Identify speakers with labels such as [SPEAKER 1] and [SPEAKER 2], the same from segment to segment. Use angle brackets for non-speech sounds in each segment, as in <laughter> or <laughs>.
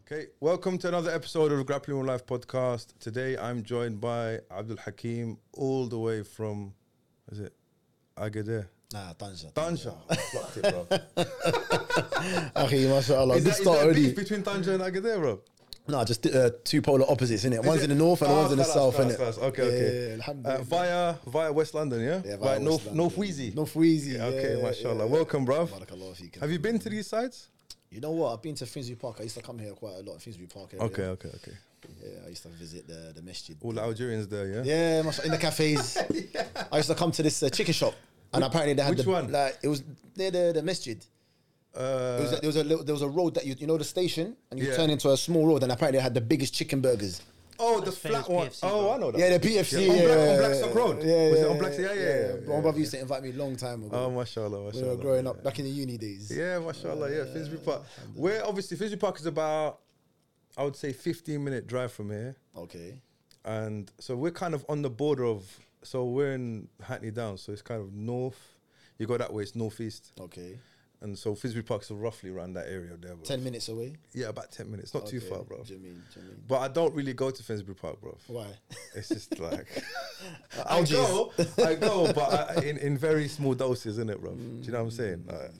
[SPEAKER 1] Okay, welcome to another episode of the Grappling With Life podcast. Today I'm joined by Abdul Hakim, all the way from, is it Agadir?
[SPEAKER 2] Nah, Tansha.
[SPEAKER 1] <laughs> Tanja. Fucked it,
[SPEAKER 2] <laughs>
[SPEAKER 1] bro.
[SPEAKER 2] Okay, mashallah.
[SPEAKER 1] Is that,
[SPEAKER 2] Good
[SPEAKER 1] is
[SPEAKER 2] start
[SPEAKER 1] that beef
[SPEAKER 2] already.
[SPEAKER 1] between Tanja and Agadir, bro?
[SPEAKER 2] Nah, just uh, two polar opposites, innit? One's
[SPEAKER 1] it?
[SPEAKER 2] in the north and
[SPEAKER 1] Ah,
[SPEAKER 2] one's in the
[SPEAKER 1] khalas,
[SPEAKER 2] south,
[SPEAKER 1] khalas,
[SPEAKER 2] innit?
[SPEAKER 1] khalas. Okay,
[SPEAKER 2] Yeah,
[SPEAKER 1] okay.
[SPEAKER 2] yeah,
[SPEAKER 1] Uh,
[SPEAKER 2] alhamdulillah.
[SPEAKER 1] via via West London, yeah? via
[SPEAKER 2] Yeah, via
[SPEAKER 1] North
[SPEAKER 2] West
[SPEAKER 1] North
[SPEAKER 2] London.
[SPEAKER 1] Wheezy.
[SPEAKER 2] North Wheezy.
[SPEAKER 1] okay,
[SPEAKER 2] yeah,
[SPEAKER 1] mashallah.
[SPEAKER 2] yeah.
[SPEAKER 1] Welcome, bruv.
[SPEAKER 2] Barakallah feek.
[SPEAKER 1] Have you been to these sides?
[SPEAKER 2] You know what? I've been to Finsbury Park. I used to come here quite a lot. Finsbury Park. Area.
[SPEAKER 1] Okay, okay, okay.
[SPEAKER 2] Yeah, I used to visit the
[SPEAKER 1] <laughs>
[SPEAKER 2] the masjid.
[SPEAKER 1] All the Algerians there, yeah?
[SPEAKER 2] Yeah, mashallah, in the
[SPEAKER 1] <laughs>
[SPEAKER 2] cafes. I used to come to this uh, chicken shop, and apparently they had
[SPEAKER 1] which
[SPEAKER 2] the,
[SPEAKER 1] one?
[SPEAKER 2] Like it was near the the masjid.
[SPEAKER 1] Uh,
[SPEAKER 2] It was, there was a little, there was a road that you you know the station, and you
[SPEAKER 1] Yeah.
[SPEAKER 2] turn into a small road, and apparently they had the biggest chicken burgers.
[SPEAKER 1] oh, the
[SPEAKER 3] That's
[SPEAKER 1] flat
[SPEAKER 3] famous
[SPEAKER 1] one.
[SPEAKER 3] PFC,
[SPEAKER 1] Oh,
[SPEAKER 3] bro.
[SPEAKER 1] I know that.
[SPEAKER 2] Yeah, the PFC.
[SPEAKER 1] Yeah, on
[SPEAKER 2] Yeah,
[SPEAKER 1] Black- on
[SPEAKER 2] yeah,
[SPEAKER 1] Blackstock
[SPEAKER 2] yeah,
[SPEAKER 1] Road?
[SPEAKER 2] Yeah,
[SPEAKER 1] Was it
[SPEAKER 2] yeah,
[SPEAKER 1] on Blackstock? Yeah, yeah, yeah,
[SPEAKER 2] Bro,
[SPEAKER 1] yeah,
[SPEAKER 2] My brother used to invite me a long time ago.
[SPEAKER 1] Oh, mashallah,
[SPEAKER 2] when we
[SPEAKER 1] mashallah.
[SPEAKER 2] were growing up, back in the uni days.
[SPEAKER 1] Yeah, mashallah. Yeah, Finsbury Park. Where obviously Finsbury Park is about, I would say, fifteen minute drive from here,
[SPEAKER 2] Okay.
[SPEAKER 1] and so we're kind of on the border of. So we're in Hackney Downs, so it's kind of north. You go that way, it's northeast,
[SPEAKER 2] Okay.
[SPEAKER 1] and so Finsbury Park's roughly around that area there. Bro.
[SPEAKER 2] Ten minutes away.
[SPEAKER 1] Yeah, about ten minutes, not too
[SPEAKER 2] Okay,
[SPEAKER 1] far, bro.
[SPEAKER 2] Jameen, Jameen.
[SPEAKER 1] But I don't really go to Finsbury Park, bro.
[SPEAKER 2] Why? <laughs>
[SPEAKER 1] It's just like I
[SPEAKER 2] Algiers.
[SPEAKER 1] go, I go, but I, in in very small doses, isn't it, bro? Do you know what I'm
[SPEAKER 2] Mm,
[SPEAKER 1] saying? Like,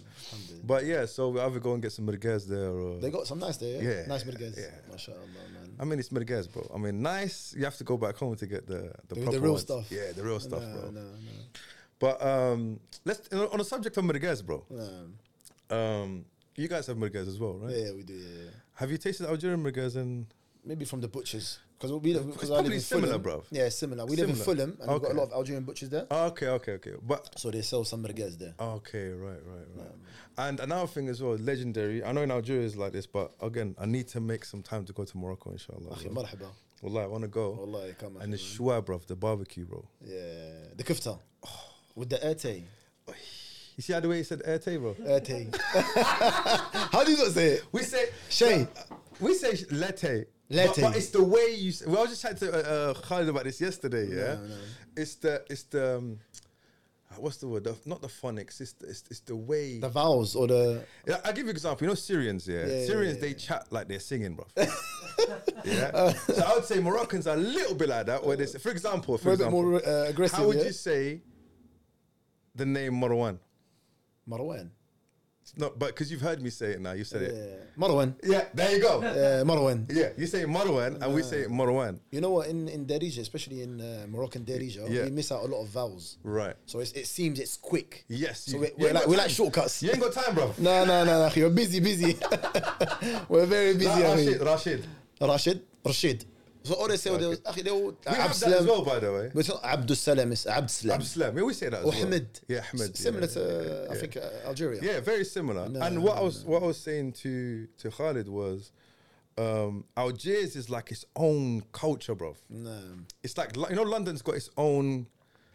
[SPEAKER 1] but yeah, so we either go and get some merguez there, or
[SPEAKER 2] They got some nice there.
[SPEAKER 1] Yeah,
[SPEAKER 2] Nice burgers.
[SPEAKER 1] yeah.
[SPEAKER 2] Mashallah, man.
[SPEAKER 1] I mean, it's merguez, bro. I mean, nice. You have to go back home to get the the,
[SPEAKER 2] The- the
[SPEAKER 1] proper
[SPEAKER 2] real
[SPEAKER 1] ones.
[SPEAKER 2] stuff.
[SPEAKER 1] Yeah, the real stuff,
[SPEAKER 2] no,
[SPEAKER 1] bro.
[SPEAKER 2] no,
[SPEAKER 1] But um, let's on the subject of merguez, bro.
[SPEAKER 2] no, Um,
[SPEAKER 1] Um, you guys have merguez as well, right?
[SPEAKER 2] Yeah, we do. Yeah, yeah.
[SPEAKER 1] Have you tasted Algerian merguez? And
[SPEAKER 2] Maybe from the butchers because we because I live
[SPEAKER 1] probably
[SPEAKER 2] in
[SPEAKER 1] similar,
[SPEAKER 2] Fulham.
[SPEAKER 1] bruv.
[SPEAKER 2] Yeah, similar. We live in
[SPEAKER 1] Similar.
[SPEAKER 2] Fulham and we've got
[SPEAKER 1] Okay.
[SPEAKER 2] a lot of Algerian butchers there,
[SPEAKER 1] oh, okay, okay, okay. But
[SPEAKER 2] so they sell some merguez there.
[SPEAKER 1] Okay, right, right, right. And another thing as well, legendary. I know in Algeria it's like this, but again, I need to make some time to go to Morocco, inshallah.
[SPEAKER 2] Akhi,
[SPEAKER 1] bro.
[SPEAKER 2] marhaba.
[SPEAKER 1] Wallah, I want to go.
[SPEAKER 2] Wallahi, come
[SPEAKER 1] Oh. And the
[SPEAKER 2] on.
[SPEAKER 1] shua, bro, the barbecue, bro.
[SPEAKER 2] Yeah,
[SPEAKER 1] <sighs>
[SPEAKER 2] the kufta with the erte.
[SPEAKER 1] You see how the way he said erte, bro?
[SPEAKER 2] Erte. <laughs> How do you not say it?
[SPEAKER 1] We say uh,
[SPEAKER 2] Shay.
[SPEAKER 1] we say sh- lete.
[SPEAKER 2] Lete.
[SPEAKER 1] But, but it's the way you. Say, well, I was just chatting to uh, uh, Khalid about this yesterday. Yeah, it's the it's the um, what's the word? The, not the phonics. It's the, it's, it's the way.
[SPEAKER 2] The vowels or the
[SPEAKER 1] Yeah, I'll give you an example. You know Syrians, yeah?
[SPEAKER 2] Yeah,
[SPEAKER 1] Syrians,
[SPEAKER 2] yeah, Uh,
[SPEAKER 1] they chat like they're singing,
[SPEAKER 2] <laughs>
[SPEAKER 1] bro. yeah? So I would say Moroccans are a little bit like that. Where they say, for example, for
[SPEAKER 2] We're a bit
[SPEAKER 1] example,
[SPEAKER 2] more uh, aggressive.
[SPEAKER 1] how would
[SPEAKER 2] yeah?
[SPEAKER 1] you say the name Marwan?
[SPEAKER 2] Marwan.
[SPEAKER 1] It's not, but because you've heard me say it now, you said
[SPEAKER 2] Yeah.
[SPEAKER 1] it.
[SPEAKER 2] Marwan.
[SPEAKER 1] Yeah, there you go.
[SPEAKER 2] Uh, Marwan.
[SPEAKER 1] yeah, you say Marwan and we say Marwan.
[SPEAKER 2] You know what? In in Darija, especially in uh, Moroccan Darija,
[SPEAKER 1] Yeah.
[SPEAKER 2] we miss out a lot of vowels.
[SPEAKER 1] Right.
[SPEAKER 2] So it's, it seems it's quick.
[SPEAKER 1] Yes.
[SPEAKER 2] So
[SPEAKER 1] you-
[SPEAKER 2] we're,
[SPEAKER 1] you
[SPEAKER 2] we're
[SPEAKER 1] ain't
[SPEAKER 2] like
[SPEAKER 1] got
[SPEAKER 2] we're like
[SPEAKER 1] time.
[SPEAKER 2] shortcuts.
[SPEAKER 1] You ain't got time,
[SPEAKER 2] <laughs>
[SPEAKER 1] bro.
[SPEAKER 2] No, no, no, no. You're busy, busy. <laughs> we're very busy.
[SPEAKER 1] Like
[SPEAKER 2] I mean.
[SPEAKER 1] Rashid, Rashid.
[SPEAKER 2] Rashid. Rashid. So all they say, they, they, they all.
[SPEAKER 1] We have that as well, by the way.
[SPEAKER 2] Abdul Salam is Abdul Salam.
[SPEAKER 1] Abdeslam. Yeah, we say that as
[SPEAKER 2] Or
[SPEAKER 1] well.
[SPEAKER 2] Hamid.
[SPEAKER 1] Yeah, Hamid.
[SPEAKER 2] S- Similar
[SPEAKER 1] yeah.
[SPEAKER 2] to, I think, uh, Algeria.
[SPEAKER 1] Yeah, very similar. and what I was what I was saying to to Khalid was, um, Algiers is like its own culture, bro.
[SPEAKER 2] Um,
[SPEAKER 1] It's like Lo- you know London's got its own.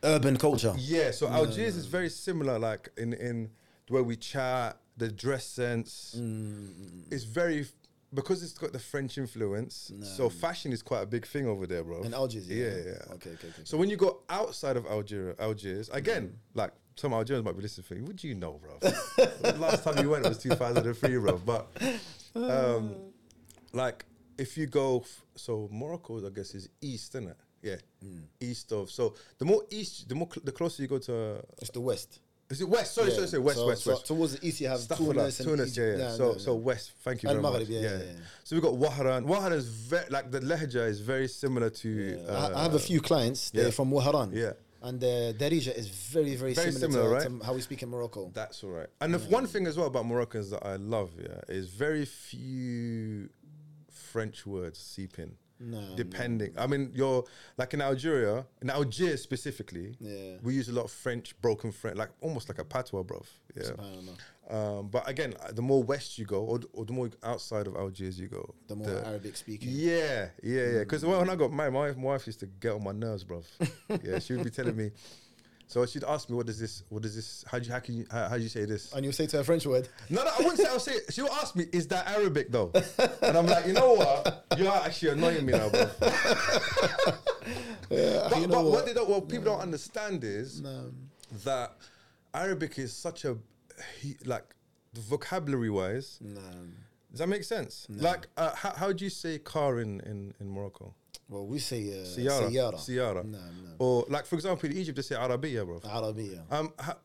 [SPEAKER 2] urban culture.
[SPEAKER 1] Yeah, so Algiers is very similar, like in in the way we chat, the dress sense.
[SPEAKER 2] Mm.
[SPEAKER 1] It's very because it's got the French influence. So fashion is quite a big thing over there, bro.
[SPEAKER 2] In Algiers, yeah.
[SPEAKER 1] yeah, yeah.
[SPEAKER 2] Okay, okay, okay. Mm.
[SPEAKER 1] So when you go outside of Algeria, Algiers, again, like some Algerians might be listening to you, what do you know,
[SPEAKER 2] <laughs>
[SPEAKER 1] bro? Last time you went was 2003, bro. But
[SPEAKER 2] <sighs>
[SPEAKER 1] um, like if you go, f- so Morocco, I guess, is east, isn't it? Yeah,
[SPEAKER 2] Mm.
[SPEAKER 1] east of. So the more east, the more cl- the closer you go to, uh,
[SPEAKER 2] It's the West.
[SPEAKER 1] is it west? Sorry, sorry,
[SPEAKER 2] Yeah.
[SPEAKER 1] sorry, west,
[SPEAKER 2] so,
[SPEAKER 1] west,
[SPEAKER 2] so
[SPEAKER 1] west.
[SPEAKER 2] Towards the east, you have
[SPEAKER 1] Stuff like that.
[SPEAKER 2] Tunis, and
[SPEAKER 1] Tunis, yeah, yeah.
[SPEAKER 2] Egypt.
[SPEAKER 1] so,
[SPEAKER 2] no,
[SPEAKER 1] so
[SPEAKER 2] no.
[SPEAKER 1] west. Thank you
[SPEAKER 2] And
[SPEAKER 1] very
[SPEAKER 2] Maghreb,
[SPEAKER 1] much.
[SPEAKER 2] yeah, yeah, yeah.
[SPEAKER 1] So we got Wahran. Wahran is very like the lehja is very similar to.
[SPEAKER 2] I-
[SPEAKER 1] Uh,
[SPEAKER 2] I have a few clients. They're
[SPEAKER 1] yeah.
[SPEAKER 2] from Waharan.
[SPEAKER 1] Yeah.
[SPEAKER 2] And uh, Darija is very, very,
[SPEAKER 1] Very
[SPEAKER 2] similar,
[SPEAKER 1] similar,
[SPEAKER 2] to,
[SPEAKER 1] right?
[SPEAKER 2] to how we speak in Morocco.
[SPEAKER 1] That's all right. And the one thing as well about Moroccans that I love, yeah, is very few French words seep in.
[SPEAKER 2] No,
[SPEAKER 1] Depending, I mean, you're like in Algeria, in Algiers specifically,
[SPEAKER 2] Yeah.
[SPEAKER 1] we use a lot of French, broken French, like almost like a patois, bruv. Yeah.
[SPEAKER 2] I don't know.
[SPEAKER 1] Um, but again, uh, the more west you go, or, or the more outside of Algiers you go,
[SPEAKER 2] The more Arabic speaking.
[SPEAKER 1] yeah, yeah, yeah. Because when I
[SPEAKER 2] Mm.
[SPEAKER 1] got married, my, my wife used to get on my nerves, bruv. yeah, she would be telling me. So she'd ask me, "What does this? What does this? How do you, how can you, how, how do you say this?"
[SPEAKER 2] And you say to her French word.
[SPEAKER 1] No, no, I wouldn't say. I'll say. She'll ask me, "Is that Arabic though?" And I'm like, "You know what? You are actually annoying me now, bro." but
[SPEAKER 2] <laughs> Yeah,
[SPEAKER 1] but
[SPEAKER 2] you know
[SPEAKER 1] what?
[SPEAKER 2] what?
[SPEAKER 1] they don't, what people don't understand is
[SPEAKER 2] Um,
[SPEAKER 1] that Arabic is such a he- like vocabulary wise.
[SPEAKER 2] um,
[SPEAKER 1] Does that make sense? Like, uh, how, how do you say car in, in, in Morocco?
[SPEAKER 2] Well, we say uh,
[SPEAKER 1] Siyara.
[SPEAKER 2] Siyara.
[SPEAKER 1] Siyara.
[SPEAKER 2] No, no.
[SPEAKER 1] Or, like, for example, in Egypt, they say Arabiya, bro.
[SPEAKER 2] Arabiya.
[SPEAKER 1] Um, how,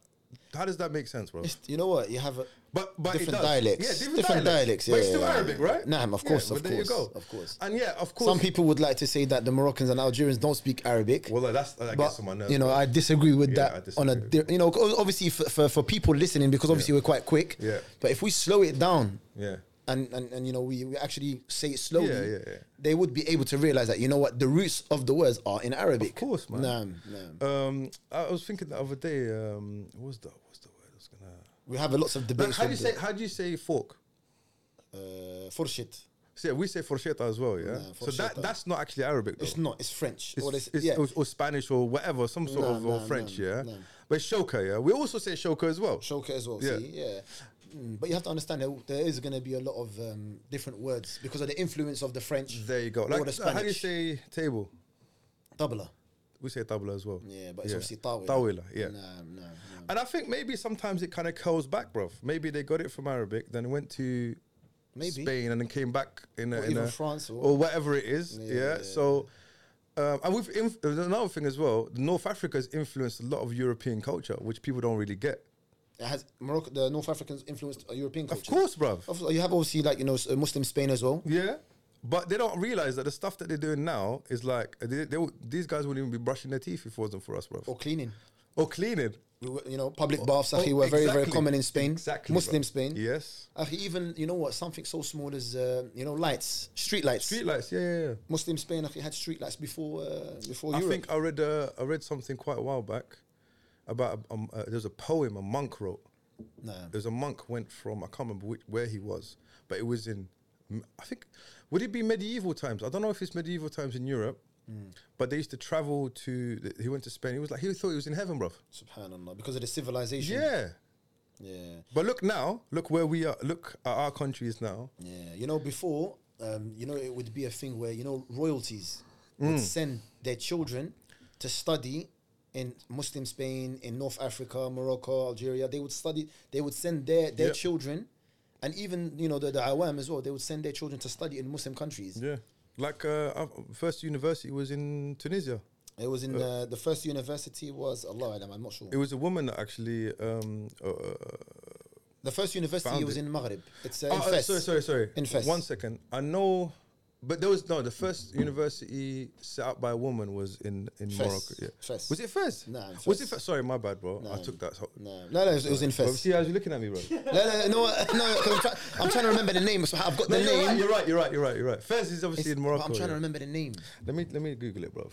[SPEAKER 1] how does that make sense, bro?
[SPEAKER 2] It's- You know what? You have a,
[SPEAKER 1] But, but it
[SPEAKER 2] different
[SPEAKER 1] does.
[SPEAKER 2] dialects.
[SPEAKER 1] Yeah, different,
[SPEAKER 2] Different dialects,
[SPEAKER 1] dialects.
[SPEAKER 2] yeah,
[SPEAKER 1] But it's still
[SPEAKER 2] yeah, yeah.
[SPEAKER 1] Arabic, right?
[SPEAKER 2] Naam, of
[SPEAKER 1] Yeah,
[SPEAKER 2] course,
[SPEAKER 1] but
[SPEAKER 2] of
[SPEAKER 1] there you
[SPEAKER 2] course,
[SPEAKER 1] go.
[SPEAKER 2] of course.
[SPEAKER 1] And yeah, of course.
[SPEAKER 2] some people would like to say that the Moroccans and Algerians don't speak Arabic.
[SPEAKER 1] Well, that's that
[SPEAKER 2] but
[SPEAKER 1] gets on my nerves.
[SPEAKER 2] you know, I disagree with
[SPEAKER 1] Yeah, I
[SPEAKER 2] that.
[SPEAKER 1] disagree
[SPEAKER 2] on a
[SPEAKER 1] with
[SPEAKER 2] di- you know, o- obviously for, for, for people listening, because obviously we're quite quick.
[SPEAKER 1] Yeah.
[SPEAKER 2] But if we slow it down,
[SPEAKER 1] yeah.
[SPEAKER 2] and, and, and you know we, we actually say it slowly,
[SPEAKER 1] Yeah, yeah, yeah.
[SPEAKER 2] they would be able to realize that you know what the roots of the words are in Arabic. Of
[SPEAKER 1] course, man.
[SPEAKER 2] Naam, naam.
[SPEAKER 1] Um, I was thinking the other day. Um, what was the what was the word I was gonna?
[SPEAKER 2] we have a lots of debates.
[SPEAKER 1] Like, how do
[SPEAKER 2] on
[SPEAKER 1] you say how do you say fork?
[SPEAKER 2] the- uh, forshit?
[SPEAKER 1] See, we say forchetta as well, yeah.
[SPEAKER 2] Nah,
[SPEAKER 1] so that
[SPEAKER 2] forchetta.
[SPEAKER 1] that's not actually Arabic. Though.
[SPEAKER 2] It's not. It's French.
[SPEAKER 1] It's-
[SPEAKER 2] Or it's-
[SPEAKER 1] it's-
[SPEAKER 2] yeah.
[SPEAKER 1] or, or Spanish or whatever, some sort
[SPEAKER 2] No,
[SPEAKER 1] of
[SPEAKER 2] no,
[SPEAKER 1] or French,
[SPEAKER 2] no,
[SPEAKER 1] yeah.
[SPEAKER 2] no.
[SPEAKER 1] But shoka, yeah. We also say shoka as well.
[SPEAKER 2] Shoka as well.
[SPEAKER 1] Yeah.
[SPEAKER 2] See, yeah. Mm, But you have to understand there, there is going to be a lot of um, different words because of the influence of the French.
[SPEAKER 1] There you go.
[SPEAKER 2] Or
[SPEAKER 1] Like,
[SPEAKER 2] the
[SPEAKER 1] uh, how do you
[SPEAKER 2] Spanish.
[SPEAKER 1] say table?
[SPEAKER 2] Doubler.
[SPEAKER 1] We say tabla as well.
[SPEAKER 2] Yeah, but it's obviously tawila.
[SPEAKER 1] Tawila, yeah.
[SPEAKER 2] No, no, no.
[SPEAKER 1] And I think maybe sometimes it kind of curls back, bruv. Maybe they got it from Arabic, then went to
[SPEAKER 2] Maybe.
[SPEAKER 1] Spain and then came back in a,
[SPEAKER 2] Or
[SPEAKER 1] in
[SPEAKER 2] even
[SPEAKER 1] a-
[SPEAKER 2] France or-
[SPEAKER 1] whatever it is.
[SPEAKER 2] Yeah,
[SPEAKER 1] Yeah.
[SPEAKER 2] yeah, yeah.
[SPEAKER 1] So, um, and we've inf- there's another thing as well. North Africa has influenced a lot of European culture, which people don't really get.
[SPEAKER 2] It has Morocco, the North Africans influenced uh, European
[SPEAKER 1] Of
[SPEAKER 2] culture.
[SPEAKER 1] course, bruv.
[SPEAKER 2] Of- You have obviously like you know s- uh, Muslim Spain as well.
[SPEAKER 1] Yeah. But they don't realize that the stuff that they're doing now is like they, they, would- these guys wouldn't even be brushing their teeth if it wasn't for us, bruv.
[SPEAKER 2] Or cleaning.
[SPEAKER 1] Or cleaning.
[SPEAKER 2] We were- You know, public baths actually
[SPEAKER 1] oh,
[SPEAKER 2] were very, very
[SPEAKER 1] exactly.
[SPEAKER 2] common in Spain.
[SPEAKER 1] Exactly,
[SPEAKER 2] Muslim
[SPEAKER 1] bruv.
[SPEAKER 2] Spain.
[SPEAKER 1] Yes.
[SPEAKER 2] Actually, even you know what? Something so small as uh, you know lights, street lights.
[SPEAKER 1] Street lights, yeah, yeah, yeah.
[SPEAKER 2] Muslim Spain actually had street lights before uh, before
[SPEAKER 1] I
[SPEAKER 2] Europe.
[SPEAKER 1] think I read uh, I read something quite a while back about um, uh, there's a poem a monk wrote.
[SPEAKER 2] Nah.
[SPEAKER 1] There's a monk went from I can't remember which, where he was, but it was in m- I think would it be medieval times? I don't know if it's medieval times in Europe, but they used to travel to. th- He went to Spain. He was like he thought he was in heaven, bruv.
[SPEAKER 2] Subhanallah, because of the civilization.
[SPEAKER 1] Yeah,
[SPEAKER 2] yeah,
[SPEAKER 1] but look now, look where we are. Look at our country is now.
[SPEAKER 2] yeah. You know, before, um, you know, it would be a thing where you know royalties would
[SPEAKER 1] Mm.
[SPEAKER 2] send their children to study in Muslim Spain, in North Africa, Morocco, Algeria. They would study. They would send their their
[SPEAKER 1] Yep.
[SPEAKER 2] children, and even you know the the awam as well. They would send their children to study in Muslim countries.
[SPEAKER 1] Yeah, like uh, our first university was in Tunisia.
[SPEAKER 2] It was in uh, the first university was Allah. alam, I'm not sure.
[SPEAKER 1] It was a woman that actually um, uh,
[SPEAKER 2] The first university
[SPEAKER 1] Found
[SPEAKER 2] was
[SPEAKER 1] it.
[SPEAKER 2] in Maghrib. It's uh,
[SPEAKER 1] Oh,
[SPEAKER 2] in
[SPEAKER 1] uh,
[SPEAKER 2] Fes.
[SPEAKER 1] sorry, sorry, sorry.
[SPEAKER 2] In Fes.
[SPEAKER 1] One second. I know, but there was no. The first university set up by a woman was in in
[SPEAKER 2] Fes.
[SPEAKER 1] Morocco. Yeah.
[SPEAKER 2] Fes.
[SPEAKER 1] Was it Fez?
[SPEAKER 2] Nah, in
[SPEAKER 1] Was
[SPEAKER 2] Fes.
[SPEAKER 1] it Fez? Sorry, my bad, bro. I
[SPEAKER 2] Nah.
[SPEAKER 1] took that. So-
[SPEAKER 2] No, no, no, it was, it was in
[SPEAKER 1] Bro,
[SPEAKER 2] Fes.
[SPEAKER 1] see how you're looking at me,
[SPEAKER 2] <laughs>
[SPEAKER 1] bro.
[SPEAKER 2] No, no, no, uh, no. 'cause I'm, try- I'm trying to remember the name. So I've got
[SPEAKER 1] no,
[SPEAKER 2] the
[SPEAKER 1] you're
[SPEAKER 2] name.
[SPEAKER 1] right. You're right. You're right. You're right. You're right. Fez is
[SPEAKER 2] It's-
[SPEAKER 1] obviously in
[SPEAKER 2] but
[SPEAKER 1] Morocco.
[SPEAKER 2] I'm trying to
[SPEAKER 1] yeah.
[SPEAKER 2] remember the name.
[SPEAKER 1] Let me let me Google it, Uh, bro.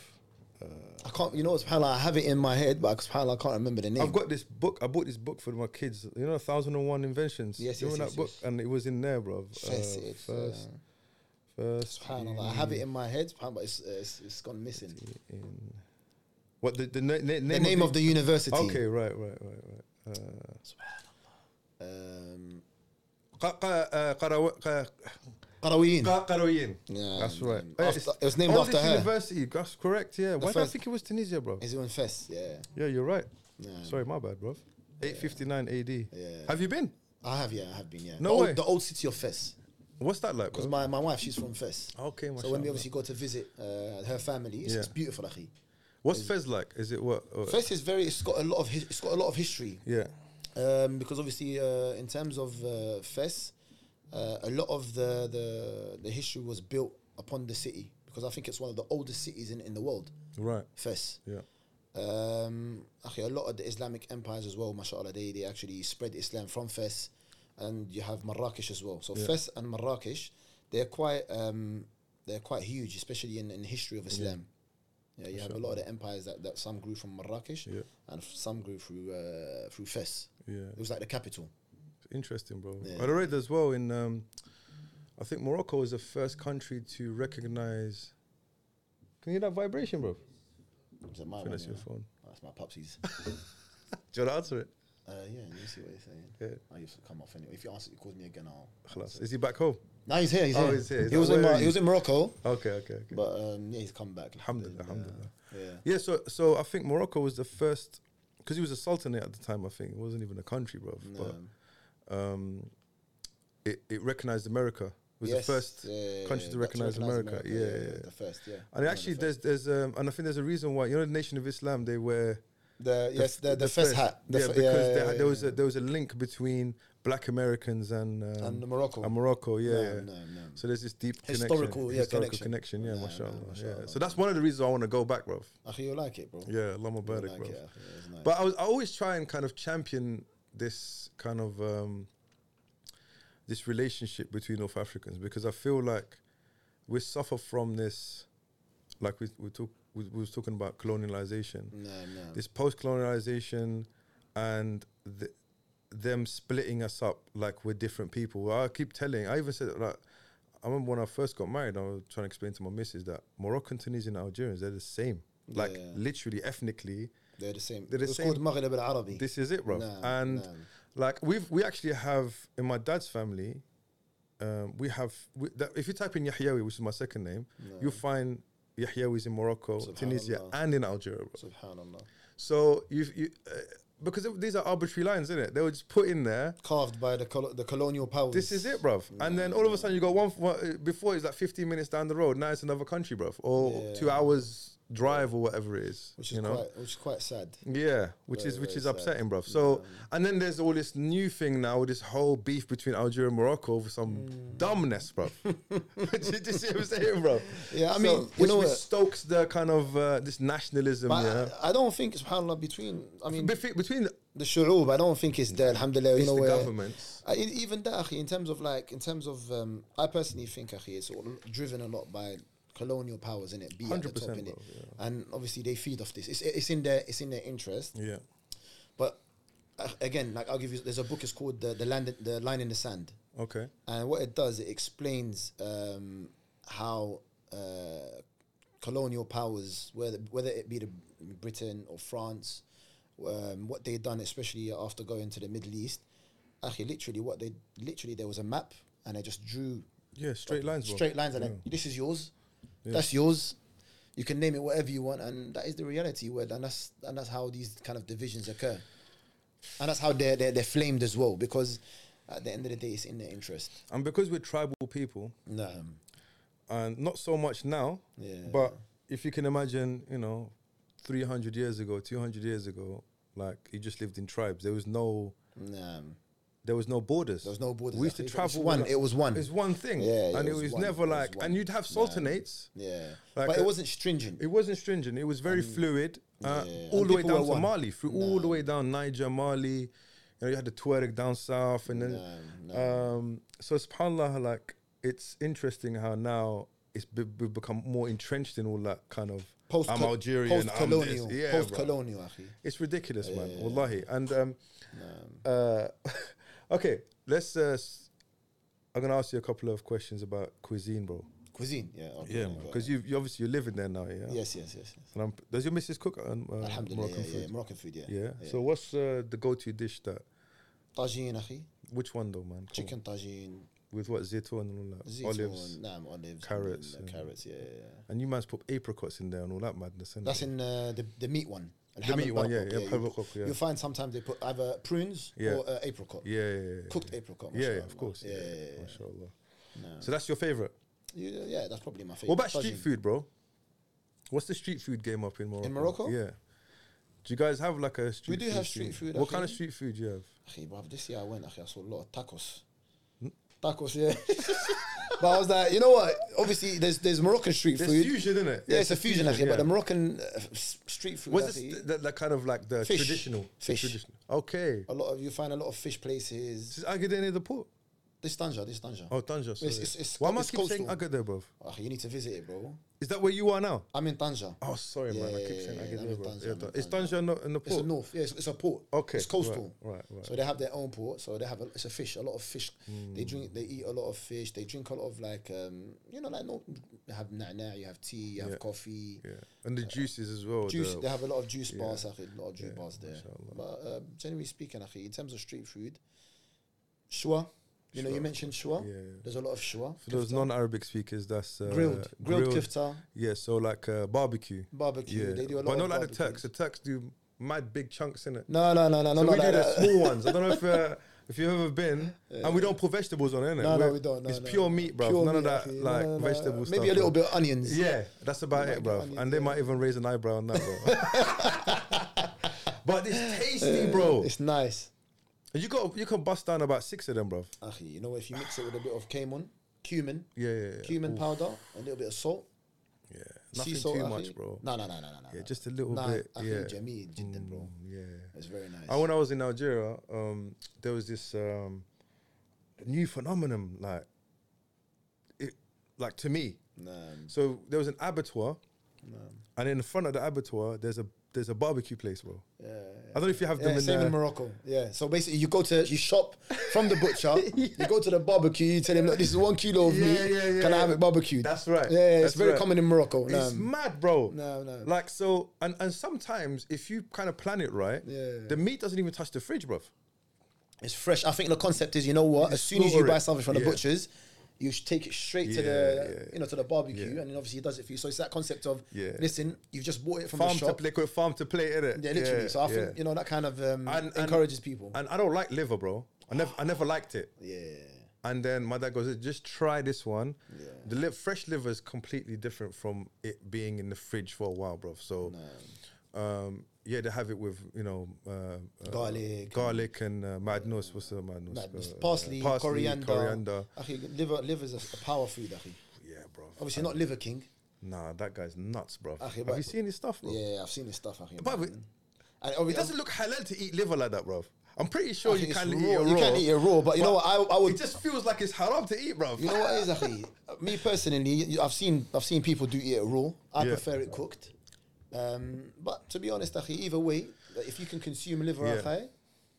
[SPEAKER 2] I can't. You know, subhanallah, I have it in my head, but subhanallah, I can't remember the name.
[SPEAKER 1] I've got this book. I bought this book for my kids. You know, Thousand and One Inventions.
[SPEAKER 2] Yes,
[SPEAKER 1] you
[SPEAKER 2] yes,
[SPEAKER 1] remember
[SPEAKER 2] yes,
[SPEAKER 1] that book?
[SPEAKER 2] yes.
[SPEAKER 1] And it was in there, bro.
[SPEAKER 2] Fes, it's, uh,
[SPEAKER 1] first, first.
[SPEAKER 2] subhanallah, I have it in my head, subhanallah, but it's, uh, it's it's gone missing.
[SPEAKER 1] in- What the the, na- na- name
[SPEAKER 2] The name of the university.
[SPEAKER 1] Okay, right, right, right, right. Uh,
[SPEAKER 2] Um,
[SPEAKER 1] Qa- qa- uh, Qarawi- qa-
[SPEAKER 2] Qarawiyyin.
[SPEAKER 1] qa- Qarawiyyin.
[SPEAKER 2] Yeah,
[SPEAKER 1] That's right.
[SPEAKER 2] um,
[SPEAKER 1] Oh,
[SPEAKER 2] after-
[SPEAKER 1] it's-
[SPEAKER 2] it was named
[SPEAKER 1] oh,
[SPEAKER 2] after
[SPEAKER 1] this
[SPEAKER 2] her.
[SPEAKER 1] University. That's correct. Yeah. Why did I
[SPEAKER 2] first-
[SPEAKER 1] think it was Tunisia, bro?
[SPEAKER 2] Is it in Fes? Yeah.
[SPEAKER 1] Yeah, you're right.
[SPEAKER 2] Yeah.
[SPEAKER 1] Sorry, my bad, bro. 859 AD.
[SPEAKER 2] Yeah.
[SPEAKER 1] Have you been?
[SPEAKER 2] I have, yeah, I have been, yeah.
[SPEAKER 1] No
[SPEAKER 2] the,
[SPEAKER 1] way.
[SPEAKER 2] Old, the old city of Fes.
[SPEAKER 1] What's that like,
[SPEAKER 2] Because
[SPEAKER 1] bro?
[SPEAKER 2] my, my wife, she's from Fes.
[SPEAKER 1] Okay,
[SPEAKER 2] So when we
[SPEAKER 1] mashallah.
[SPEAKER 2] obviously go to visit uh, her family, it's,
[SPEAKER 1] Yeah.
[SPEAKER 2] it's beautiful, akhi.
[SPEAKER 1] What's Fez like? Is it what? uh,
[SPEAKER 2] Fes is very. It's got a lot of. his- It's got a lot of history.
[SPEAKER 1] Yeah.
[SPEAKER 2] um, because obviously uh, in terms of uh, Fes, uh, a lot of the, the the history was built upon the city because I think it's one of the oldest cities in, in the world.
[SPEAKER 1] Right.
[SPEAKER 2] Fes.
[SPEAKER 1] Yeah.
[SPEAKER 2] Um, okay, a lot of the Islamic empires as well, mashallah, they, they actually spread Islam from Fes, and you have Marrakesh as well. So Fes and Marrakesh, they're quite um, they're quite huge, especially in, in the history of Islam. Yeah, you have a lot of the empires that, that some grew from Marrakesh
[SPEAKER 1] Yeah.
[SPEAKER 2] and some grew through uh, through Fes.
[SPEAKER 1] Yeah.
[SPEAKER 2] It was like the capital.
[SPEAKER 1] Interesting, bro.
[SPEAKER 2] Yeah.
[SPEAKER 1] I read as well in. Um, I think Morocco was the first country to recognize. Can you hear that vibration, bro?
[SPEAKER 2] Is that my
[SPEAKER 1] I
[SPEAKER 2] one,
[SPEAKER 1] think that's
[SPEAKER 2] yeah?
[SPEAKER 1] your phone.
[SPEAKER 2] Oh, That's my popsies.
[SPEAKER 1] Do you want to answer it?
[SPEAKER 2] <laughs> uh, yeah, you see what he's saying.
[SPEAKER 1] Yeah.
[SPEAKER 2] I used to come off anyway. If you answer, you calls me again. I'll.
[SPEAKER 1] Khalas. Is he back home?
[SPEAKER 2] Now he's here. He's
[SPEAKER 1] Oh,
[SPEAKER 2] here.
[SPEAKER 1] he's here. Is
[SPEAKER 2] He
[SPEAKER 1] that
[SPEAKER 2] was in.
[SPEAKER 1] where
[SPEAKER 2] Mar-
[SPEAKER 1] he-
[SPEAKER 2] he was in Morocco,
[SPEAKER 1] Okay, okay, okay.
[SPEAKER 2] but um, yeah, he's come back.
[SPEAKER 1] Alhamdulillah,
[SPEAKER 2] Uh,
[SPEAKER 1] alhamdulillah.
[SPEAKER 2] Yeah.
[SPEAKER 1] Yeah, so so I think Morocco was the first
[SPEAKER 2] um,
[SPEAKER 1] because he was a sultanate at the time. I think it wasn't even a country, bro.
[SPEAKER 2] No.
[SPEAKER 1] But um, it, it recognized America. It was
[SPEAKER 2] Yes,
[SPEAKER 1] the first
[SPEAKER 2] yeah, yeah,
[SPEAKER 1] country
[SPEAKER 2] yeah,
[SPEAKER 1] to
[SPEAKER 2] that-
[SPEAKER 1] recognize America. Yeah, yeah, yeah.
[SPEAKER 2] The first, yeah. One
[SPEAKER 1] And
[SPEAKER 2] of
[SPEAKER 1] actually,
[SPEAKER 2] the first.
[SPEAKER 1] there's there's um, and I think there's a reason why you know the Nation of Islam they wear
[SPEAKER 2] the yes, the, the,
[SPEAKER 1] fez.
[SPEAKER 2] first hat. The
[SPEAKER 1] yeah,
[SPEAKER 2] fir-
[SPEAKER 1] because there,
[SPEAKER 2] yeah,
[SPEAKER 1] there
[SPEAKER 2] yeah,
[SPEAKER 1] was
[SPEAKER 2] yeah.
[SPEAKER 1] a, there was a link between Black Americans and um,
[SPEAKER 2] and
[SPEAKER 1] and,
[SPEAKER 2] Morocco.
[SPEAKER 1] Morocco. Yeah,
[SPEAKER 2] No,
[SPEAKER 1] yeah.
[SPEAKER 2] no, no.
[SPEAKER 1] So there's this deep
[SPEAKER 2] Historical,
[SPEAKER 1] connection,
[SPEAKER 2] yeah,
[SPEAKER 1] historical
[SPEAKER 2] connection.
[SPEAKER 1] connection. yeah,
[SPEAKER 2] Nah,
[SPEAKER 1] mashallah,
[SPEAKER 2] nah, mashallah.
[SPEAKER 1] yeah. So that's one of the reasons I want to go back, bro.
[SPEAKER 2] Akhi, you like it, bro.
[SPEAKER 1] Yeah, Lama
[SPEAKER 2] You
[SPEAKER 1] Burdick,
[SPEAKER 2] like
[SPEAKER 1] bro.
[SPEAKER 2] it, Akhi, it's nice.
[SPEAKER 1] But I was I always try and kind of champion this kind of um, this relationship between North Africans because I feel like we suffer from this, like we we talk we, we was talking about colonialization,
[SPEAKER 2] no, no.
[SPEAKER 1] this post colonization, and the, them splitting us up like we're different people. I keep telling. I even said like. I remember when I first got married, I was trying to explain to my missus that Moroccan, Tunisian, Algerians, they're the same. Like,
[SPEAKER 2] Yeah.
[SPEAKER 1] literally, ethnically,
[SPEAKER 2] They're the same.
[SPEAKER 1] they're the
[SPEAKER 2] it's
[SPEAKER 1] same-
[SPEAKER 2] called Maghreb al-Arabi.
[SPEAKER 1] this is it, bro.
[SPEAKER 2] Nah,
[SPEAKER 1] and
[SPEAKER 2] nah.
[SPEAKER 1] like we've we actually have in my dad's family, um, we have we, that, if you type in Yahyawi, which is my second name, you'll find Yahyawis in Morocco, Tunisia,
[SPEAKER 2] Subhanallah.
[SPEAKER 1] and in Algeria. Bro.
[SPEAKER 2] Subhanallah.
[SPEAKER 1] So you've, you uh, because it- these are arbitrary lines, isn't it? They were just put in there.
[SPEAKER 2] Carved by the col- the colonial powers.
[SPEAKER 1] This is it, bruv. And then all of a sudden you got one, one uh, before it's like 15 minutes down the road. Now it's another country, bruv, or
[SPEAKER 2] Yeah.
[SPEAKER 1] two hours drive or whatever it is.
[SPEAKER 2] which
[SPEAKER 1] you
[SPEAKER 2] is
[SPEAKER 1] know?
[SPEAKER 2] quite which is quite sad.
[SPEAKER 1] Yeah, which
[SPEAKER 2] Very,
[SPEAKER 1] is which
[SPEAKER 2] very
[SPEAKER 1] is
[SPEAKER 2] sad.
[SPEAKER 1] upsetting, bruv. So, and then there's all this new thing now, this whole beef between Algeria and Morocco over some
[SPEAKER 2] Mm.
[SPEAKER 1] dumbness,
[SPEAKER 2] <laughs>
[SPEAKER 1] bruv. <laughs> Do you do you see what I'm saying, bruv?
[SPEAKER 2] Yeah, I
[SPEAKER 1] So,
[SPEAKER 2] mean, you
[SPEAKER 1] which,
[SPEAKER 2] know
[SPEAKER 1] which
[SPEAKER 2] what?
[SPEAKER 1] stokes the kind of uh, this nationalism,
[SPEAKER 2] But
[SPEAKER 1] yeah.
[SPEAKER 2] I, I don't think subhanallah between I mean
[SPEAKER 1] Befe- between
[SPEAKER 2] the Shurub, I don't think it's there. Alhamdulillah, you
[SPEAKER 1] it's
[SPEAKER 2] know
[SPEAKER 1] the
[SPEAKER 2] where.
[SPEAKER 1] governments.
[SPEAKER 2] I, e, even that, akhi, in terms of like, in terms of, um, I personally think, akhi, it's all driven a lot by colonial powers in it, be at the top
[SPEAKER 1] 100%,
[SPEAKER 2] in it,
[SPEAKER 1] bro,
[SPEAKER 2] and obviously they feed off this. It's it's in their it's in their interest,
[SPEAKER 1] Yeah,
[SPEAKER 2] but uh, again, like I'll give you, there's a book. It's called the the land the line in the sand,
[SPEAKER 1] okay.
[SPEAKER 2] and what it does, it explains um, how uh, colonial powers, whether whether it be the Britain or France, um, what they done, especially after going to the Middle East. Actually, literally, what they literally there was a map, and they just drew
[SPEAKER 1] Yeah, straight lines, bro.
[SPEAKER 2] straight lines, and then this is yours, that's yours. You can name it whatever you want, and that is the reality. Where and that's and that's how these kind of divisions occur, and that's how they're they're, they're flamed as well because. At the end of the day, it's in their interest.
[SPEAKER 1] And because we're tribal people,
[SPEAKER 2] Um,
[SPEAKER 1] and not so much now,
[SPEAKER 2] Yeah.
[SPEAKER 1] but if you can imagine, you know, 300 years ago, 200 years ago, like you just lived in tribes. There was no
[SPEAKER 2] um,
[SPEAKER 1] there was no borders.
[SPEAKER 2] There was no borders.
[SPEAKER 1] We used to
[SPEAKER 2] It was
[SPEAKER 1] travel.
[SPEAKER 2] one-
[SPEAKER 1] with-
[SPEAKER 2] it was one.
[SPEAKER 1] It was one thing.
[SPEAKER 2] Yeah, yeah,
[SPEAKER 1] and
[SPEAKER 2] it
[SPEAKER 1] it
[SPEAKER 2] was
[SPEAKER 1] was,
[SPEAKER 2] one,
[SPEAKER 1] never
[SPEAKER 2] it was
[SPEAKER 1] like.
[SPEAKER 2] one.
[SPEAKER 1] And you'd have sultanates.
[SPEAKER 2] yeah,
[SPEAKER 1] Like
[SPEAKER 2] but it
[SPEAKER 1] a-
[SPEAKER 2] wasn't stringent.
[SPEAKER 1] It wasn't stringent. It was very fluid, uh,
[SPEAKER 2] yeah,
[SPEAKER 1] all
[SPEAKER 2] and
[SPEAKER 1] the way
[SPEAKER 2] people were
[SPEAKER 1] down to
[SPEAKER 2] one.
[SPEAKER 1] Mali, through all the way down Niger, Mali. You know, you had the Tuareg down south, and then.
[SPEAKER 2] No,
[SPEAKER 1] Um, so subhanallah, like it's interesting how now it's be- we've become more entrenched in all that kind of.
[SPEAKER 2] post
[SPEAKER 1] I'm Algerian. I'm this.
[SPEAKER 2] colonial,
[SPEAKER 1] Yeah,
[SPEAKER 2] post
[SPEAKER 1] bro.
[SPEAKER 2] colonial, akhi.
[SPEAKER 1] It's ridiculous, man. Wallahi. And um, uh, <laughs> okay, let's. Uh, s- I'm gonna ask you a couple of questions about cuisine, bro.
[SPEAKER 2] cuisine. Yeah, okay,
[SPEAKER 1] Yeah,
[SPEAKER 2] go
[SPEAKER 1] man.
[SPEAKER 2] on.
[SPEAKER 1] Because you, you obviously you're living there now, yeah.
[SPEAKER 2] yes, yes, yes, yes.
[SPEAKER 1] And I'm, does your missus cook um, uh,
[SPEAKER 2] Alhamdulillah,
[SPEAKER 1] Moroccan
[SPEAKER 2] Moroccan yeah, food. yeah,
[SPEAKER 1] food?
[SPEAKER 2] Moroccan food. Yeah,
[SPEAKER 1] Yeah. So what's uh, the go-to dish that?
[SPEAKER 2] Tajine, akhi,
[SPEAKER 1] Which one though, man? Come
[SPEAKER 2] chicken tajine,
[SPEAKER 1] on. with what zitoun and all that,
[SPEAKER 2] zitun,
[SPEAKER 1] olives,
[SPEAKER 2] naam, olives,
[SPEAKER 1] carrots
[SPEAKER 2] and,
[SPEAKER 1] and- Mm.
[SPEAKER 2] uh, carrots. Yeah, yeah, yeah.
[SPEAKER 1] and you man's put apricots in there and all that madness. innit?
[SPEAKER 2] That's in uh, the the meat one.
[SPEAKER 1] the meat one, yeah, yeah,
[SPEAKER 2] you,
[SPEAKER 1] Hamel Barkok, yeah.
[SPEAKER 2] will find sometimes they put either prunes
[SPEAKER 1] Yeah.
[SPEAKER 2] or uh, apricot,
[SPEAKER 1] yeah, yeah, yeah, yeah.
[SPEAKER 2] cooked apricot.
[SPEAKER 1] Yeah, yeah,
[SPEAKER 2] mashallah.
[SPEAKER 1] of course.
[SPEAKER 2] Yeah, yeah, yeah.
[SPEAKER 1] mashallah.
[SPEAKER 2] Nah.
[SPEAKER 1] So that's your favorite.
[SPEAKER 2] You- yeah, that's probably my favorite.
[SPEAKER 1] What about street food, bro? What's the street food game up in Morocco?
[SPEAKER 2] Morocco?
[SPEAKER 1] Yeah. Do you guys have like a street?
[SPEAKER 2] do
[SPEAKER 1] food
[SPEAKER 2] have
[SPEAKER 1] scene?
[SPEAKER 2] street food,
[SPEAKER 1] What kind of
[SPEAKER 2] actually.
[SPEAKER 1] street food do you have?
[SPEAKER 2] Akhi, bruv, this year I went, akhi, I saw a lot of tacos.
[SPEAKER 1] Hmm?
[SPEAKER 2] Tacos, yeah. <laughs> but I was like, you know what? Obviously, there's there's Moroccan street
[SPEAKER 1] There's
[SPEAKER 2] food.
[SPEAKER 1] fusion, isn't it?
[SPEAKER 2] yeah, it's a fusion, akhi,
[SPEAKER 1] yeah.
[SPEAKER 2] but the Moroccan uh, f- s- street food,
[SPEAKER 1] What's
[SPEAKER 2] akhi,
[SPEAKER 1] this, th- that, that kind of like the
[SPEAKER 2] Fish.
[SPEAKER 1] traditional? the
[SPEAKER 2] Fish.
[SPEAKER 1] Traditional. Okay.
[SPEAKER 2] a lot of you find a lot of fish places.
[SPEAKER 1] Is Agadir near the port?
[SPEAKER 2] This Tanja, this Tanja.
[SPEAKER 1] Oh, Tanja. Sorry.
[SPEAKER 2] it's- it's
[SPEAKER 1] Why
[SPEAKER 2] co-
[SPEAKER 1] am I
[SPEAKER 2] it's
[SPEAKER 1] keep saying
[SPEAKER 2] coastal.
[SPEAKER 1] Agadir, bro?
[SPEAKER 2] Akhi, you need to visit it, bro.
[SPEAKER 1] Is that where you are now?
[SPEAKER 2] I'm in Tanja.
[SPEAKER 1] Oh, sorry, man. I keep saying
[SPEAKER 2] Yeah, I'm
[SPEAKER 1] Agadir,
[SPEAKER 2] in
[SPEAKER 1] bro.
[SPEAKER 2] Tanja,
[SPEAKER 1] Yeah,
[SPEAKER 2] I'm in
[SPEAKER 1] Ta- Is Tanja in the, in the
[SPEAKER 2] It's
[SPEAKER 1] port?
[SPEAKER 2] a north, yeah, it's, it's a port.
[SPEAKER 1] Okay,
[SPEAKER 2] it's coastal.
[SPEAKER 1] right, right, right.
[SPEAKER 2] So they have their own port. So they have a, it's a fish, a lot of fish.
[SPEAKER 1] Hmm.
[SPEAKER 2] They drink, they eat a lot of fish. They drink a lot of like, um, you know, like no, you have nana, you have tea, you have
[SPEAKER 1] Yeah.
[SPEAKER 2] coffee.
[SPEAKER 1] Yeah. And the juices as well.
[SPEAKER 2] uh, juice.
[SPEAKER 1] the-
[SPEAKER 2] They have a lot of juice
[SPEAKER 1] yeah.
[SPEAKER 2] bars, akhi, a lot of juice bars there.
[SPEAKER 1] mashallah.
[SPEAKER 2] But uh, generally speaking, akhi, in terms of street food, shwa. You know, you mentioned shwa.
[SPEAKER 1] Yeah, yeah.
[SPEAKER 2] There's a lot of shwa.
[SPEAKER 1] For those non-Arabic speakers, that's uh,
[SPEAKER 2] grilled, grilled, kifta,
[SPEAKER 1] Yeah, so like uh, barbecue.
[SPEAKER 2] barbecue.
[SPEAKER 1] Yeah,
[SPEAKER 2] They do a lot.
[SPEAKER 1] but
[SPEAKER 2] of
[SPEAKER 1] not like the
[SPEAKER 2] barbecue.
[SPEAKER 1] Turks. The Turks do mad big chunks in it.
[SPEAKER 2] No, no, no, no,
[SPEAKER 1] So
[SPEAKER 2] no.
[SPEAKER 1] we
[SPEAKER 2] like
[SPEAKER 1] do the
[SPEAKER 2] that.
[SPEAKER 1] small ones. I don't know if uh, If you've ever been, and we don't put vegetables on it, innit?
[SPEAKER 2] <laughs> No, no,
[SPEAKER 1] We're-
[SPEAKER 2] we don't, no,
[SPEAKER 1] it's
[SPEAKER 2] no.
[SPEAKER 1] pure meat, bro.
[SPEAKER 2] Pure
[SPEAKER 1] None of
[SPEAKER 2] meat,
[SPEAKER 1] that
[SPEAKER 2] actually. No,
[SPEAKER 1] like
[SPEAKER 2] no, no,
[SPEAKER 1] vegetable
[SPEAKER 2] no.
[SPEAKER 1] stuff.
[SPEAKER 2] Maybe a little
[SPEAKER 1] bro.
[SPEAKER 2] bit of onions.
[SPEAKER 1] Yeah, that's about it, bro.
[SPEAKER 2] onions,
[SPEAKER 1] And they might even raise an eyebrow on that, bro.
[SPEAKER 2] <laughs>
[SPEAKER 1] but it's tasty, bro.
[SPEAKER 2] It's nice.
[SPEAKER 1] And you got you can bust down about six of them, bro.
[SPEAKER 2] Actually, you know, if you mix it with a bit of cumin, cumin,
[SPEAKER 1] Yeah, yeah, yeah.
[SPEAKER 2] cumin powder, a little bit of salt,
[SPEAKER 1] Yeah,
[SPEAKER 2] sea
[SPEAKER 1] nothing
[SPEAKER 2] salt,
[SPEAKER 1] too
[SPEAKER 2] akhi.
[SPEAKER 1] much, bro.
[SPEAKER 2] No, no, no, no, no, no.
[SPEAKER 1] Yeah, just a little
[SPEAKER 2] nah,
[SPEAKER 1] bit.
[SPEAKER 2] I
[SPEAKER 1] yeah, Mm,
[SPEAKER 2] think Jamie did them, bro.
[SPEAKER 1] yeah.
[SPEAKER 2] It's very nice.
[SPEAKER 1] And when I was in Nigeria, um, there was this um, new phenomenon, like it, like to me.
[SPEAKER 2] Nah,
[SPEAKER 1] So there was an abattoir,
[SPEAKER 2] nah.
[SPEAKER 1] and in the front of the abattoir, there's a there's a barbecue place, bro.
[SPEAKER 2] Yeah,
[SPEAKER 1] I don't know if you have
[SPEAKER 2] yeah,
[SPEAKER 1] them in
[SPEAKER 2] same
[SPEAKER 1] there.
[SPEAKER 2] in Morocco. Yeah. So basically, you go to you shop from the
[SPEAKER 1] <laughs>
[SPEAKER 2] butcher, you go to the barbecue, you tell him, look, this is one kilo of
[SPEAKER 1] Yeah,
[SPEAKER 2] meat.
[SPEAKER 1] yeah, yeah,
[SPEAKER 2] Can I have
[SPEAKER 1] yeah.
[SPEAKER 2] it barbecued?
[SPEAKER 1] That's right.
[SPEAKER 2] Yeah, yeah,
[SPEAKER 1] That's
[SPEAKER 2] it's very
[SPEAKER 1] right.
[SPEAKER 2] common in Morocco. Nah,
[SPEAKER 1] It's mad, bro.
[SPEAKER 2] No, no.
[SPEAKER 1] Like so, and and sometimes if you kind of plan it right,
[SPEAKER 2] Yeah.
[SPEAKER 1] the meat doesn't even touch the fridge, bro.
[SPEAKER 2] It's fresh. I think the concept is, you know what? As soon as you
[SPEAKER 1] slaughter
[SPEAKER 2] buy
[SPEAKER 1] it.
[SPEAKER 2] something from the
[SPEAKER 1] Yeah.
[SPEAKER 2] butchers, you should take it straight to
[SPEAKER 1] Yeah,
[SPEAKER 2] the,
[SPEAKER 1] yeah.
[SPEAKER 2] you know, to the barbecue,
[SPEAKER 1] Yeah.
[SPEAKER 2] and then obviously he does it for you. So it's that concept of,
[SPEAKER 1] Yeah.
[SPEAKER 2] listen, you've just bought it from
[SPEAKER 1] Farm
[SPEAKER 2] the
[SPEAKER 1] to
[SPEAKER 2] shop.
[SPEAKER 1] plate, farm to plate, innit?
[SPEAKER 2] Yeah, literally. so I
[SPEAKER 1] yeah.
[SPEAKER 2] think you know that kind of
[SPEAKER 1] And-
[SPEAKER 2] um,
[SPEAKER 1] and-
[SPEAKER 2] encourages people.
[SPEAKER 1] and I don't like liver, bro. I never I never liked it.
[SPEAKER 2] yeah.
[SPEAKER 1] And then my dad goes, just try this one.
[SPEAKER 2] Yeah.
[SPEAKER 1] The li- fresh liver is completely different from it being in the fridge for a while, bro. So, um, yeah, they have it with you know uh, uh,
[SPEAKER 2] Garlic.
[SPEAKER 1] garlic and uh, madnos. What's the madnos?
[SPEAKER 2] Like
[SPEAKER 1] Uh,
[SPEAKER 2] parsley, coriander.
[SPEAKER 1] coriander.
[SPEAKER 2] Akhi, liver, liver's a, a power food, akhi.
[SPEAKER 1] Yeah, bro.
[SPEAKER 2] Obviously not liver king.
[SPEAKER 1] Nah, that guy's nuts, bro.
[SPEAKER 2] Akhi,
[SPEAKER 1] have
[SPEAKER 2] Ah, but-
[SPEAKER 1] you seen his stuff, bro?
[SPEAKER 2] Yeah, I've seen this stuff, akhi.
[SPEAKER 1] But
[SPEAKER 2] man.
[SPEAKER 1] it-
[SPEAKER 2] and oh,
[SPEAKER 1] It
[SPEAKER 2] obviously,
[SPEAKER 1] doesn't look halal to eat liver like that, bro. I'm pretty sure you can't eat it raw.
[SPEAKER 2] You can't eat it raw, but you know what? I, I would.
[SPEAKER 1] It just feels like it's haram to eat, bro.
[SPEAKER 2] you know what it is, akhi? Me personally, you- I've seen I've seen people do eat it raw. I
[SPEAKER 1] Yeah.
[SPEAKER 2] prefer it cooked. Um, but to be honest, akhi, either way, like, if you can consume liver,
[SPEAKER 1] Yeah.
[SPEAKER 2] akhi,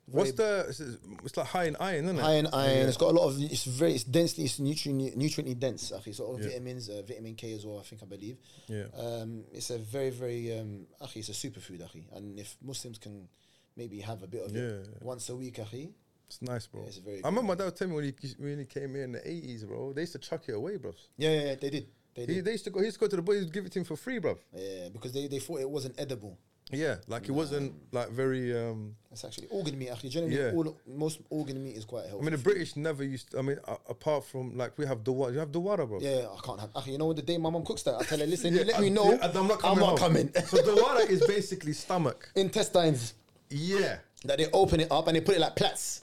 [SPEAKER 1] What's the? It's, it's like high in iron, isn't it?
[SPEAKER 2] high in iron. It's got a lot of. It's very. It's densely. It's nutrient nutriently dense. Actually, so all vitamins, uh, vitamin K as well. I think I believe.
[SPEAKER 1] Yeah.
[SPEAKER 2] Um, it's a very very. Um, actually, it's a superfood. Actually, and if Muslims can maybe have a bit of it
[SPEAKER 1] Yeah.
[SPEAKER 2] once a week, actually.
[SPEAKER 1] It's nice, bro.
[SPEAKER 2] Yeah, it's very
[SPEAKER 1] I remember my dad would tell me when he when he came here in the eighties, bro. They used to chuck it away, bro.
[SPEAKER 2] Yeah, yeah, yeah, they did. They
[SPEAKER 1] He,
[SPEAKER 2] did.
[SPEAKER 1] they used to go. He used to go to the boys, give it to him for free, bro.
[SPEAKER 2] Yeah, because they, they thought it wasn't edible.
[SPEAKER 1] Yeah, like it wasn't like very. um
[SPEAKER 2] It's actually organ meat. Actually, generally,
[SPEAKER 1] Yeah.
[SPEAKER 2] all most organ meat is quite
[SPEAKER 1] I
[SPEAKER 2] healthy.
[SPEAKER 1] mean, the British never used. I mean, a apart from like we have the You have the water, bro.
[SPEAKER 2] yeah, I can't have. Actually, you know, the day my mom cooks that, I tell her, listen, you let
[SPEAKER 1] and-
[SPEAKER 2] me know.
[SPEAKER 1] yeah, and I'm not coming. home.
[SPEAKER 2] coming. <laughs>
[SPEAKER 1] so the water is basically stomach.
[SPEAKER 2] Intestines.
[SPEAKER 1] Yeah,
[SPEAKER 2] that they open it up and they put it like plats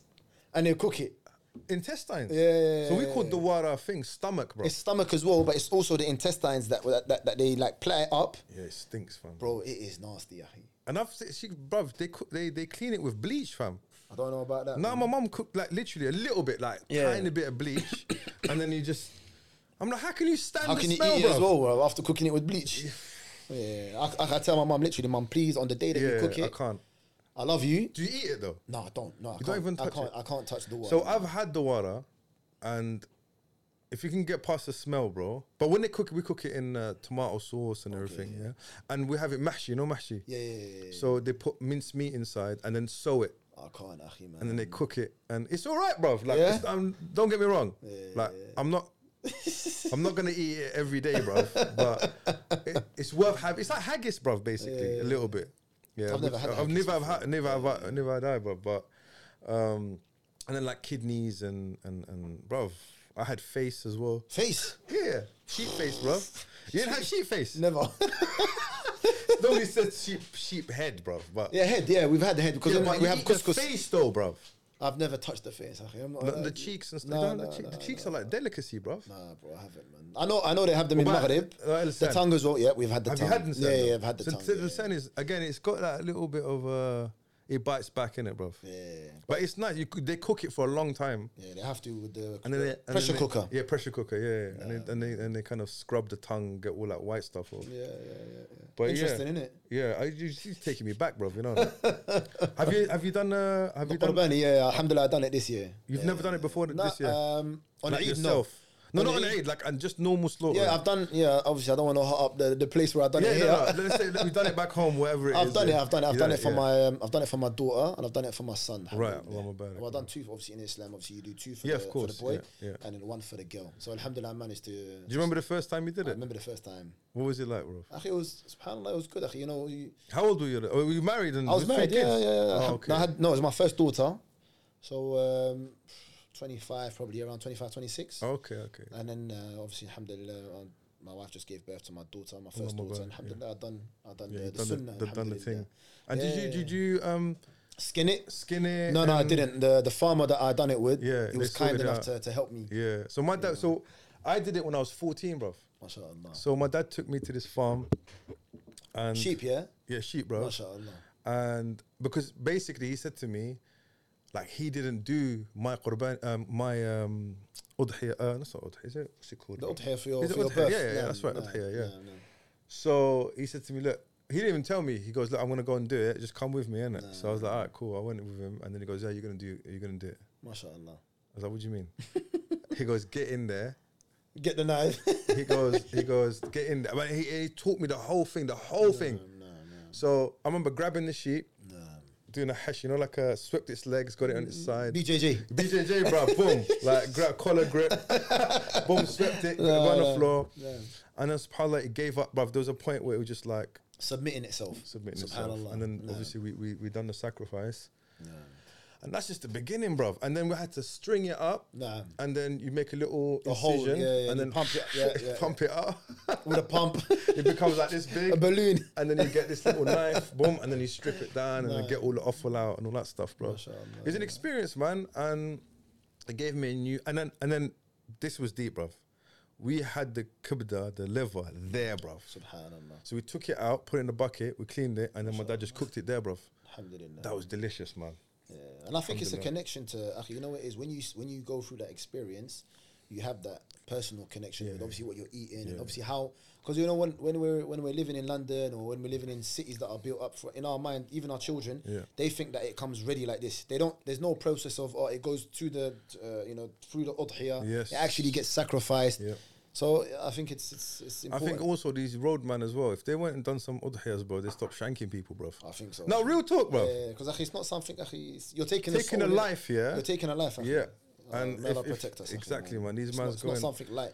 [SPEAKER 2] and they cook it.
[SPEAKER 1] intestines.
[SPEAKER 2] Yeah.
[SPEAKER 1] So we call the water thing stomach, bro.
[SPEAKER 2] It's stomach as well, but it's also the intestines that that, that they like plat it up.
[SPEAKER 1] yeah, it stinks, fam.
[SPEAKER 2] Bro, it is nasty. ahi.
[SPEAKER 1] And I've seen, she, bro, they cook, they they clean it with bleach, fam.
[SPEAKER 2] I don't know about that.
[SPEAKER 1] Now
[SPEAKER 2] man.
[SPEAKER 1] my mum cooked like literally a little bit, like
[SPEAKER 2] Yeah.
[SPEAKER 1] tiny bit of
[SPEAKER 2] <coughs>
[SPEAKER 1] bleach, and then you just. I'm like, how can you stand?
[SPEAKER 2] how
[SPEAKER 1] the
[SPEAKER 2] can you
[SPEAKER 1] smell,
[SPEAKER 2] eat
[SPEAKER 1] bro?
[SPEAKER 2] it as well, bro? After cooking it with bleach. Yeah, I, I can tell my mum literally, mum, please, on the day that you
[SPEAKER 1] Yeah,
[SPEAKER 2] cook
[SPEAKER 1] I
[SPEAKER 2] it, I,
[SPEAKER 1] can't.
[SPEAKER 2] love you.
[SPEAKER 1] Do you eat it though?
[SPEAKER 2] No, I don't. No, I can't.
[SPEAKER 1] even
[SPEAKER 2] I
[SPEAKER 1] touch
[SPEAKER 2] can't.
[SPEAKER 1] it.
[SPEAKER 2] I can't touch the water.
[SPEAKER 1] So I've had the water, and if you can get past the smell, bro. But when they cook, it, we cook it in uh, tomato sauce and everything, yeah. And we have it mashy, you know mashy.
[SPEAKER 2] yeah, yeah, yeah, yeah.
[SPEAKER 1] So they put minced meat inside and then sew it,
[SPEAKER 2] I can't, ahi, man.
[SPEAKER 1] and then they cook it, and it's all right, bro. Like,
[SPEAKER 2] Yeah?
[SPEAKER 1] it's- um, don't get me wrong. like, I'm
[SPEAKER 2] <laughs>
[SPEAKER 1] not. I'm not gonna eat it every day, bro. But it, it's worth having. It's like haggis, bro. Basically, a little bit. Yeah,
[SPEAKER 2] I've never had
[SPEAKER 1] I've
[SPEAKER 2] haggis
[SPEAKER 1] never have had, never have, had- never had either. But um, and then like kidneys and and and bro, I had face as well.
[SPEAKER 2] Face,
[SPEAKER 1] Yeah, sheep face, bro. You didn't have sheep
[SPEAKER 2] <laughs>
[SPEAKER 1] face.
[SPEAKER 2] never.
[SPEAKER 1] Nobody said sheep sheep head, bro. But
[SPEAKER 2] yeah, head. Yeah, we've had the head because
[SPEAKER 1] Yeah,
[SPEAKER 2] we-
[SPEAKER 1] but
[SPEAKER 2] we
[SPEAKER 1] you
[SPEAKER 2] have
[SPEAKER 1] eat the
[SPEAKER 2] couscous.
[SPEAKER 1] face though, bro.
[SPEAKER 2] I've never touched the face. ahi. I'm not
[SPEAKER 1] The, the
[SPEAKER 2] allowed.
[SPEAKER 1] cheeks and stuff.
[SPEAKER 2] No,
[SPEAKER 1] No, the,
[SPEAKER 2] no,
[SPEAKER 1] cheek,
[SPEAKER 2] no,
[SPEAKER 1] the cheeks are like delicacy, bro.
[SPEAKER 2] Nah, Ah, bro, I haven't, man. I know, I know they have them in
[SPEAKER 1] about
[SPEAKER 2] Maghrib.
[SPEAKER 1] the Al
[SPEAKER 2] the
[SPEAKER 1] San?
[SPEAKER 2] tongue as well. Yeah, we've had the
[SPEAKER 1] Have you
[SPEAKER 2] tongue.
[SPEAKER 1] had the
[SPEAKER 2] yeah, yeah, I've had the
[SPEAKER 1] so
[SPEAKER 2] tongue.
[SPEAKER 1] So
[SPEAKER 2] yeah,
[SPEAKER 1] the sand is again, it's got that little bit of uh, it bites back in it, bro.
[SPEAKER 2] yeah,
[SPEAKER 1] But it's nice. You could, they cook it for a long time,
[SPEAKER 2] yeah, they have to with the
[SPEAKER 1] and then they, and then
[SPEAKER 2] pressure
[SPEAKER 1] they-
[SPEAKER 2] cooker.
[SPEAKER 1] Yeah, pressure cooker. Yeah, yeah. And, they, and they and they kind of scrub the tongue, get all that white stuff off.
[SPEAKER 2] Yeah, yeah, yeah. yeah.
[SPEAKER 1] But
[SPEAKER 2] Interesting,
[SPEAKER 1] yeah,
[SPEAKER 2] isn't it?
[SPEAKER 1] Yeah, I, you, she's taking me back, bro. You know. <laughs> that. have you have you done uh, have you done?
[SPEAKER 2] Qurbani, yeah, yeah, alhamdulillah, I done it this year.
[SPEAKER 1] You've
[SPEAKER 2] yeah.
[SPEAKER 1] never done it before
[SPEAKER 2] Nah,
[SPEAKER 1] this year.
[SPEAKER 2] Um, on
[SPEAKER 1] like
[SPEAKER 2] Eid,
[SPEAKER 1] yourself. No,
[SPEAKER 2] On
[SPEAKER 1] not on
[SPEAKER 2] Eid-
[SPEAKER 1] Eid. Like and just normal slaughter.
[SPEAKER 2] no. Yeah, I've done. Yeah, obviously, I don't want to hot up the, the place where I've done
[SPEAKER 1] yeah,
[SPEAKER 2] it
[SPEAKER 1] no,
[SPEAKER 2] here.
[SPEAKER 1] no, let's say that we've done it back home, wherever it
[SPEAKER 2] <laughs> I've
[SPEAKER 1] is,
[SPEAKER 2] done it.
[SPEAKER 1] yeah.
[SPEAKER 2] I've done it. I've
[SPEAKER 1] You
[SPEAKER 2] done it for
[SPEAKER 1] yeah.
[SPEAKER 2] my. Um, I've done it for my daughter, and I've done it for my son.
[SPEAKER 1] Right,
[SPEAKER 2] alhamdulillah.
[SPEAKER 1] Allahumma barik.
[SPEAKER 2] Well, I've done two, obviously, in Islam. Obviously, you do two for,
[SPEAKER 1] Yeah,
[SPEAKER 2] the,
[SPEAKER 1] of
[SPEAKER 2] for
[SPEAKER 1] course,
[SPEAKER 2] the boy,
[SPEAKER 1] yeah, yeah.
[SPEAKER 2] and then one for the girl. So alhamdulillah, I managed to.
[SPEAKER 1] Do you remember the first time you did
[SPEAKER 2] I
[SPEAKER 1] it?
[SPEAKER 2] remember the first time.
[SPEAKER 1] What was it like, bro?
[SPEAKER 2] Actually, it was subhanallah. It was good. Actually, you know, you,
[SPEAKER 1] How old were you? Oh, were you married? And
[SPEAKER 2] I was
[SPEAKER 1] with three
[SPEAKER 2] married. Yeah,
[SPEAKER 1] kids?
[SPEAKER 2] yeah, yeah.
[SPEAKER 1] Oh,
[SPEAKER 2] I had-
[SPEAKER 1] okay.
[SPEAKER 2] I had no. It was my first daughter. So um, 25, probably around 25, 26.
[SPEAKER 1] Okay, okay.
[SPEAKER 2] And then uh, obviously, alhamdulillah, uh, my wife just gave birth to my daughter, my
[SPEAKER 1] Oh,
[SPEAKER 2] first
[SPEAKER 1] my
[SPEAKER 2] daughter.
[SPEAKER 1] God,
[SPEAKER 2] and Alhamdulillah, i done, i done
[SPEAKER 1] Yeah,
[SPEAKER 2] the,
[SPEAKER 1] you've
[SPEAKER 2] the
[SPEAKER 1] done
[SPEAKER 2] sunnah.
[SPEAKER 1] the, they've done the thing.
[SPEAKER 2] alhamdulillah.
[SPEAKER 1] And did you did you um
[SPEAKER 2] Skin it?
[SPEAKER 1] skin it?
[SPEAKER 2] No, no, I
[SPEAKER 1] and-
[SPEAKER 2] didn't. The the farmer that I done it with,
[SPEAKER 1] Yeah,
[SPEAKER 2] he
[SPEAKER 1] they
[SPEAKER 2] was kind
[SPEAKER 1] sorted it
[SPEAKER 2] enough
[SPEAKER 1] out.
[SPEAKER 2] to, to help me.
[SPEAKER 1] Yeah. So my dad. So I did it when I was fourteen, bro.
[SPEAKER 2] MashaAllah.
[SPEAKER 1] So my dad took me to this farm, and
[SPEAKER 2] Sheep, yeah?
[SPEAKER 1] yeah, sheep, bro.
[SPEAKER 2] MashaAllah.
[SPEAKER 1] and because basically he said to me like he didn't do my qurban um, my um udhiya uh, that's not udhiya is it what's it called
[SPEAKER 2] The udhiya for your,
[SPEAKER 1] Is it
[SPEAKER 2] for your
[SPEAKER 1] udhiya?
[SPEAKER 2] birth.
[SPEAKER 1] Yeah, yeah,
[SPEAKER 2] Naam,
[SPEAKER 1] that's right,
[SPEAKER 2] naam,
[SPEAKER 1] udhiya, yeah.
[SPEAKER 2] naam, naam.
[SPEAKER 1] so he said to me look he didn't even tell me he goes look I'm gonna go and do it just come with me innit
[SPEAKER 2] Nah.
[SPEAKER 1] so I was like alright cool I went with him and then he goes yeah you're gonna do you're gonna do it
[SPEAKER 2] MashaAllah.
[SPEAKER 1] I was like what do you mean he goes get in there
[SPEAKER 2] Get the knife.
[SPEAKER 1] he goes he goes get in there but he, he taught me the whole thing the whole
[SPEAKER 2] <laughs>
[SPEAKER 1] thing
[SPEAKER 2] Naam, naam,
[SPEAKER 1] so I remember grabbing the sheep
[SPEAKER 2] naam,
[SPEAKER 1] doing a hash you know like a swept its legs got it on its
[SPEAKER 2] naam.
[SPEAKER 1] side
[SPEAKER 2] BJJ.
[SPEAKER 1] BJJ, bro, boom, like grab collar grip, boom, swept it,
[SPEAKER 2] No,
[SPEAKER 1] went on
[SPEAKER 2] no,
[SPEAKER 1] the floor,
[SPEAKER 2] no.
[SPEAKER 1] and then subhanallah, it gave up, bro. There was a point where it was just like
[SPEAKER 2] Submitting itself.
[SPEAKER 1] submitting itself,
[SPEAKER 2] Subhanallah,
[SPEAKER 1] and then
[SPEAKER 2] no.
[SPEAKER 1] obviously we, we we done the sacrifice,
[SPEAKER 2] Naam.
[SPEAKER 1] and that's just the beginning, bro. And then we had to string it up,
[SPEAKER 2] Naam.
[SPEAKER 1] and then you make a little
[SPEAKER 2] A hole,
[SPEAKER 1] incision,
[SPEAKER 2] yeah, yeah,
[SPEAKER 1] and
[SPEAKER 2] you
[SPEAKER 1] then <laughs>
[SPEAKER 2] pump it, yeah, yeah,
[SPEAKER 1] pump it up.
[SPEAKER 2] With a pump. <laughs>
[SPEAKER 1] it becomes like this
[SPEAKER 2] a
[SPEAKER 1] big,
[SPEAKER 2] balloon.
[SPEAKER 1] and then you get this little knife, <laughs> boom, and then you strip it down, and
[SPEAKER 2] No.
[SPEAKER 1] then get all the offal out and all that stuff, bro.
[SPEAKER 2] MashaAllah.
[SPEAKER 1] It's an experience, man, and it gave me a new. And then, and then, this was deep, bruv. We had the kibda, the liver, there, bruv.
[SPEAKER 2] Subhanallah.
[SPEAKER 1] So we took it out, put it in the bucket, we cleaned it, and then my dad just cooked it there, bruv.
[SPEAKER 2] Alhamdulillah.
[SPEAKER 1] That was delicious, man.
[SPEAKER 2] Yeah, and I think it's a
[SPEAKER 1] Alhamdulillah.
[SPEAKER 2] connection to. Akhi, you know what it is when you s- when you go through that experience, you have that personal connection with obviously what you're eating and obviously how because you know when when we're when we're living in London or when we're living in cities that are built up for in our mind, even our children,
[SPEAKER 1] Yeah.
[SPEAKER 2] they think that it comes ready like this. They don't. There's no process of oh, it goes to the uh, you know through the udhiyah.
[SPEAKER 1] Yes.
[SPEAKER 2] It actually gets sacrificed.
[SPEAKER 1] Yeah.
[SPEAKER 2] So I think it's it's it's
[SPEAKER 1] I
[SPEAKER 2] important.
[SPEAKER 1] think also these roadmen as well. If they went and done some udhiyas, bro, they stopped shanking people, bruv.
[SPEAKER 2] I think so.
[SPEAKER 1] No, real talk, bruv.
[SPEAKER 2] because it's not something. Akhi, it's- you're taking
[SPEAKER 1] Taking a
[SPEAKER 2] soul, innit?
[SPEAKER 1] life, yeah,
[SPEAKER 2] You're taking a life. Akhi.
[SPEAKER 1] yeah.
[SPEAKER 2] Uh,
[SPEAKER 1] And
[SPEAKER 2] may
[SPEAKER 1] if-
[SPEAKER 2] Allah
[SPEAKER 1] if-
[SPEAKER 2] protect us. Akhi,
[SPEAKER 1] exactly, man. These
[SPEAKER 2] It's, not,
[SPEAKER 1] man's
[SPEAKER 2] it's not
[SPEAKER 1] going.
[SPEAKER 2] something light.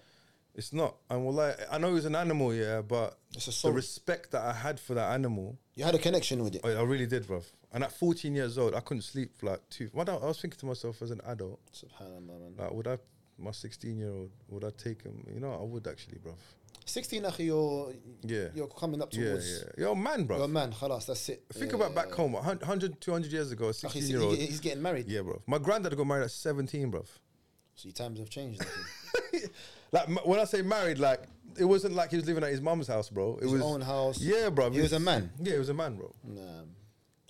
[SPEAKER 1] It's not. And well, I know he's an animal, yeah, but
[SPEAKER 2] It's a
[SPEAKER 1] the
[SPEAKER 2] soul.
[SPEAKER 1] respect that I had for that animal,
[SPEAKER 2] you had a connection with it.
[SPEAKER 1] I, I really did, bruv. And at 14 years old, I couldn't sleep for like two. Why don't, I was thinking to myself as an adult,
[SPEAKER 2] Subhanallah, man.
[SPEAKER 1] like, would I, my 16 year old, would I take him? You know, I would actually, bruv.
[SPEAKER 2] 16, akhi, you're,
[SPEAKER 1] Yeah.
[SPEAKER 2] you're coming up
[SPEAKER 1] Yeah,
[SPEAKER 2] towards.
[SPEAKER 1] yeah. You're a man,
[SPEAKER 2] You're a
[SPEAKER 1] bruv.
[SPEAKER 2] man, khalas, that's it.
[SPEAKER 1] Think
[SPEAKER 2] Yeah,
[SPEAKER 1] about
[SPEAKER 2] yeah,
[SPEAKER 1] back
[SPEAKER 2] yeah.
[SPEAKER 1] home, 100, 200 years ago, a
[SPEAKER 2] Akhi,
[SPEAKER 1] 16
[SPEAKER 2] he's,
[SPEAKER 1] year old.
[SPEAKER 2] he- he's getting married.
[SPEAKER 1] Yeah, bruv. My granddad got married at 17, bruv.
[SPEAKER 2] So your times have changed. akhi.
[SPEAKER 1] Like, m- when I say married, like, it wasn't like he was living at his mum's house, bro. <laughs> It
[SPEAKER 2] His
[SPEAKER 1] was.
[SPEAKER 2] own house.
[SPEAKER 1] Yeah, bruv.
[SPEAKER 2] He was a man.
[SPEAKER 1] Yeah, he was a man, bro.
[SPEAKER 2] Nah,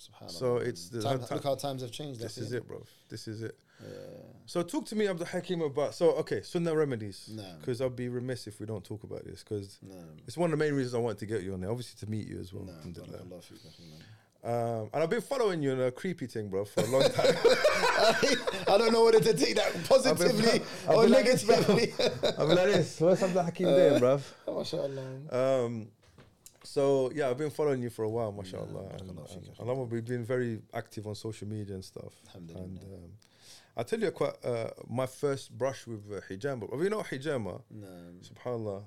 [SPEAKER 2] subhanallah.
[SPEAKER 1] So it's the-
[SPEAKER 2] Time-
[SPEAKER 1] the-
[SPEAKER 2] look how times have changed.
[SPEAKER 1] This
[SPEAKER 2] akhi.
[SPEAKER 1] is it, bro. This is it.
[SPEAKER 2] Yeah.
[SPEAKER 1] So talk to me, Abdul Hakim, about so okay, Sunnah remedies.
[SPEAKER 2] No.
[SPEAKER 1] Because I'll be remiss if we don't talk about this. Because
[SPEAKER 2] Nah,
[SPEAKER 1] it's one of the main reasons I wanted to get you on there. Obviously to meet you as well.
[SPEAKER 2] nah,
[SPEAKER 1] alhamdulillah.
[SPEAKER 2] barakallah feek, akhi, man. <laughs>
[SPEAKER 1] Um, and I've been following you on a creepy thing, bro, for a long time. <laughs>
[SPEAKER 2] I don't know whether to take that positively
[SPEAKER 1] <laughs> I've
[SPEAKER 2] or
[SPEAKER 1] been like this, <laughs>
[SPEAKER 2] negatively. <laughs>
[SPEAKER 1] I've been like this. What's Abdul Hakim
[SPEAKER 2] Uh,
[SPEAKER 1] doing, bro?
[SPEAKER 2] MashaAllah.
[SPEAKER 1] Um, so yeah, I've been following you for a while, mashallah. and,
[SPEAKER 2] barakallah
[SPEAKER 1] and,
[SPEAKER 2] feek,
[SPEAKER 1] and I've been being very active on social media and stuff.
[SPEAKER 2] Alhamdulillah.
[SPEAKER 1] And um, I tell you, quite uh, my first brush with uh, hijama. You know hijama.
[SPEAKER 2] Nah.
[SPEAKER 1] subhanallah,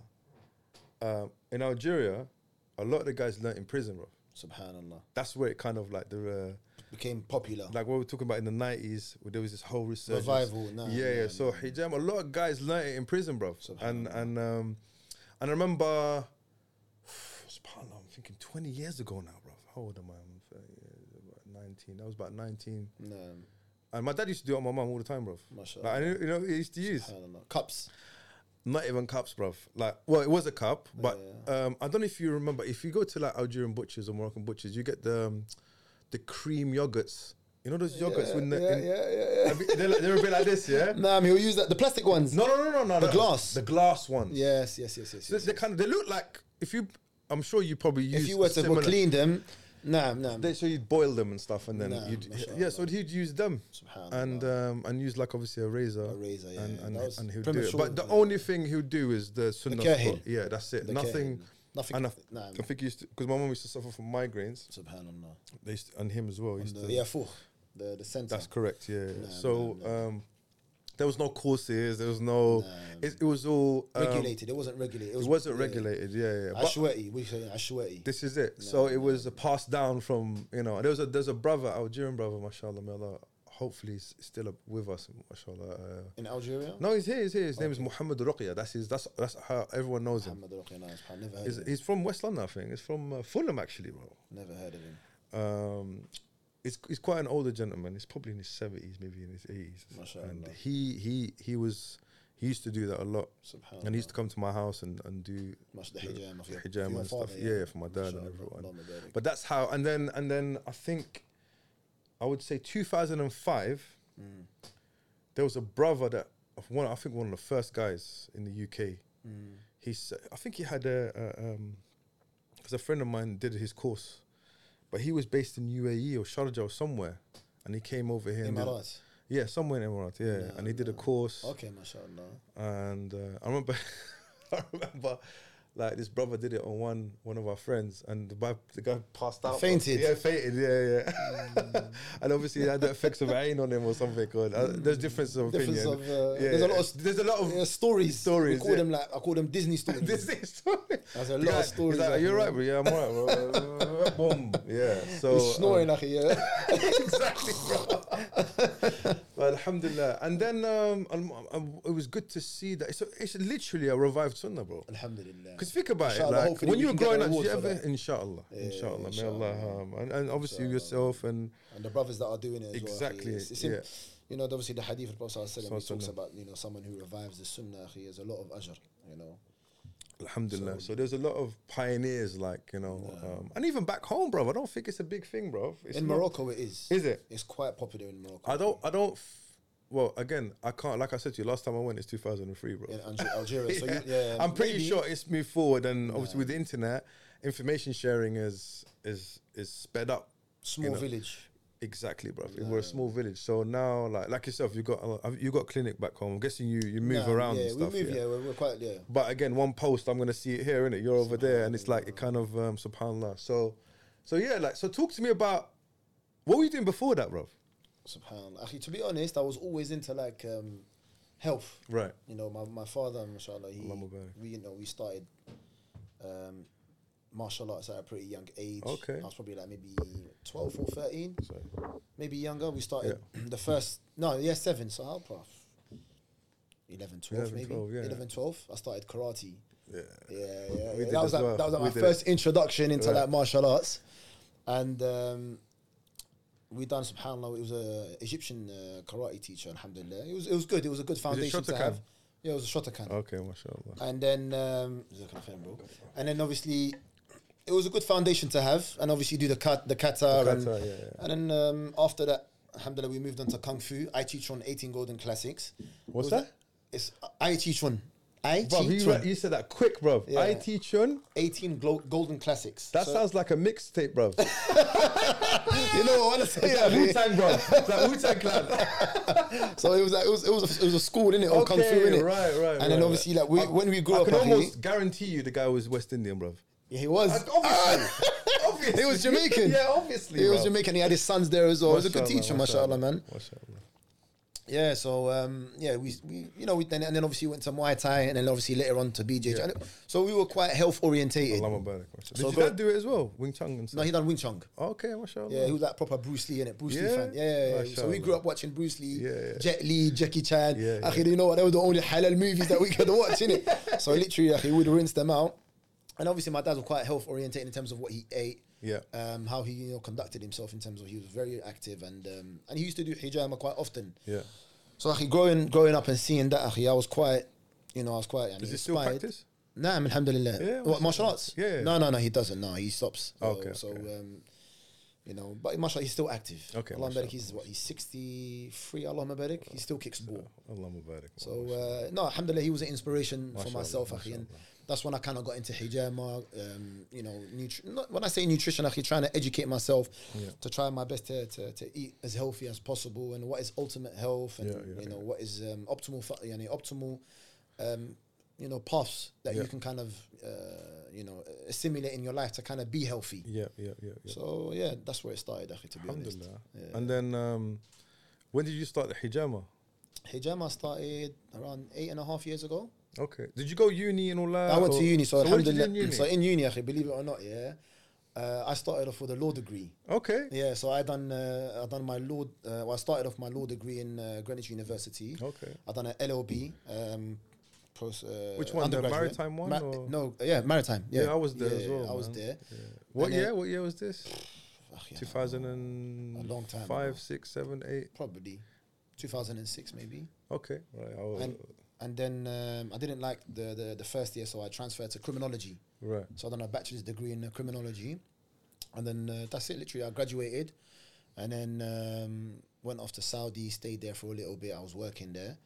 [SPEAKER 1] um, in Algeria, a lot of the guys learnt in prison, bro.
[SPEAKER 2] Subhanallah.
[SPEAKER 1] That's where it kind of like the
[SPEAKER 2] Became popular.
[SPEAKER 1] uh, like what we were talking about in the nineties, where there was this whole resurgence.
[SPEAKER 2] Revival. Nah,
[SPEAKER 1] yeah,
[SPEAKER 2] nah,
[SPEAKER 1] yeah. So hijab, a lot of guys learnt it in prison, bro. And
[SPEAKER 2] Subhanallah.
[SPEAKER 1] and um, and I remember, subhanallah, I'm thinking twenty years ago now, bro. How old am I? I'm 30, about nineteen. I was about nineteen,
[SPEAKER 2] Nah,
[SPEAKER 1] and my dad used to do it on my mum all the time, bro.
[SPEAKER 2] mashallah.
[SPEAKER 1] Like, I knew- you know, he used to use.
[SPEAKER 2] Subhanallah. Cups.
[SPEAKER 1] Not even cups, bruv. Like, well, it was a cup, but
[SPEAKER 2] Yeah.
[SPEAKER 1] um, I don't know if you remember. If you go to like Algerian butchers or Moroccan butchers, you get the um, the cream yogurts. You know those yogurts when they're,
[SPEAKER 2] yeah,
[SPEAKER 1] in,
[SPEAKER 2] yeah, yeah, yeah.
[SPEAKER 1] I mean, they're, like- they're a bit like this, yeah.
[SPEAKER 2] Nah, he'll use that. The plastic ones.
[SPEAKER 1] No, no, no, no, no.
[SPEAKER 2] The
[SPEAKER 1] no.
[SPEAKER 2] glass.
[SPEAKER 1] the glass ones.
[SPEAKER 2] Yes, yes, yes, yes.
[SPEAKER 1] So
[SPEAKER 2] yes.
[SPEAKER 1] they kind of they look like if you. I'm sure you probably used.
[SPEAKER 2] If you were to
[SPEAKER 1] similar-
[SPEAKER 2] clean them, nah, nah.
[SPEAKER 1] They, so you'd boil them and stuff, and then
[SPEAKER 2] Nah,
[SPEAKER 1] you'd
[SPEAKER 2] mashallah.
[SPEAKER 1] yeah. So he'd use them,
[SPEAKER 2] Subhanallah.
[SPEAKER 1] and um, and use like obviously a razor,
[SPEAKER 2] A razor, yeah,
[SPEAKER 1] and
[SPEAKER 2] yeah.
[SPEAKER 1] and,
[SPEAKER 2] That was
[SPEAKER 1] and he'd do it.
[SPEAKER 2] premature,
[SPEAKER 1] But the
[SPEAKER 2] man.
[SPEAKER 1] only thing he'd do is the sunnah.
[SPEAKER 2] kahil.
[SPEAKER 1] spot. Yeah, that's it.
[SPEAKER 2] The
[SPEAKER 1] Nothing.
[SPEAKER 2] kahil. Nothing.
[SPEAKER 1] And I,
[SPEAKER 2] nah,
[SPEAKER 1] I think he used to, because my mum used to suffer from migraines.
[SPEAKER 2] subhanallah.
[SPEAKER 1] They used to- and him as well. he
[SPEAKER 2] And
[SPEAKER 1] Used
[SPEAKER 2] the,
[SPEAKER 1] to,
[SPEAKER 2] yeah, fuh, the the center.
[SPEAKER 1] that's correct. Yeah. yeah.
[SPEAKER 2] Nah,
[SPEAKER 1] so
[SPEAKER 2] nah, nah.
[SPEAKER 1] Um, there was no courses. There was no.
[SPEAKER 2] Nah.
[SPEAKER 1] it, it was all um,
[SPEAKER 2] regulated. It wasn't regulated. It,
[SPEAKER 1] It
[SPEAKER 2] was,
[SPEAKER 1] wasn't regulated. Yeah, yeah. But
[SPEAKER 2] Ashwati. We say Ashwati.
[SPEAKER 1] this is it. so it was passed down from you know. There was a there's a brother Algerian brother, mashallah, may Allah hopefully he's still up with us, mashallah. Uh,
[SPEAKER 2] in Algeria?
[SPEAKER 1] no, he's here. He's here. His name is Muhammad Ruqya. That's his. That's that's how everyone knows him.
[SPEAKER 2] Muhammad Rocky, no, it's- I've never heard
[SPEAKER 1] He's,
[SPEAKER 2] of him.
[SPEAKER 1] he's from West London, I think. He's from uh, Fulham, actually, bro.
[SPEAKER 2] Never heard of him.
[SPEAKER 1] um, it's he's quite an older gentleman. He's probably in his seventies, maybe in his eighties.
[SPEAKER 2] MashaAllah.
[SPEAKER 1] And he he he was he used to do that a lot,
[SPEAKER 2] Subhanallah.
[SPEAKER 1] and he used to come to my house and and do
[SPEAKER 2] Much the
[SPEAKER 1] the-
[SPEAKER 2] hijab of your,
[SPEAKER 1] hijama
[SPEAKER 2] of your
[SPEAKER 1] and
[SPEAKER 2] father,
[SPEAKER 1] stuff. Yeah, yeah, for my dad and
[SPEAKER 2] Mashallah,
[SPEAKER 1] everyone.
[SPEAKER 2] Allahumma barik.
[SPEAKER 1] But that's how. And then and then I think I would say 2005.
[SPEAKER 2] Mm,
[SPEAKER 1] There was a brother that of one I think one of the first guys in the UK.
[SPEAKER 2] mm,
[SPEAKER 1] He's I think he had a, a um, because a friend of mine did his course, but he was based in UAE or Sharjah or somewhere, and he came over here. and did-
[SPEAKER 2] Emirates.
[SPEAKER 1] yeah, somewhere in Emirat, yeah.
[SPEAKER 2] Yeah,
[SPEAKER 1] and he did a
[SPEAKER 2] yeah.
[SPEAKER 1] course,
[SPEAKER 2] Okay, mashallah.
[SPEAKER 1] and uh, I remember, <laughs> I remember, like this brother did it on one one of our friends, and the, guy- the guy passed out,
[SPEAKER 2] Fainted.
[SPEAKER 1] yeah, fainted, yeah, yeah, <laughs> and obviously he had the effects of rain on him or something. Or, uh, there's difference of opinion.
[SPEAKER 2] Difference of, uh,
[SPEAKER 1] Yeah,
[SPEAKER 2] there's a
[SPEAKER 1] yeah.
[SPEAKER 2] lot of
[SPEAKER 1] there's a lot of
[SPEAKER 2] yeah, stories.
[SPEAKER 1] stories,
[SPEAKER 2] We call
[SPEAKER 1] yeah.
[SPEAKER 2] them like I call them Disney
[SPEAKER 1] <laughs>
[SPEAKER 2] stories.
[SPEAKER 1] this is story.
[SPEAKER 2] There's a
[SPEAKER 1] The
[SPEAKER 2] lot
[SPEAKER 1] guy-
[SPEAKER 2] of stories.
[SPEAKER 1] He's like,
[SPEAKER 2] like
[SPEAKER 1] you're
[SPEAKER 2] that.
[SPEAKER 1] right, bro. Yeah, I'm
[SPEAKER 2] <laughs>
[SPEAKER 1] right. Bro. <laughs> Boom. Yeah. So
[SPEAKER 2] He's snoring
[SPEAKER 1] um,
[SPEAKER 2] like
[SPEAKER 1] <laughs>
[SPEAKER 2] yeah.
[SPEAKER 1] exactly, bro. But alhamdulillah. And then um, um, um, it was good to see that it's, it's literally a revived sunnah, bro.
[SPEAKER 2] Alhamdulillah.
[SPEAKER 1] Because think about
[SPEAKER 2] Inshallah,
[SPEAKER 1] it, like
[SPEAKER 2] hopefully
[SPEAKER 1] when
[SPEAKER 2] we
[SPEAKER 1] you were
[SPEAKER 2] can get
[SPEAKER 1] growing
[SPEAKER 2] a
[SPEAKER 1] up, did
[SPEAKER 2] reward
[SPEAKER 1] you
[SPEAKER 2] for
[SPEAKER 1] ever,
[SPEAKER 2] that.
[SPEAKER 1] inshallah,
[SPEAKER 2] Yeah,
[SPEAKER 1] inshallah, may
[SPEAKER 2] inshallah.
[SPEAKER 1] Allah, um, and, and obviously
[SPEAKER 2] Inshallah.
[SPEAKER 1] yourself and
[SPEAKER 2] and the brothers that are doing it as
[SPEAKER 1] Exactly,
[SPEAKER 2] well. akhi. It's, it's in-
[SPEAKER 1] yeah.
[SPEAKER 2] You know, obviously the hadith of the Prophet Sallallahu Alaihi Wasallam, he talks
[SPEAKER 1] Sallallahu.
[SPEAKER 2] about you know someone who revives the sunnah. He has a lot of ajr. You know,
[SPEAKER 1] alhamdulillah.
[SPEAKER 2] So-
[SPEAKER 1] So, there's a lot of pioneers, like you know, um, and even back home, bro. I don't think it's a big thing, bro. It's
[SPEAKER 2] in
[SPEAKER 1] not-
[SPEAKER 2] Morocco it is.
[SPEAKER 1] is it?
[SPEAKER 2] It's quite popular in Morocco.
[SPEAKER 1] I don't. I don't. F- well, again, I can't. Like I said to you, last time I went is 2003, bro. <laughs>
[SPEAKER 2] in Alge- Algeria. So
[SPEAKER 1] Yeah.
[SPEAKER 2] you, yeah,
[SPEAKER 1] I'm pretty
[SPEAKER 2] maybe-
[SPEAKER 1] sure it's moved forward, and obviously with the internet, information sharing is is is sped up.
[SPEAKER 2] small
[SPEAKER 1] you know.
[SPEAKER 2] village.
[SPEAKER 1] Exactly, bro. We're a small village, so now, like like yourself, you got uh, you got clinic back home. I'm guessing you you move
[SPEAKER 2] Nah,
[SPEAKER 1] around
[SPEAKER 2] Yeah,
[SPEAKER 1] and stuff.
[SPEAKER 2] we move.
[SPEAKER 1] yeah?
[SPEAKER 2] Yeah, we're, we're quite yeah.
[SPEAKER 1] But again, one post, I'm gonna see it here, innit? You're over there, and it's like it kind of um, subhanallah. So, so yeah, like so. Talk to me about what were you doing before that, bro?
[SPEAKER 2] Subhanallah. Actually, to be honest, I was always into like um, health.
[SPEAKER 1] Right.
[SPEAKER 2] You know, my, my father, mashallah, he,
[SPEAKER 1] Allahumma barik.
[SPEAKER 2] we you know we started um, martial arts at a pretty young age.
[SPEAKER 1] Okay.
[SPEAKER 2] I was probably like maybe twelve or thirteen,
[SPEAKER 1] So,
[SPEAKER 2] maybe younger. We started the first no, yeah, seven. So how prof? 11, 12
[SPEAKER 1] 11,
[SPEAKER 2] maybe
[SPEAKER 1] 12, yeah.
[SPEAKER 2] 11, 12. I started karate.
[SPEAKER 1] yeah.
[SPEAKER 2] Yeah, yeah,
[SPEAKER 1] We
[SPEAKER 2] yeah.
[SPEAKER 1] did
[SPEAKER 2] That was
[SPEAKER 1] as
[SPEAKER 2] like,
[SPEAKER 1] well.
[SPEAKER 2] that was like
[SPEAKER 1] We
[SPEAKER 2] my
[SPEAKER 1] did it.
[SPEAKER 2] first introduction into
[SPEAKER 1] Right.
[SPEAKER 2] like martial arts, and um, we done Subhanallah. It was a Egyptian uh, karate teacher. Alhamdulillah, it was it was good. It was a good foundation to
[SPEAKER 1] Shotokan?
[SPEAKER 2] have. Yeah, it was a Shotokan.
[SPEAKER 1] Okay, mashallah.
[SPEAKER 2] And then, um, Jazakallah khairan, bro. and then obviously, it was a good foundation to have. And obviously, do the cut, the kata, and,
[SPEAKER 1] kata, yeah, yeah.
[SPEAKER 2] and then um, after that, alhamdulillah, we moved on to kung fu. I teach on 18 golden classics.
[SPEAKER 1] What's
[SPEAKER 2] Was
[SPEAKER 1] that?
[SPEAKER 2] It's I teach on. I
[SPEAKER 1] Bro,
[SPEAKER 2] teach
[SPEAKER 1] you,
[SPEAKER 2] on
[SPEAKER 1] re- you said that quick, bro.
[SPEAKER 2] Yeah.
[SPEAKER 1] IT Chun.
[SPEAKER 2] 18 glo- golden classics.
[SPEAKER 1] That
[SPEAKER 2] So-
[SPEAKER 1] sounds like a mixtape,
[SPEAKER 2] <laughs>
[SPEAKER 1] bro.
[SPEAKER 2] you know
[SPEAKER 1] <laughs>
[SPEAKER 2] what I want to say.
[SPEAKER 1] yeah, Wu Tang, bro. It's like Wu
[SPEAKER 2] <laughs>
[SPEAKER 1] Tang Clan.
[SPEAKER 2] So it was like it was it was a, it was a school in it or kung fu
[SPEAKER 1] Okay,
[SPEAKER 2] in it.
[SPEAKER 1] right, right,
[SPEAKER 2] And then
[SPEAKER 1] right,
[SPEAKER 2] obviously like we, when we grew
[SPEAKER 1] I
[SPEAKER 2] up,
[SPEAKER 1] can
[SPEAKER 2] like,
[SPEAKER 1] almost guarantee you the guy was West Indian, bro.
[SPEAKER 2] he, yeah, he was.
[SPEAKER 1] Obviously.
[SPEAKER 2] <laughs>
[SPEAKER 1] obviously.
[SPEAKER 2] He was
[SPEAKER 1] <laughs>
[SPEAKER 2] Jamaican.
[SPEAKER 1] yeah, obviously.
[SPEAKER 2] He
[SPEAKER 1] bro.
[SPEAKER 2] was Jamaican. He had his sons there as well. He was a good
[SPEAKER 1] Mashallah,
[SPEAKER 2] teacher, mashallah, man.
[SPEAKER 1] Mashallah.
[SPEAKER 2] Yeah. So um, yeah, we, we you know we then and then obviously went to Muay Thai and then obviously later on to BJ.
[SPEAKER 1] Yeah.
[SPEAKER 2] So we were quite health orientated.
[SPEAKER 1] Allah Mubarak, mashallah. Did
[SPEAKER 2] So
[SPEAKER 1] your
[SPEAKER 2] go-
[SPEAKER 1] dad do it as well? Wing Chun and
[SPEAKER 2] No,
[SPEAKER 1] stuff?
[SPEAKER 2] he done Wing Chun.
[SPEAKER 1] okay, mashallah.
[SPEAKER 2] Yeah, he was like proper Bruce Lee in it. Bruce Lee
[SPEAKER 1] Oh. Yeah?
[SPEAKER 2] fan. Yeah, yeah, yeah. So we
[SPEAKER 1] Mashallah.
[SPEAKER 2] grew up watching Bruce Lee,
[SPEAKER 1] Yeah, yeah.
[SPEAKER 2] Jet Li, Jackie Chan.
[SPEAKER 1] Yeah,
[SPEAKER 2] Akhi, you know what? They were the only halal movies that we
[SPEAKER 1] <laughs>
[SPEAKER 2] could watch in it. So literally, akhi, would rinse them out. And obviously, my dad was quite health oriented in terms of what he ate.
[SPEAKER 1] Yeah.
[SPEAKER 2] Um, how he you know conducted himself in terms of he was very active and um, and he used to do hijama quite often.
[SPEAKER 1] Yeah.
[SPEAKER 2] So akhi, growing growing up and seeing that akhi, I was quite, you know, I was quite. Yani,
[SPEAKER 1] Is it still
[SPEAKER 2] inspired.
[SPEAKER 1] practice?
[SPEAKER 2] Nah, alhamdulillah.
[SPEAKER 1] Yeah,
[SPEAKER 2] what, martial
[SPEAKER 1] mashallah.
[SPEAKER 2] arts?
[SPEAKER 1] Yeah, yeah.
[SPEAKER 2] No, no, no, he doesn't. No, he stops. So,
[SPEAKER 1] Okay,
[SPEAKER 2] So,
[SPEAKER 1] okay.
[SPEAKER 2] um, you know, but mashallah, he's still active.
[SPEAKER 1] Okay,
[SPEAKER 2] Allah
[SPEAKER 1] mashallah,
[SPEAKER 2] Barik, he's what, he's 63, Allah Barik. He still kicks ball.
[SPEAKER 1] Allah Mubarak.
[SPEAKER 2] So, uh, no, alhamdulillah, he was an inspiration for
[SPEAKER 1] Mashallah,
[SPEAKER 2] myself, akhi. And
[SPEAKER 1] mashallah.
[SPEAKER 2] that's when I kind of got into hijama, um, you know, nutri- not, when I say nutrition, akhi, trying to educate myself
[SPEAKER 1] Yeah.
[SPEAKER 2] to try my best to, to, to eat as healthy as possible and what is ultimate health and,
[SPEAKER 1] Yeah, yeah,
[SPEAKER 2] you know, what is um, optimal, fa- yani, optimal um, you know, paths that you
[SPEAKER 1] Yeah.
[SPEAKER 2] can kind of, uh, you know, assimilate in your life to kind of be healthy.
[SPEAKER 1] Yeah, yeah, yeah. yeah.
[SPEAKER 2] So, yeah, that's where it started, akhi, to be honest.
[SPEAKER 1] Alhamdulillah. And then um, when did you start the hijama?
[SPEAKER 2] Hijama started around eight and a half years ago.
[SPEAKER 1] Okay. Did you go uni and all that?
[SPEAKER 2] I went
[SPEAKER 1] or-
[SPEAKER 2] to uni, so,
[SPEAKER 1] what did you do
[SPEAKER 2] alhamdulillah.
[SPEAKER 1] in uni?
[SPEAKER 2] So in uni, akhi, believe it or not, yeah, Uh, I started off with a law degree.
[SPEAKER 1] Okay.
[SPEAKER 2] Yeah, so I done uh, I done my law. Uh, well, I started off my law degree in uh, Greenwich University.
[SPEAKER 1] Okay.
[SPEAKER 2] I done an LLB. Um, post, uh,
[SPEAKER 1] Which one, the
[SPEAKER 2] undergraduate.
[SPEAKER 1] maritime one or-
[SPEAKER 2] no, yeah, maritime. Yeah,
[SPEAKER 1] Yeah, I was there as
[SPEAKER 2] yeah,
[SPEAKER 1] well.
[SPEAKER 2] I was
[SPEAKER 1] man.
[SPEAKER 2] there.
[SPEAKER 1] Yeah. What
[SPEAKER 2] And then-
[SPEAKER 1] year? What year was this?
[SPEAKER 2] Ugh, yeah,
[SPEAKER 1] Two thousand and
[SPEAKER 2] A long time ago.
[SPEAKER 1] Five, six, seven, eight.
[SPEAKER 2] probably 2006 maybe.
[SPEAKER 1] Okay. Right. I was,
[SPEAKER 2] And and then um, I didn't like the, the the first year, so I transferred to criminology.
[SPEAKER 1] right.
[SPEAKER 2] So I done a bachelor's degree in uh, criminology, and then uh, that's it. Literally, I graduated, and then um, went off to Saudi, stayed there for a little bit. I was working there,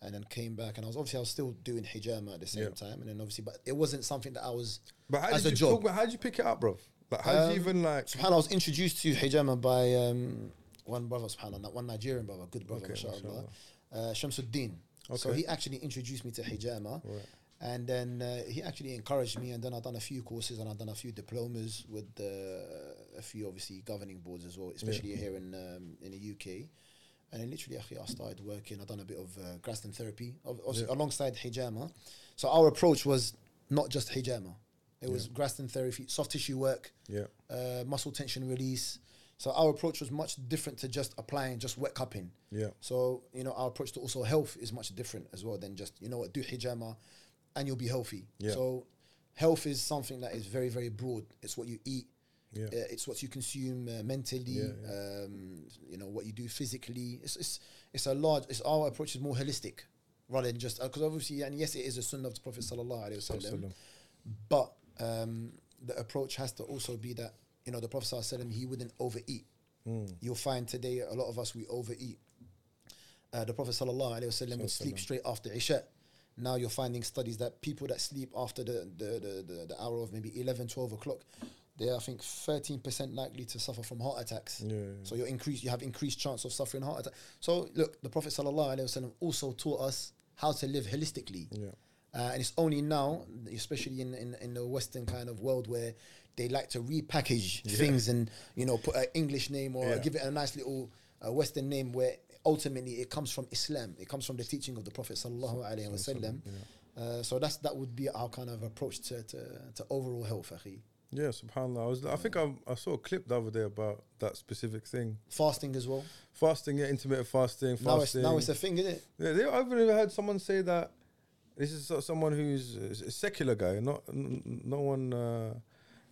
[SPEAKER 2] and then came back, and I was obviously I was still doing hijama at the same
[SPEAKER 1] Yeah.
[SPEAKER 2] time, and then obviously, but it wasn't something that I was.
[SPEAKER 1] But how
[SPEAKER 2] as
[SPEAKER 1] did
[SPEAKER 2] a
[SPEAKER 1] you
[SPEAKER 2] job.
[SPEAKER 1] talk about, how did you pick it up, bro? Like how did you
[SPEAKER 2] Um,
[SPEAKER 1] even like?
[SPEAKER 2] Subhanallah, I was introduced to hijama by um, one brother, Subhanallah, that one Nigerian brother, good
[SPEAKER 1] Okay,
[SPEAKER 2] brother, mashallah, uh, Shamsuddin. So
[SPEAKER 1] Okay.
[SPEAKER 2] he actually introduced me to hijama.
[SPEAKER 1] Right.
[SPEAKER 2] And then uh, he actually encouraged me, and then I've done a few courses and I've done a few diplomas with uh, a few, obviously, governing boards as well, especially here in um, in the UK. And then literally, actually, I started working. I've done a bit of uh, Graston therapy ob- obviously alongside hijama. So our approach was not just hijama, it was Graston therapy, soft tissue work,
[SPEAKER 1] Yeah.
[SPEAKER 2] uh, muscle tension release. So our approach was much different to just applying, just wet cupping.
[SPEAKER 1] Yeah.
[SPEAKER 2] So you know, our approach to also health is much different as well than just you know what do hijama, and you'll be healthy.
[SPEAKER 1] Yeah.
[SPEAKER 2] So health is something that is very very broad. It's what you eat.
[SPEAKER 1] Yeah.
[SPEAKER 2] uh, It's what you consume uh, mentally.
[SPEAKER 1] Yeah,
[SPEAKER 2] Um, you know what you do physically. It's it's it's a large. It's our approach is more holistic rather than just because obviously and yes it is a sunnah of the Prophet sallallahu alaihi wasallam
[SPEAKER 1] Absolutely.
[SPEAKER 2] but um, the approach has to also be that you know the Prophet ﷺ, he wouldn't overeat.
[SPEAKER 1] Mm,
[SPEAKER 2] You'll find today a lot of us we overeat. Uh, the Prophet ﷺ would sleep straight after Isha. Now you're finding studies that people that sleep after the the, the, the, the hour of maybe 11, 12 o'clock, they are, I think 13% likely to suffer from heart attacks.
[SPEAKER 1] Yeah, yeah.
[SPEAKER 2] So you increase you have increased chance of suffering heart attack. So look, the Prophet ﷺ also taught us how to live holistically.
[SPEAKER 1] Yeah.
[SPEAKER 2] Uh, and it's only now, especially in, in, in the Western kind of world, where they like to repackage things and you know put an English name or
[SPEAKER 1] Yeah.
[SPEAKER 2] give it a nice little uh, Western name, where ultimately it comes from Islam. It comes from the teaching of the Prophet sallallahu alaihi wasallam. Uh, so that's that would be our kind of approach to to, to overall health, akhi.
[SPEAKER 1] Yeah. Subhanallah. I was. I think I, I saw a clip the other day about that specific thing.
[SPEAKER 2] Fasting as well.
[SPEAKER 1] Fasting. Yeah. Intermittent fasting.
[SPEAKER 2] Now it's
[SPEAKER 1] Fasting.
[SPEAKER 2] now it's a thing, isn't it?
[SPEAKER 1] Yeah, they, I've even heard someone say that this is so- someone who's a secular guy, not n- n- no one. Uh,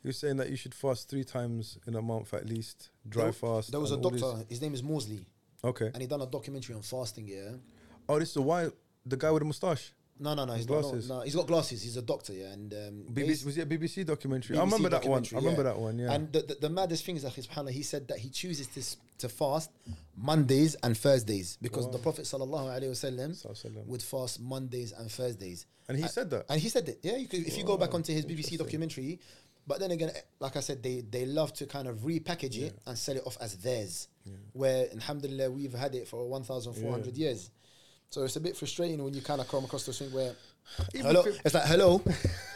[SPEAKER 1] who's saying that you should fast three times in a month at least, dry fast.
[SPEAKER 2] There was a
[SPEAKER 1] and all this-
[SPEAKER 2] doctor. His name is Morsley,
[SPEAKER 1] Okay.
[SPEAKER 2] and he done a documentary on fasting. Yeah.
[SPEAKER 1] Oh, this is the why the guy with the mustache.
[SPEAKER 2] No, no, no. He's
[SPEAKER 1] Glasses.
[SPEAKER 2] Not, no, no, he's got glasses. He's a doctor, yeah, and um,
[SPEAKER 1] BBC,
[SPEAKER 2] basi-
[SPEAKER 1] was it a BBC documentary? I
[SPEAKER 2] BBC
[SPEAKER 1] remember that one. I
[SPEAKER 2] documentary,
[SPEAKER 1] remember
[SPEAKER 2] yeah.
[SPEAKER 1] that one. Yeah.
[SPEAKER 2] And the, the, the maddest thing is that subhanAllah, he said that he chooses to, s- to fast Mondays and Thursdays because the Prophet sallallahu alaihi
[SPEAKER 1] Sallam.
[SPEAKER 2] wasallam would fast Mondays and Thursdays.
[SPEAKER 1] And he said that?
[SPEAKER 2] And he said that. Yeah, you could, if you go back onto his BBC documentary. But then again, eh, like I said, they, they love to kind of repackage it and sell it off as theirs. Where, alhamdulillah, we've had it for 1,400 years. So it's a bit frustrating when you kind of come across this thing where, hello,
[SPEAKER 1] if it-
[SPEAKER 2] it's
[SPEAKER 1] <laughs>
[SPEAKER 2] like, hello,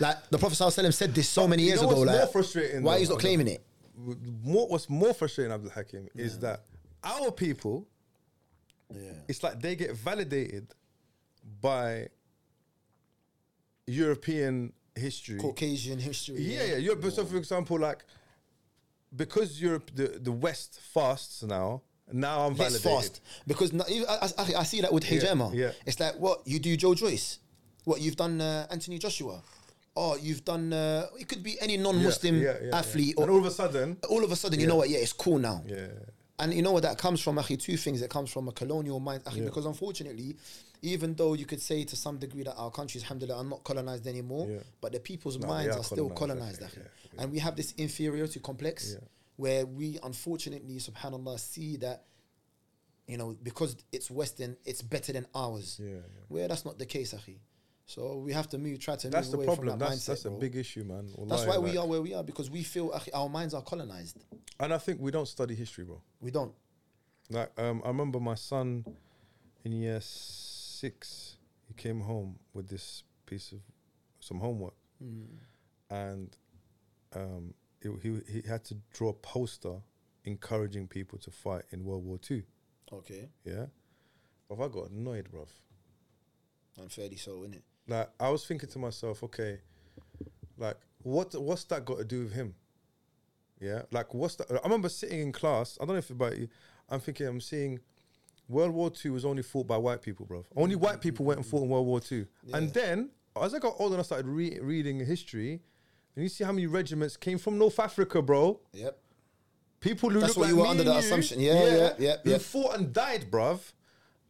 [SPEAKER 2] like the Prophet sallallahu said this so many
[SPEAKER 1] You
[SPEAKER 2] years
[SPEAKER 1] know
[SPEAKER 2] ago.
[SPEAKER 1] what's
[SPEAKER 2] like,
[SPEAKER 1] more frustrating
[SPEAKER 2] Why
[SPEAKER 1] though,
[SPEAKER 2] he's not
[SPEAKER 1] Abdul?
[SPEAKER 2] claiming it?
[SPEAKER 1] more, what's more frustrating, Abdul Hakim, is that our people,
[SPEAKER 2] Yeah.
[SPEAKER 1] it's like they get validated by European history.
[SPEAKER 2] Caucasian history.
[SPEAKER 1] Yeah, yeah. Europe, So, for example, like because Europe, the, the West fasts now. Now I'm
[SPEAKER 2] Let's
[SPEAKER 1] validated.
[SPEAKER 2] fast because no, even- I, I, I see that with hijama.
[SPEAKER 1] yeah.
[SPEAKER 2] It's like what you do, Joe Joyce. What you've done, uh, Anthony Joshua. Oh, you've done. Uh, it could be any
[SPEAKER 1] Yeah,
[SPEAKER 2] non-Muslim
[SPEAKER 1] yeah, yeah, yeah.
[SPEAKER 2] athlete,
[SPEAKER 1] and
[SPEAKER 2] or
[SPEAKER 1] all of a sudden,
[SPEAKER 2] all of a sudden, you know what? Yeah, it's cool now.
[SPEAKER 1] yeah,
[SPEAKER 2] And you know what that comes from, Akhi? Two things. It comes from a colonial mind, Akhi, because unfortunately, even though you could say to some degree that our countries, alhamdulillah, are not colonized anymore,
[SPEAKER 1] Yeah.
[SPEAKER 2] but the people's
[SPEAKER 1] they
[SPEAKER 2] minds
[SPEAKER 1] are
[SPEAKER 2] are, still
[SPEAKER 1] colonised,
[SPEAKER 2] colonized,
[SPEAKER 1] yeah,
[SPEAKER 2] Akhi.
[SPEAKER 1] yeah,
[SPEAKER 2] And we have this inferiority complex
[SPEAKER 1] Yeah.
[SPEAKER 2] where we, unfortunately, subhanAllah, see that, you know, because it's Western, it's better than ours.
[SPEAKER 1] Yeah, yeah.
[SPEAKER 2] Where that's not the case, Akhi. So we have to move, try to
[SPEAKER 1] that's
[SPEAKER 2] move
[SPEAKER 1] the
[SPEAKER 2] away
[SPEAKER 1] problem.
[SPEAKER 2] from that
[SPEAKER 1] that's
[SPEAKER 2] mindset.
[SPEAKER 1] that's a
[SPEAKER 2] bro.
[SPEAKER 1] big issue, man.
[SPEAKER 2] that's why
[SPEAKER 1] Wallahi,
[SPEAKER 2] we
[SPEAKER 1] like-
[SPEAKER 2] are where we are because we feel Akhi, our minds are colonized.
[SPEAKER 1] And I think we don't study history, bro.
[SPEAKER 2] We don't.
[SPEAKER 1] Like um, I remember my son in year six, he came home with this piece of some homework,
[SPEAKER 2] Mm.
[SPEAKER 1] and um, it, he he had to draw a poster encouraging people to fight in World War Two.
[SPEAKER 2] Okay.
[SPEAKER 1] Yeah, but I got annoyed, bruv.
[SPEAKER 2] Unfairly so, innit?
[SPEAKER 1] Like I was thinking to myself, okay, like what what's that got to do with him? Yeah, like what's that? I remember sitting in class. I don't know if about you. I'm thinking I'm seeing World War Two was only fought by white people, bro. Only white people went and fought in World War Two. And then as I got older, and I started re- reading history, and you see how many regiments came from North Africa, bro.
[SPEAKER 2] Yep.
[SPEAKER 1] People who
[SPEAKER 2] That's
[SPEAKER 1] look
[SPEAKER 2] what
[SPEAKER 1] like
[SPEAKER 2] you were
[SPEAKER 1] me
[SPEAKER 2] under
[SPEAKER 1] and
[SPEAKER 2] that
[SPEAKER 1] you,
[SPEAKER 2] assumption. Yeah, yeah, yeah,
[SPEAKER 1] Who
[SPEAKER 2] yeah.
[SPEAKER 1] fought and died, bruv.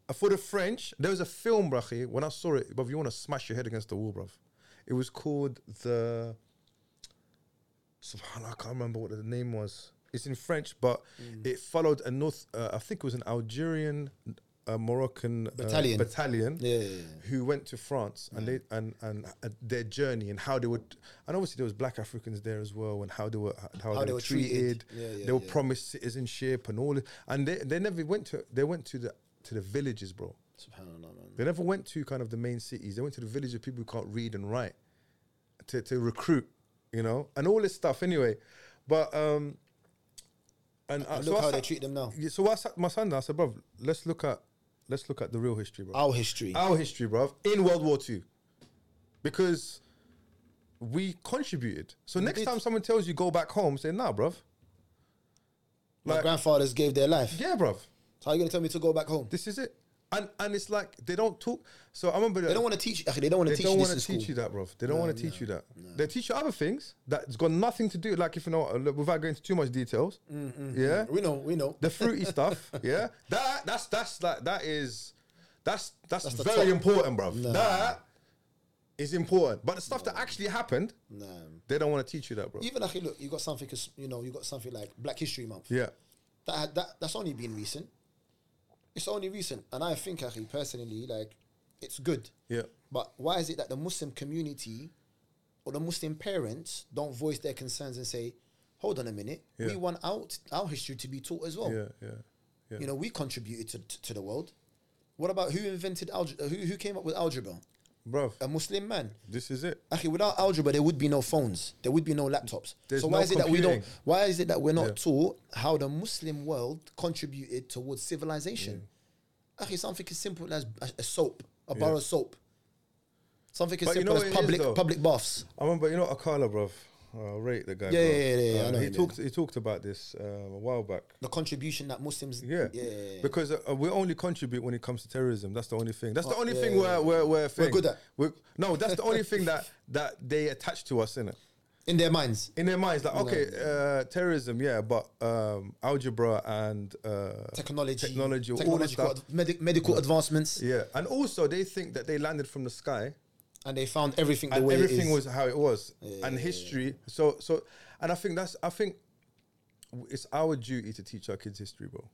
[SPEAKER 1] Uh, For the French, there was a film, brachi. When I saw it, bruv, you want to smash your head against the wall, bruv. It was called the. Subhanallah, I can't remember what the name was. It's in French, but
[SPEAKER 2] Mm.
[SPEAKER 1] it followed a North. Uh, I think it was an Algerian, uh, Moroccan uh,
[SPEAKER 2] Battalion.
[SPEAKER 1] battalion
[SPEAKER 2] Yeah, yeah, yeah.
[SPEAKER 1] who went to France and they
[SPEAKER 2] Mm.
[SPEAKER 1] and and uh, their journey and how they would and obviously there was black Africans there as well and how they were how, they, were treated.
[SPEAKER 2] Yeah, yeah,
[SPEAKER 1] they were
[SPEAKER 2] yeah.
[SPEAKER 1] promised citizenship and all. it- And they, they never went to they went to the to the villages, bro.
[SPEAKER 2] Subhanallah, man.
[SPEAKER 1] They never went to kind of the main cities. They went to the village of people who can't read and write to, to recruit, you know, and all this stuff anyway. But um and, uh,
[SPEAKER 2] And
[SPEAKER 1] so,
[SPEAKER 2] look
[SPEAKER 1] I
[SPEAKER 2] how
[SPEAKER 1] sat-
[SPEAKER 2] they treat them now.
[SPEAKER 1] yeah, so I sat my son down, I said, bro, let's look at let's look at the real history, bro
[SPEAKER 2] Our history.
[SPEAKER 1] our history, bruv, in World War Two, because we contributed. So next
[SPEAKER 2] did.
[SPEAKER 1] time someone tells you go back home, say nah, bruv.
[SPEAKER 2] My
[SPEAKER 1] Like,
[SPEAKER 2] grandfathers gave their life.
[SPEAKER 1] yeah, bruv,
[SPEAKER 2] So how are you gonna tell me to go back home?
[SPEAKER 1] this is it. And and it's like they don't talk. So I remember
[SPEAKER 2] They don't want to teach. Actually, they don't want to
[SPEAKER 1] they
[SPEAKER 2] teach
[SPEAKER 1] don't
[SPEAKER 2] you this
[SPEAKER 1] want
[SPEAKER 2] in
[SPEAKER 1] to
[SPEAKER 2] school.
[SPEAKER 1] teach you that, bruv. They don't want to teach you that. They teach you other things that's got nothing to do. Like if you know, uh, look, without going into too much details,
[SPEAKER 2] Mm-hmm.
[SPEAKER 1] yeah,
[SPEAKER 2] We know. We know.
[SPEAKER 1] the fruity stuff, <laughs> yeah. That that's that's like that is that's that's,
[SPEAKER 2] the
[SPEAKER 1] very
[SPEAKER 2] top.
[SPEAKER 1] important, bruv.
[SPEAKER 2] No.
[SPEAKER 1] That is important. But the stuff that actually happened,
[SPEAKER 2] Nah.
[SPEAKER 1] they don't want to teach you that, bro.
[SPEAKER 2] Even actually, look, you got something. as- You know, you got something like Black History Month.
[SPEAKER 1] Yeah.
[SPEAKER 2] that that that's only been recent. It's only recent, and I think, actually, personally, like it's good.
[SPEAKER 1] Yeah.
[SPEAKER 2] But why is it that the Muslim community or the Muslim parents don't voice their concerns and say, "Hold on a minute, we
[SPEAKER 1] Yeah.
[SPEAKER 2] want out our history to be taught as well.
[SPEAKER 1] Yeah, yeah. Yeah.
[SPEAKER 2] You know, we contributed to, to, the world. What about who invented algebra? Who who came up with algebra?
[SPEAKER 1] Bruv,
[SPEAKER 2] A Muslim man.
[SPEAKER 1] this is it.
[SPEAKER 2] Actually, without algebra, there would be no phones. There would be no laptops.
[SPEAKER 1] There's
[SPEAKER 2] so why
[SPEAKER 1] no
[SPEAKER 2] is it that we don't?
[SPEAKER 1] computing.
[SPEAKER 2] Why is it that we're not
[SPEAKER 1] Yeah.
[SPEAKER 2] taught how the Muslim world contributed towards civilization?
[SPEAKER 1] Mm.
[SPEAKER 2] Actually, something as simple as a- a soap, a bar of soap. Something as
[SPEAKER 1] But you
[SPEAKER 2] simple
[SPEAKER 1] know
[SPEAKER 2] as
[SPEAKER 1] what it is,
[SPEAKER 2] public
[SPEAKER 1] though?
[SPEAKER 2] public baths.
[SPEAKER 1] I remember, you know, Akala, bruv. Uh, rate the guy. bruv.
[SPEAKER 2] Yeah, yeah, yeah, yeah, I
[SPEAKER 1] Uh,
[SPEAKER 2] know
[SPEAKER 1] he
[SPEAKER 2] him,
[SPEAKER 1] talked. He talked about this uh, a while back.
[SPEAKER 2] The contribution that Muslims.
[SPEAKER 1] Yeah,
[SPEAKER 2] yeah, yeah, yeah.
[SPEAKER 1] because uh, we only contribute when it comes to terrorism. That's the only thing. That's the only
[SPEAKER 2] yeah,
[SPEAKER 1] thing
[SPEAKER 2] yeah,
[SPEAKER 1] we're, we're, we're, thing.
[SPEAKER 2] good at.
[SPEAKER 1] We're- no, that's the only thing that <laughs> that they attach to us, innit?
[SPEAKER 2] in their minds.
[SPEAKER 1] in their minds, like, okay, uh, terrorism, yeah, but um, algebra and uh,
[SPEAKER 2] Technology,
[SPEAKER 1] technology, all this
[SPEAKER 2] technological,
[SPEAKER 1] stuff.
[SPEAKER 2] ad- medi- medical advancements,
[SPEAKER 1] Yeah, and also they think that they landed from the sky
[SPEAKER 2] and they found everything the
[SPEAKER 1] and
[SPEAKER 2] way
[SPEAKER 1] everything
[SPEAKER 2] it is.
[SPEAKER 1] was how it was, and history. So, so, and I think that's, I think w- it's our duty to teach our kids history, bro.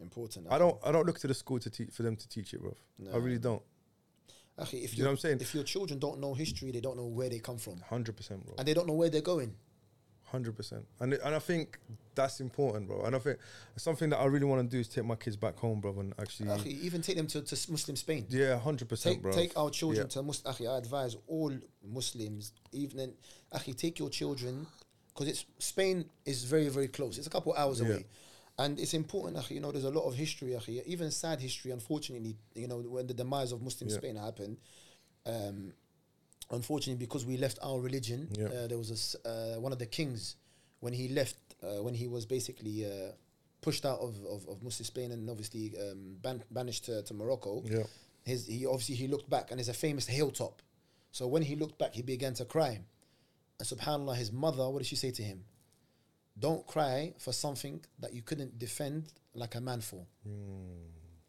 [SPEAKER 2] important.
[SPEAKER 1] I don't, I don't look to the school to teach for them to teach it, bro. I really don't.
[SPEAKER 2] Actually, if
[SPEAKER 1] you know
[SPEAKER 2] your-
[SPEAKER 1] what I'm saying?
[SPEAKER 2] If your children don't know history, they don't know where they come from,
[SPEAKER 1] Hundred percent, bro.
[SPEAKER 2] and they don't know where they're going.
[SPEAKER 1] Hundred percent, and and I think that's important, bro. And I think something that I really want to do is take my kids back home, bro, and actually,
[SPEAKER 2] Akhi, even take them to, to Muslim Spain.
[SPEAKER 1] yeah, hundred
[SPEAKER 2] Take,
[SPEAKER 1] percent, bro.
[SPEAKER 2] take our children
[SPEAKER 1] Yeah.
[SPEAKER 2] to Muslim. Akhi, I advise all Muslims, even in, Akhi, take your children because it's Spain is very very close. It's a couple hours
[SPEAKER 1] Yeah.
[SPEAKER 2] away, and it's important. Akhi, you know, there's a lot of history. Akhi, even sad history. Unfortunately, you know, when the demise of Muslim
[SPEAKER 1] Yeah.
[SPEAKER 2] Spain happened, um, unfortunately, because we left our religion,
[SPEAKER 1] Yeah.
[SPEAKER 2] uh, there was a s uh, one of the kings when he left, uh, when he was basically uh, pushed out of, of, of Muslim Spain and obviously um, ban- banished to, to Morocco.
[SPEAKER 1] Yeah.
[SPEAKER 2] His he obviously he looked back and there's a famous hilltop. So when he looked back, he began to cry, and Subhanallah, his mother, what did she say to him? Don't cry for something that you couldn't defend like a man for.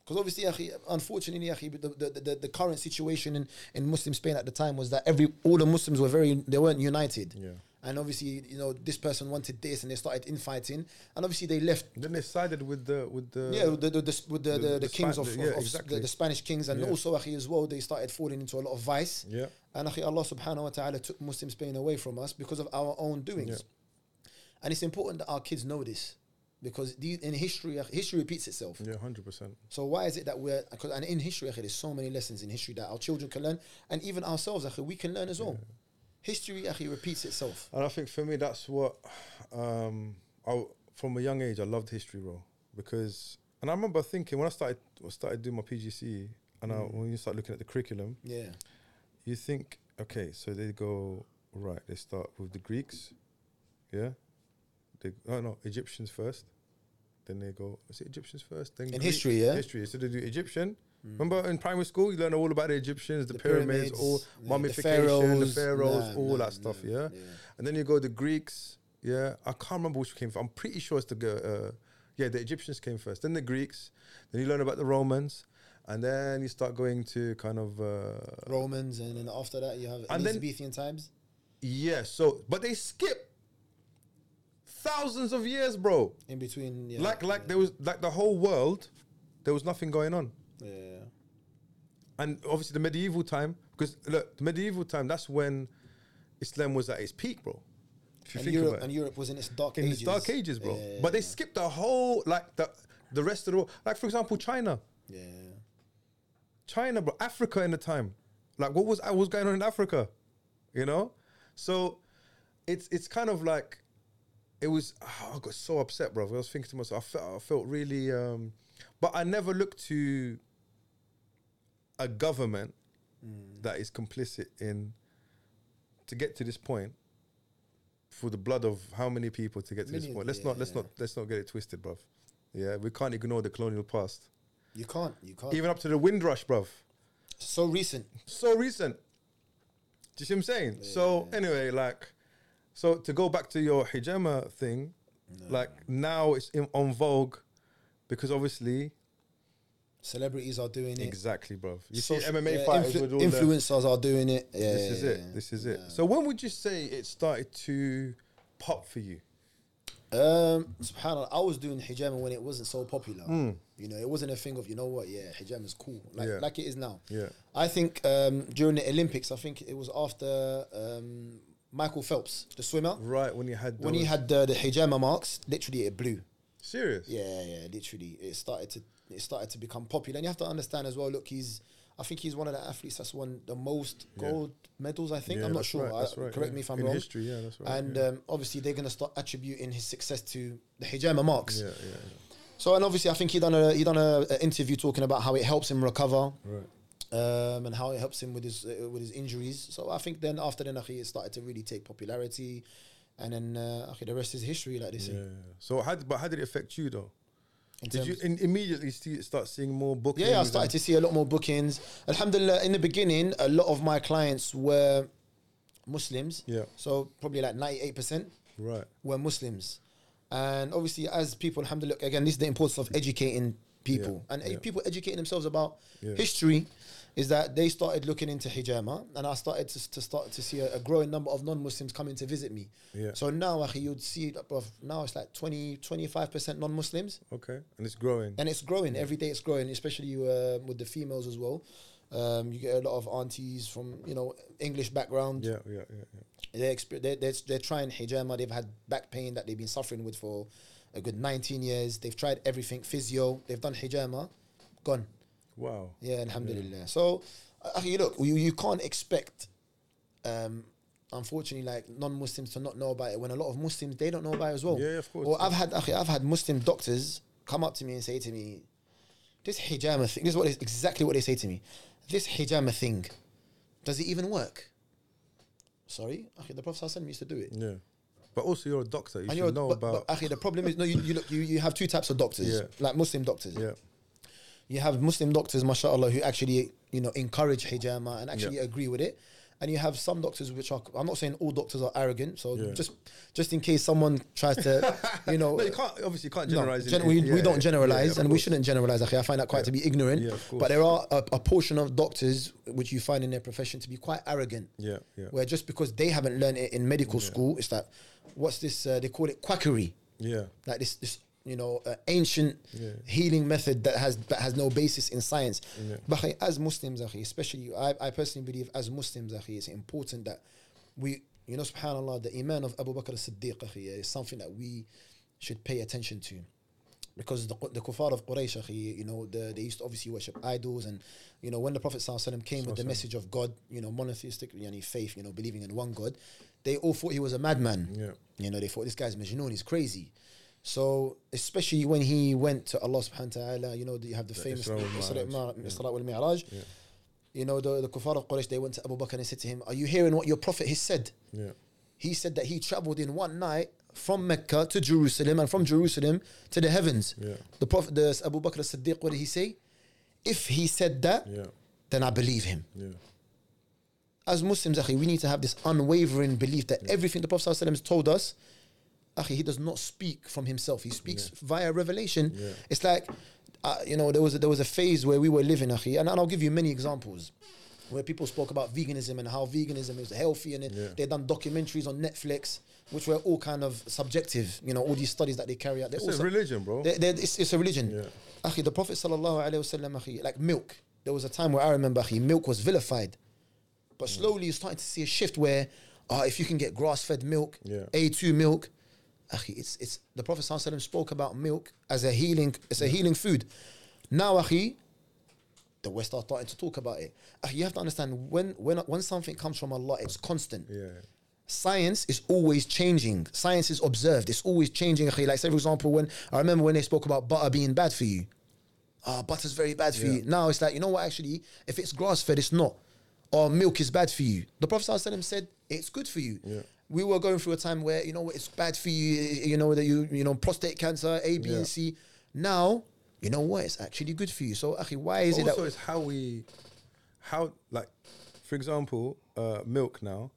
[SPEAKER 2] Because obviously, akhi, unfortunately, akhi, the, the, the, the current situation in, in Muslim Spain at the time was that every all the Muslims were very they weren't united,
[SPEAKER 1] Yeah.
[SPEAKER 2] and obviously, you know, this person wanted this, and they started infighting, and obviously they left.
[SPEAKER 1] Then they sided with the with the
[SPEAKER 2] Yeah, the the, the, with the, the, the,
[SPEAKER 1] the
[SPEAKER 2] kings
[SPEAKER 1] Spa-
[SPEAKER 2] of,
[SPEAKER 1] the-
[SPEAKER 2] of,
[SPEAKER 1] yeah,
[SPEAKER 2] of
[SPEAKER 1] exactly.
[SPEAKER 2] the, the Spanish kings, and
[SPEAKER 1] Yeah.
[SPEAKER 2] also akhi, as well, they started falling into a lot of vice.
[SPEAKER 1] Yeah.
[SPEAKER 2] And akhi, Allah Subhanahu wa Taala took Muslim Spain away from us because of our own doings. And it's important that our kids know this, because these, in history, akhi, history repeats itself.
[SPEAKER 1] yeah, hundred percent.
[SPEAKER 2] So why is it that we're 'cause- and in history, akhi, there's so many lessons in history that our children can learn, and even ourselves, akhi, we can learn as well. History akhi, repeats itself.
[SPEAKER 1] And I think for me, that's what um, I w- from a young age I loved history, bro. Because and I remember thinking when I started I started doing my PGC, E, and I,
[SPEAKER 2] Mm.
[SPEAKER 1] when you start looking at the curriculum,
[SPEAKER 2] Yeah,
[SPEAKER 1] you think, okay, so they go right. They start with the Greeks, yeah. They oh no, Egyptians first. Then they go. Is it Egyptians first? Then
[SPEAKER 2] In history, yeah? Mm.
[SPEAKER 1] history. So they do Egyptian. Remember in primary school, you learn all about the Egyptians, the, pyramids, all
[SPEAKER 2] the- the
[SPEAKER 1] mummification, the pharaohs,
[SPEAKER 2] nah,
[SPEAKER 1] all
[SPEAKER 2] nah,
[SPEAKER 1] that stuff.
[SPEAKER 2] nah,
[SPEAKER 1] yeah? and then you go the Greeks. Yeah, I can't remember which came first. I'm pretty sure it's the G- uh, yeah the Egyptians came first, then the Greeks, then you learn about the Romans, and then you start going to kind of uh,
[SPEAKER 2] Romans, and then after that you have
[SPEAKER 1] And then-
[SPEAKER 2] Elizabethan times.
[SPEAKER 1] Yeah, so but they skip thousands of years, bro.
[SPEAKER 2] In between, yeah,
[SPEAKER 1] Like like there was like the whole world, there was nothing going on.
[SPEAKER 2] yeah, yeah.
[SPEAKER 1] And obviously the medieval time, because look, the medieval time, that's when Islam was at its peak, bro. If you
[SPEAKER 2] And
[SPEAKER 1] think
[SPEAKER 2] Europe,
[SPEAKER 1] about it.
[SPEAKER 2] and Europe was in its dark
[SPEAKER 1] In
[SPEAKER 2] ages.
[SPEAKER 1] its dark ages, bro.
[SPEAKER 2] Yeah,
[SPEAKER 1] But they skipped the whole like the the rest of the world. Like for example, China.
[SPEAKER 2] yeah, yeah.
[SPEAKER 1] China, bro, Africa in the time. Like, what was what was going on in Africa? You know, so it's it's kind of like it was. ah, I got so upset, bro. I was thinking to myself, I felt I felt really, um, but I never looked to a government
[SPEAKER 2] Mm.
[SPEAKER 1] that is complicit in to get to this point for the blood of how many people to get to this
[SPEAKER 2] Millions,
[SPEAKER 1] point. Let's not let's
[SPEAKER 2] yeah.
[SPEAKER 1] not let's not get it twisted, bro. Yeah, we can't ignore the colonial past,
[SPEAKER 2] You can't, you can't.
[SPEAKER 1] even up to the Windrush, bruv
[SPEAKER 2] so recent.
[SPEAKER 1] so recent. Do you see what I'm saying? So anyway, like, so to go back to your hijama thing, like now it's in, on vogue because obviously,
[SPEAKER 2] Celebrities are doing it.
[SPEAKER 1] exactly, bruv. You see
[SPEAKER 2] Social-
[SPEAKER 1] MMA
[SPEAKER 2] yeah,
[SPEAKER 1] fighters
[SPEAKER 2] influ-
[SPEAKER 1] with all the
[SPEAKER 2] influencers are doing it. Yeah,
[SPEAKER 1] this is
[SPEAKER 2] yeah,
[SPEAKER 1] it.
[SPEAKER 2] yeah.
[SPEAKER 1] This is it. So when would you say it started to pop for you?
[SPEAKER 2] Um, subhanallah, I was doing hijama when it wasn't so popular. You know, it wasn't a thing of you know what, yeah, hijama is cool, like
[SPEAKER 1] Hmm. Yeah.
[SPEAKER 2] like it is now.
[SPEAKER 1] Yeah.
[SPEAKER 2] I think um, during the Olympics, I think it was after um, Michael Phelps, the swimmer,
[SPEAKER 1] Right when you had
[SPEAKER 2] when he
[SPEAKER 1] those-
[SPEAKER 2] had the, the hijama marks, literally it blew.
[SPEAKER 1] serious,
[SPEAKER 2] Yeah, yeah, literally, it started to it started to become popular. And you have to understand as well. Look, he's I think he's one of the athletes that's won the most gold medals. I think
[SPEAKER 1] Yeah,
[SPEAKER 2] I'm not
[SPEAKER 1] that's
[SPEAKER 2] sure.
[SPEAKER 1] right,
[SPEAKER 2] I-
[SPEAKER 1] that's right,
[SPEAKER 2] correct
[SPEAKER 1] yeah.
[SPEAKER 2] me if I'm
[SPEAKER 1] In
[SPEAKER 2] wrong.
[SPEAKER 1] history, yeah, that's right,
[SPEAKER 2] And um, obviously, they're going to start attributing his success to the hijama marks.
[SPEAKER 1] yeah, yeah,
[SPEAKER 2] So, and obviously, I think he done a he done a, a interview talking about how it helps him recover.
[SPEAKER 1] right.
[SPEAKER 2] Um, and how it helps him with his uh, with his injuries. So I think then after then, akhi, it started to really take popularity, and then uh, akhi, the rest is history, like they say.
[SPEAKER 1] Yeah. yeah. So how did, but how did it affect you though?
[SPEAKER 2] in
[SPEAKER 1] Did
[SPEAKER 2] terms-
[SPEAKER 1] you in, immediately see, start seeing more bookings?
[SPEAKER 2] Yeah, yeah, I
[SPEAKER 1] and-
[SPEAKER 2] started to see a lot more bookings. Alhamdulillah, in the beginning, a lot of my clients were Muslims.
[SPEAKER 1] Yeah.
[SPEAKER 2] So probably like 98%
[SPEAKER 1] right.
[SPEAKER 2] were Muslims. And obviously, as people, alhamdulillah, again, this is the importance of educating people.
[SPEAKER 1] Yeah,
[SPEAKER 2] And eh,
[SPEAKER 1] yeah.
[SPEAKER 2] people educating themselves about
[SPEAKER 1] Yeah.
[SPEAKER 2] history is that they started looking into hijama. And I started to, to start to see a, a growing number of non Muslims coming to visit me.
[SPEAKER 1] Yeah.
[SPEAKER 2] So now, akhi, you'd see, that, bruv, now it's like 20, 25% non Muslims
[SPEAKER 1] Okay, and it's growing.
[SPEAKER 2] and it's growing every day. It's growing, especially uh, with the females as well. Um, you get a lot of aunties from you know English background.
[SPEAKER 1] Yeah, yeah, yeah, yeah.
[SPEAKER 2] They're, exper- they're, they're they're trying hijama. They've had back pain that they've been suffering with for a good 19 years. They've tried everything, physio. They've done hijama, gone.
[SPEAKER 1] Wow.
[SPEAKER 2] Yeah, alhamdulillah. So, uh, akhi, look, you, you can't expect, um, unfortunately, like non-Muslims to not know about it when a lot of Muslims they don't know about it as well.
[SPEAKER 1] Yeah, of course.
[SPEAKER 2] Or I've had, akhi, I've had Muslim doctors come up to me and say to me, "This hijama thing. This is what they- exactly what they say to me. This hijama thing, does it even work?" Sorry, akhi, the Prophet Sallallahu used to do it.
[SPEAKER 1] Yeah. But also, you're a doctor. You
[SPEAKER 2] And
[SPEAKER 1] should
[SPEAKER 2] you're,
[SPEAKER 1] know
[SPEAKER 2] but,
[SPEAKER 1] about.
[SPEAKER 2] but, akhi, the problem is no. You, you look, you, you have two types of doctors,
[SPEAKER 1] Yeah.
[SPEAKER 2] like Muslim doctors
[SPEAKER 1] yeah.
[SPEAKER 2] you have Muslim doctors, mashallah, who actually you know encourage hijama and actually
[SPEAKER 1] Yeah.
[SPEAKER 2] agree with it. And you have some doctors which are I'm not saying all doctors are arrogant, so
[SPEAKER 1] Yeah.
[SPEAKER 2] just just in case someone tries
[SPEAKER 1] <laughs>
[SPEAKER 2] to you know
[SPEAKER 1] No, you can't. Obviously, you can't
[SPEAKER 2] no,
[SPEAKER 1] generalize.
[SPEAKER 2] gen-
[SPEAKER 1] it.
[SPEAKER 2] we,
[SPEAKER 1] Yeah,
[SPEAKER 2] we don't
[SPEAKER 1] yeah,
[SPEAKER 2] generalize
[SPEAKER 1] yeah, of
[SPEAKER 2] and we
[SPEAKER 1] course.
[SPEAKER 2] shouldn't generalize. Akhi. I find that quite to be ignorant.
[SPEAKER 1] Yeah, of course.
[SPEAKER 2] but there are a, a portion of doctors which you find in their profession to be quite arrogant.
[SPEAKER 1] Yeah, yeah.
[SPEAKER 2] Where just because they haven't learned it in medical school, it's like, what's this? Uh, they call it quackery
[SPEAKER 1] Yeah.
[SPEAKER 2] like this this you know uh, ancient
[SPEAKER 1] Yeah.
[SPEAKER 2] healing method that has that has no basis in science
[SPEAKER 1] Yeah.
[SPEAKER 2] but akhi, as muslims akhi, especially I, I personally believe as muslims akhi, it's important that we you know subhanallah the iman of abu bakr as-siddiq akhi, is something that we should pay attention to because the, the kuffar of Quraysh, akhi, you know, the, they used to obviously worship idols, and you know, when the Prophet SAW came with the message of God, you know, monotheistic you know, faith, you know, believing in one God, they all thought he was a madman.
[SPEAKER 1] Yeah.
[SPEAKER 2] You know, they thought this guy's Majnun, he's crazy. So, especially when he went to Allah subhanahu wa ta'ala, you know, you have the famous
[SPEAKER 1] Isra wal
[SPEAKER 2] Isra
[SPEAKER 1] Mi'raj.
[SPEAKER 2] Ma- Isra wal Mi'raj. You know, the, the kuffar of Quraysh, they went to Abu Bakr and said to him, Are you hearing what your Prophet has said?
[SPEAKER 1] Yeah.
[SPEAKER 2] He said that he traveled in one night from Mecca to Jerusalem and from Jerusalem to the heavens.
[SPEAKER 1] Yeah.
[SPEAKER 2] The Prophet, the Abu Bakr as Siddiq, what did he say? If he said that,
[SPEAKER 1] Yeah.
[SPEAKER 2] then I believe him.
[SPEAKER 1] Yeah.
[SPEAKER 2] As Muslims, akhi, we need to have this unwavering belief that everything the Prophet ﷺ has told us, akhi, he does not speak from himself. He speaks via revelation.
[SPEAKER 1] Yeah.
[SPEAKER 2] It's like, uh, you know, there was, a, there was a phase where we were living, akhi, and, and I'll give you many examples. Where people spoke about veganism and how veganism is healthy, and it-
[SPEAKER 1] Yeah.
[SPEAKER 2] they done documentaries on Netflix, which were all kind of subjective. You know, all these studies that they carry out. They're all
[SPEAKER 1] It's a
[SPEAKER 2] sub-
[SPEAKER 1] religion, bro.
[SPEAKER 2] they- they- it's, it's a religion.
[SPEAKER 1] Yeah.
[SPEAKER 2] Akhi, the Prophet sallallahu alaihi wasallam, akhi, like milk. There was a time where I remember, akhi, milk was vilified, but
[SPEAKER 1] Mm.
[SPEAKER 2] slowly you're starting to see a shift where, uh, if you can get grass-fed milk,
[SPEAKER 1] Yeah.
[SPEAKER 2] A2 milk, akhi, it's it's the Prophet sallallahu alaihi wasallam spoke about milk as a healing, it's a healing food. Now, akhi, the West are starting to talk about it. Akhi, you have to understand when when when something comes from Allah, it's constant
[SPEAKER 1] yeah.
[SPEAKER 2] science is always changing. Science is observed. It's always changing. akhi. Like, say, for example, when I remember when they spoke about butter being bad for you. Ah, butter's very bad for
[SPEAKER 1] Yeah.
[SPEAKER 2] you. Now it's like, you know what, actually, if it's grass fed, it's not. Or milk is bad for you. The Prophet ﷺ said it's good for you.
[SPEAKER 1] Yeah.
[SPEAKER 2] We were going through a time where, you know, what, it's bad for you, you know, that you, you know, prostate cancer, A, B,
[SPEAKER 1] Yeah.
[SPEAKER 2] and C. Now, you know what, it's actually good for you. So, akhi, why is it
[SPEAKER 1] also,
[SPEAKER 2] that.
[SPEAKER 1] it's how we, how like, for example, uh, milk now.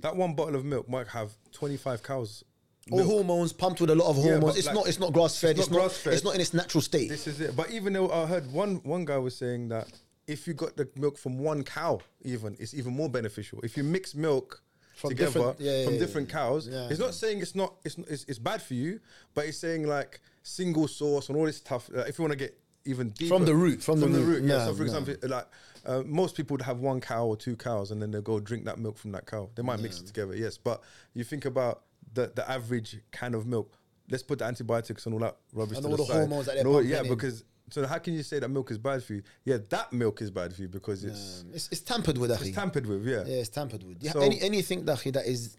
[SPEAKER 1] That one bottle of milk might have twenty five cows.
[SPEAKER 2] All
[SPEAKER 1] milk.
[SPEAKER 2] hormones pumped with a lot of
[SPEAKER 1] Yeah,
[SPEAKER 2] hormones.
[SPEAKER 1] but
[SPEAKER 2] it's
[SPEAKER 1] like-
[SPEAKER 2] not. It's not grass fed.
[SPEAKER 1] it's
[SPEAKER 2] It's,
[SPEAKER 1] not
[SPEAKER 2] not.
[SPEAKER 1] grass-fed.
[SPEAKER 2] It's not in its natural state.
[SPEAKER 1] This is it. But even though I heard one one guy was saying that if you got the milk from one cow, even it's even more beneficial. If you mix milk
[SPEAKER 2] From
[SPEAKER 1] together
[SPEAKER 2] different- yeah,
[SPEAKER 1] from
[SPEAKER 2] yeah,
[SPEAKER 1] different cows,
[SPEAKER 2] Yeah,
[SPEAKER 1] it's not saying it's not it's, it's it's bad for you, but it's saying like single source and all this stuff. Uh, if you want to get even deeper
[SPEAKER 2] the root, from the root.
[SPEAKER 1] yeah.
[SPEAKER 2] No,
[SPEAKER 1] So for
[SPEAKER 2] no.
[SPEAKER 1] example, like uh, most people would have one cow or two cows, and then they'll go drink that milk from that cow. They might mix it together, yes. But you think about the the average can of milk. Let's put the antibiotics and all that rubbish
[SPEAKER 2] And
[SPEAKER 1] to
[SPEAKER 2] all
[SPEAKER 1] the
[SPEAKER 2] the
[SPEAKER 1] side.
[SPEAKER 2] hormones that they're
[SPEAKER 1] And all-
[SPEAKER 2] pumping
[SPEAKER 1] Yeah,
[SPEAKER 2] in.
[SPEAKER 1] because so how can you say that milk is bad for you? Yeah, that milk is bad for you because it's
[SPEAKER 2] Um, it's, it's tampered with, akhi.
[SPEAKER 1] tampered with. Yeah,
[SPEAKER 2] yeah, it's tampered with. Yeah,
[SPEAKER 1] So-
[SPEAKER 2] any, anything, akhi, that is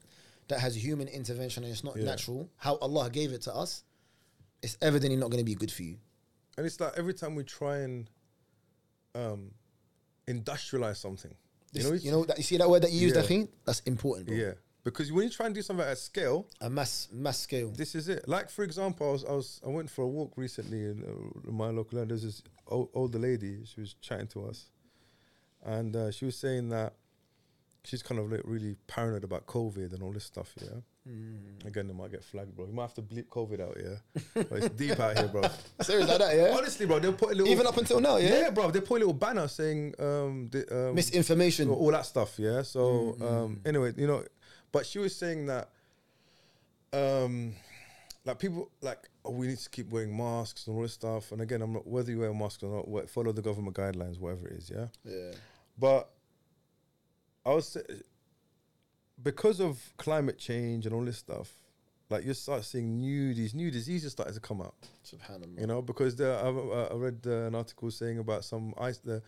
[SPEAKER 2] that has human intervention and it's not
[SPEAKER 1] Yeah.
[SPEAKER 2] natural, how Allah gave it to us, it's evidently not going to be good for you.
[SPEAKER 1] and it's like every time we try and um industrialize something,
[SPEAKER 2] This-
[SPEAKER 1] you know, it's-
[SPEAKER 2] that you see that word that you used,
[SPEAKER 1] Yeah.
[SPEAKER 2] akhi? That's important. Bro.
[SPEAKER 1] yeah. Because when you try and do something at scale,
[SPEAKER 2] A mass mass scale.
[SPEAKER 1] this is it. Like for example, I was I, was, I went for a walk recently in, uh, in my local area. There's this old, older lady. She was chatting to us, and uh, she was saying that she's kind of like really paranoid about COVID and all this stuff. Yeah. Again, they might get flagged, bro. You might have to bleep COVID out here. but it's deep out here, bro.
[SPEAKER 2] Serious
[SPEAKER 1] <laughs>
[SPEAKER 2] like that, yeah.
[SPEAKER 1] Honestly, bro, they'll put a little
[SPEAKER 2] Even up until now,
[SPEAKER 1] yeah,
[SPEAKER 2] yeah.
[SPEAKER 1] bro. They put a little banner saying um, the, um
[SPEAKER 2] Misinformation.
[SPEAKER 1] all that stuff. Yeah. So um, anyway, you know, but she was saying that, um, like people like oh, we need to keep wearing masks and all this stuff. And again, I'm not whether you wear masks or not. wha- Follow the government guidelines, whatever it is. Yeah.
[SPEAKER 2] Yeah.
[SPEAKER 1] But I was sa- because of climate change and all this stuff. Like you start seeing new these new diseases starting to come out,
[SPEAKER 2] Subhanallah.
[SPEAKER 1] you know, because there I, I read uh, an article saying about some ice. The,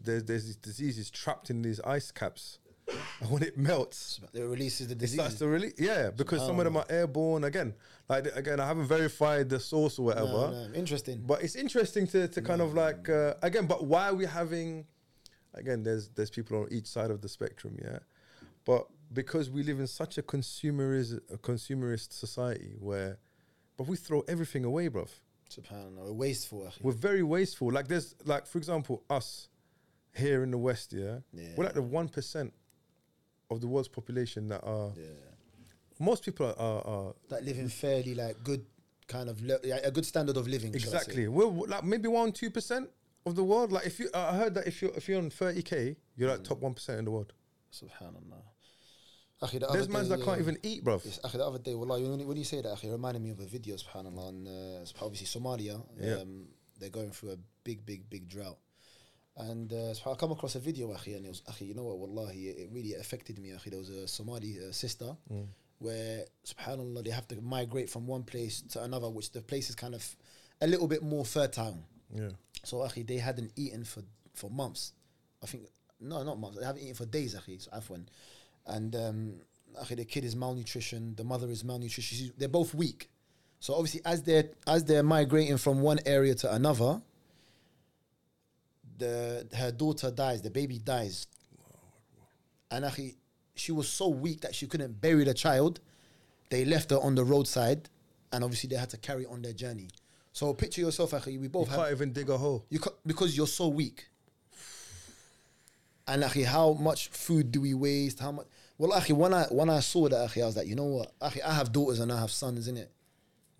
[SPEAKER 1] there's there's these diseases trapped in these ice caps, <laughs> and when it melts,
[SPEAKER 2] It releases the
[SPEAKER 1] it
[SPEAKER 2] disease.
[SPEAKER 1] starts to really yeah. Because some of
[SPEAKER 2] Oh.
[SPEAKER 1] them are airborne again. Like again, I haven't verified the source or whatever.
[SPEAKER 2] No, no, Interesting.
[SPEAKER 1] But it's interesting to, to kind of like uh, again, but why are we having again? There's there's people on each side of the spectrum, yeah. But because we live in such a consumerist a consumerist society where, but we throw everything away, bruv.
[SPEAKER 2] Subhanallah. We're wasteful, akhi.
[SPEAKER 1] We're very wasteful. Like there's like for example us here in the West, yeah, we're like the one percent of the world's population that are
[SPEAKER 2] Yeah.
[SPEAKER 1] most people are, are, are
[SPEAKER 2] Like living fairly, like good kind of, le- yeah, a good standard of living. shall I say.
[SPEAKER 1] Exactly. We're w- like maybe one two percent of the world. Like if you, I heard that if you if you're on thirty k, you're
[SPEAKER 2] Mm.
[SPEAKER 1] like top one percent in the world.
[SPEAKER 2] Subhanallah. Akhi, the
[SPEAKER 1] There's
[SPEAKER 2] other
[SPEAKER 1] mans
[SPEAKER 2] day,
[SPEAKER 1] that can't
[SPEAKER 2] yeah.
[SPEAKER 1] even eat, bruv.
[SPEAKER 2] Yes, akhi, the other day, wallah, when, you- when you say that, akhi, it reminded me of a video, subhanallah, and uh, it's obviously Somalia.
[SPEAKER 1] Yeah.
[SPEAKER 2] Um, they're going through a big, big, big drought. And uh, subhan- I come across a video, akhi, and it was, akhi, you know what, wallahi, it, it really affected me, akhi. There was a Somali uh, sister
[SPEAKER 1] Mm.
[SPEAKER 2] where, subhanallah, they have to migrate from one place to another, which the place is kind of a little bit more fertile.
[SPEAKER 1] Yeah,
[SPEAKER 2] So akhi, they hadn't eaten for for months. I think no, not months. They haven't eaten for days, akhi. So afwan, and um, akhi, the kid is malnutrition. The mother is malnutrition. She's, they're both weak. So obviously, as they're as they're migrating from one area to another, the her daughter dies. The baby dies. And akhi, she was so weak that she couldn't bury the child. They left her on the roadside, and obviously they had to carry on their journey. So picture yourself, Akhi, we both
[SPEAKER 1] You
[SPEAKER 2] have
[SPEAKER 1] can't even dig a hole.
[SPEAKER 2] you ca- because you're so weak. And akhi, how much food do we waste? How much? Well, akhi, when I when I saw that, akhi, I was like, you know what, akhi, I have daughters and I have sons, innit?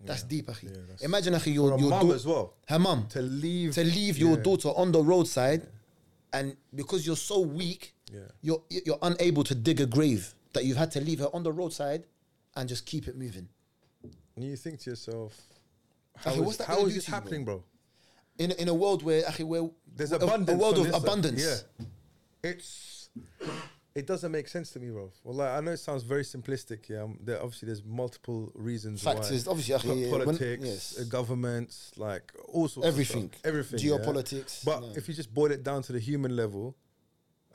[SPEAKER 2] That's deep, akhi.
[SPEAKER 1] Yeah, that's-
[SPEAKER 2] Imagine, akhi, your
[SPEAKER 1] Your
[SPEAKER 2] your
[SPEAKER 1] mum
[SPEAKER 2] dau-
[SPEAKER 1] as well.
[SPEAKER 2] her mum
[SPEAKER 1] To leave.
[SPEAKER 2] to leave your
[SPEAKER 1] Yeah.
[SPEAKER 2] daughter on the roadside, and because you're so weak,
[SPEAKER 1] Yeah.
[SPEAKER 2] you're you're unable to dig a grave that you've had to leave her on the roadside, and just keep it moving.
[SPEAKER 1] And you think to yourself, how
[SPEAKER 2] Okay,
[SPEAKER 1] is-
[SPEAKER 2] what's that
[SPEAKER 1] how
[SPEAKER 2] gonna
[SPEAKER 1] is
[SPEAKER 2] do
[SPEAKER 1] this
[SPEAKER 2] to you, bro?
[SPEAKER 1] happening, bro?
[SPEAKER 2] In a- in a world where akhi, where
[SPEAKER 1] There's
[SPEAKER 2] a-
[SPEAKER 1] abundance.
[SPEAKER 2] a, world
[SPEAKER 1] on
[SPEAKER 2] of
[SPEAKER 1] this uh, side.
[SPEAKER 2] abundance.
[SPEAKER 1] Yeah. It's it doesn't make sense to me, bro. Well, I know it sounds very simplistic. Yeah, um, there, obviously there's multiple reasons. why.
[SPEAKER 2] Factors, obviously,
[SPEAKER 1] Po-
[SPEAKER 2] actually, when-
[SPEAKER 1] politics,
[SPEAKER 2] yes.
[SPEAKER 1] uh, governments, like all sorts.
[SPEAKER 2] Everything.
[SPEAKER 1] of stuff. everything, yeah.
[SPEAKER 2] Geopolitics,
[SPEAKER 1] But
[SPEAKER 2] yeah.
[SPEAKER 1] if you just boil it down to the human level,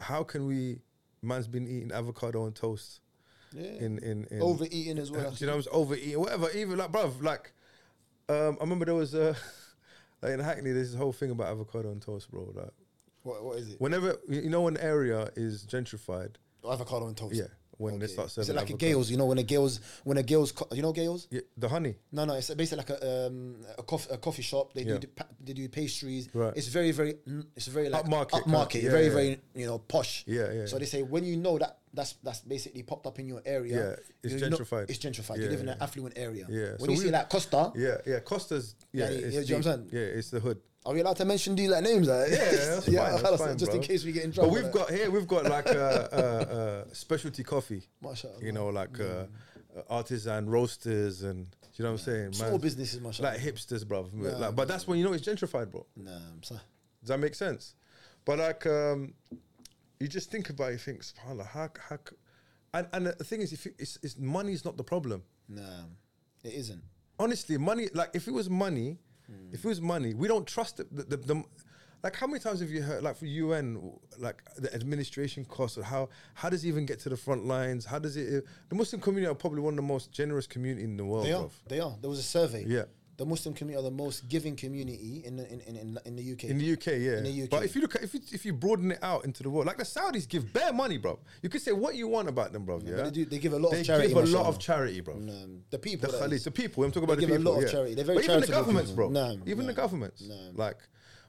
[SPEAKER 1] how can we? Man's been eating avocado on toast.
[SPEAKER 2] Yeah.
[SPEAKER 1] In in, in
[SPEAKER 2] Overeating as
[SPEAKER 1] uh,
[SPEAKER 2] well.
[SPEAKER 1] do you know, I was overeating, whatever. Even like, bruv, like, um, I remember there was a, <laughs> like in Hackney, there's this whole thing about avocado on toast, bro. Like,
[SPEAKER 2] What, what is it?
[SPEAKER 1] whenever you know an area is gentrified,
[SPEAKER 2] Avocado and toast.
[SPEAKER 1] yeah, when they
[SPEAKER 2] Okay.
[SPEAKER 1] start
[SPEAKER 2] Is
[SPEAKER 1] serving
[SPEAKER 2] it like a
[SPEAKER 1] avocado.
[SPEAKER 2] Gales? You know when a Gales when a Gales co- you know Gales?
[SPEAKER 1] Yeah, the honey.
[SPEAKER 2] No, no. It's basically like a um, a, cof- a coffee shop. They
[SPEAKER 1] Yeah.
[SPEAKER 2] do the pa- they do pastries.
[SPEAKER 1] Right.
[SPEAKER 2] It's very very mm, it's very like
[SPEAKER 1] Upmarket kind of-
[SPEAKER 2] upmarket,
[SPEAKER 1] yeah,
[SPEAKER 2] very
[SPEAKER 1] yeah.
[SPEAKER 2] very you know posh.
[SPEAKER 1] Yeah, yeah,
[SPEAKER 2] So
[SPEAKER 1] yeah.
[SPEAKER 2] they say when you know that that's that's basically popped up in your area.
[SPEAKER 1] Yeah, it's
[SPEAKER 2] you know-
[SPEAKER 1] gentrified.
[SPEAKER 2] it's gentrified. you
[SPEAKER 1] Yeah,
[SPEAKER 2] live in
[SPEAKER 1] yeah.
[SPEAKER 2] an affluent area.
[SPEAKER 1] Yeah,
[SPEAKER 2] When
[SPEAKER 1] so
[SPEAKER 2] you
[SPEAKER 1] we-
[SPEAKER 2] see like Costa,
[SPEAKER 1] Yeah, yeah. Costa's yeah,
[SPEAKER 2] Yeah, yeah,
[SPEAKER 1] it's
[SPEAKER 2] yeah, do you know what I'm
[SPEAKER 1] deep.
[SPEAKER 2] saying?
[SPEAKER 1] yeah, it's the hood.
[SPEAKER 2] are we allowed to mention these like names? Like,
[SPEAKER 1] Yeah,
[SPEAKER 2] <laughs>
[SPEAKER 1] that's fine, that's
[SPEAKER 2] خلاص,
[SPEAKER 1] fine,
[SPEAKER 2] just in
[SPEAKER 1] bro.
[SPEAKER 2] case we get in
[SPEAKER 1] But
[SPEAKER 2] trouble.
[SPEAKER 1] we've
[SPEAKER 2] like,
[SPEAKER 1] got here, we've got like a, <laughs> a, a specialty coffee.
[SPEAKER 2] MashaAllah.
[SPEAKER 1] You know, like
[SPEAKER 2] Mm.
[SPEAKER 1] uh, artisan roasters and do you know what I'm saying?
[SPEAKER 2] small
[SPEAKER 1] Man's-
[SPEAKER 2] businesses, mashallah.
[SPEAKER 1] Like hipsters, bruv. Like, but that's when you know it's gentrified, bro.
[SPEAKER 2] nah, صح.
[SPEAKER 1] Does that make sense? But like, um, you just think about it, you think, subhanAllah, how, c- how, c-" and, and the thing is, if you, it's, it's money's not the problem.
[SPEAKER 2] Nah, it isn't.
[SPEAKER 1] Honestly, money, like if it was money, if it was money, we don't trust it. The, the, the, like how many times have you heard, like for UN, w- like the administration costs, or how, how does it even get to the front lines? How does it, the Muslim community are probably one of the most generous community in the world,
[SPEAKER 2] They are.
[SPEAKER 1] bruv.
[SPEAKER 2] They are. There was a survey.
[SPEAKER 1] Yeah.
[SPEAKER 2] The Muslim community are the most giving community in the, in, in, in, in the UK.
[SPEAKER 1] In the UK, yeah.
[SPEAKER 2] In the UK.
[SPEAKER 1] But if you look at if you, if you broaden it out into the world, like the Saudis give bare money, bro. You could say what you want about them, bro. Yeah,
[SPEAKER 2] they do- they give a lot of
[SPEAKER 1] They
[SPEAKER 2] charity,
[SPEAKER 1] give a lot
[SPEAKER 2] mashallah.
[SPEAKER 1] of charity, bro.
[SPEAKER 2] um, the
[SPEAKER 1] The
[SPEAKER 2] people. that
[SPEAKER 1] Khalid,
[SPEAKER 2] is-
[SPEAKER 1] the people. I'm talking about
[SPEAKER 2] They
[SPEAKER 1] the
[SPEAKER 2] give a
[SPEAKER 1] people.
[SPEAKER 2] lot of
[SPEAKER 1] yeah.
[SPEAKER 2] charity. They're very
[SPEAKER 1] but even the
[SPEAKER 2] charitable
[SPEAKER 1] governments,
[SPEAKER 2] people.
[SPEAKER 1] bro.
[SPEAKER 2] No,
[SPEAKER 1] even the
[SPEAKER 2] no,
[SPEAKER 1] governments. Like,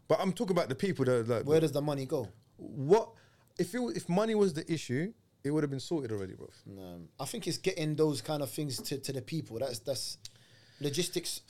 [SPEAKER 1] but I'm talking about the people. That, like,
[SPEAKER 2] where does the money go?
[SPEAKER 1] what if it, wa- if money was the issue, it would have been sorted already, bro.
[SPEAKER 2] Um, I think it's getting those kind of things to, to the people. That's that's logistics.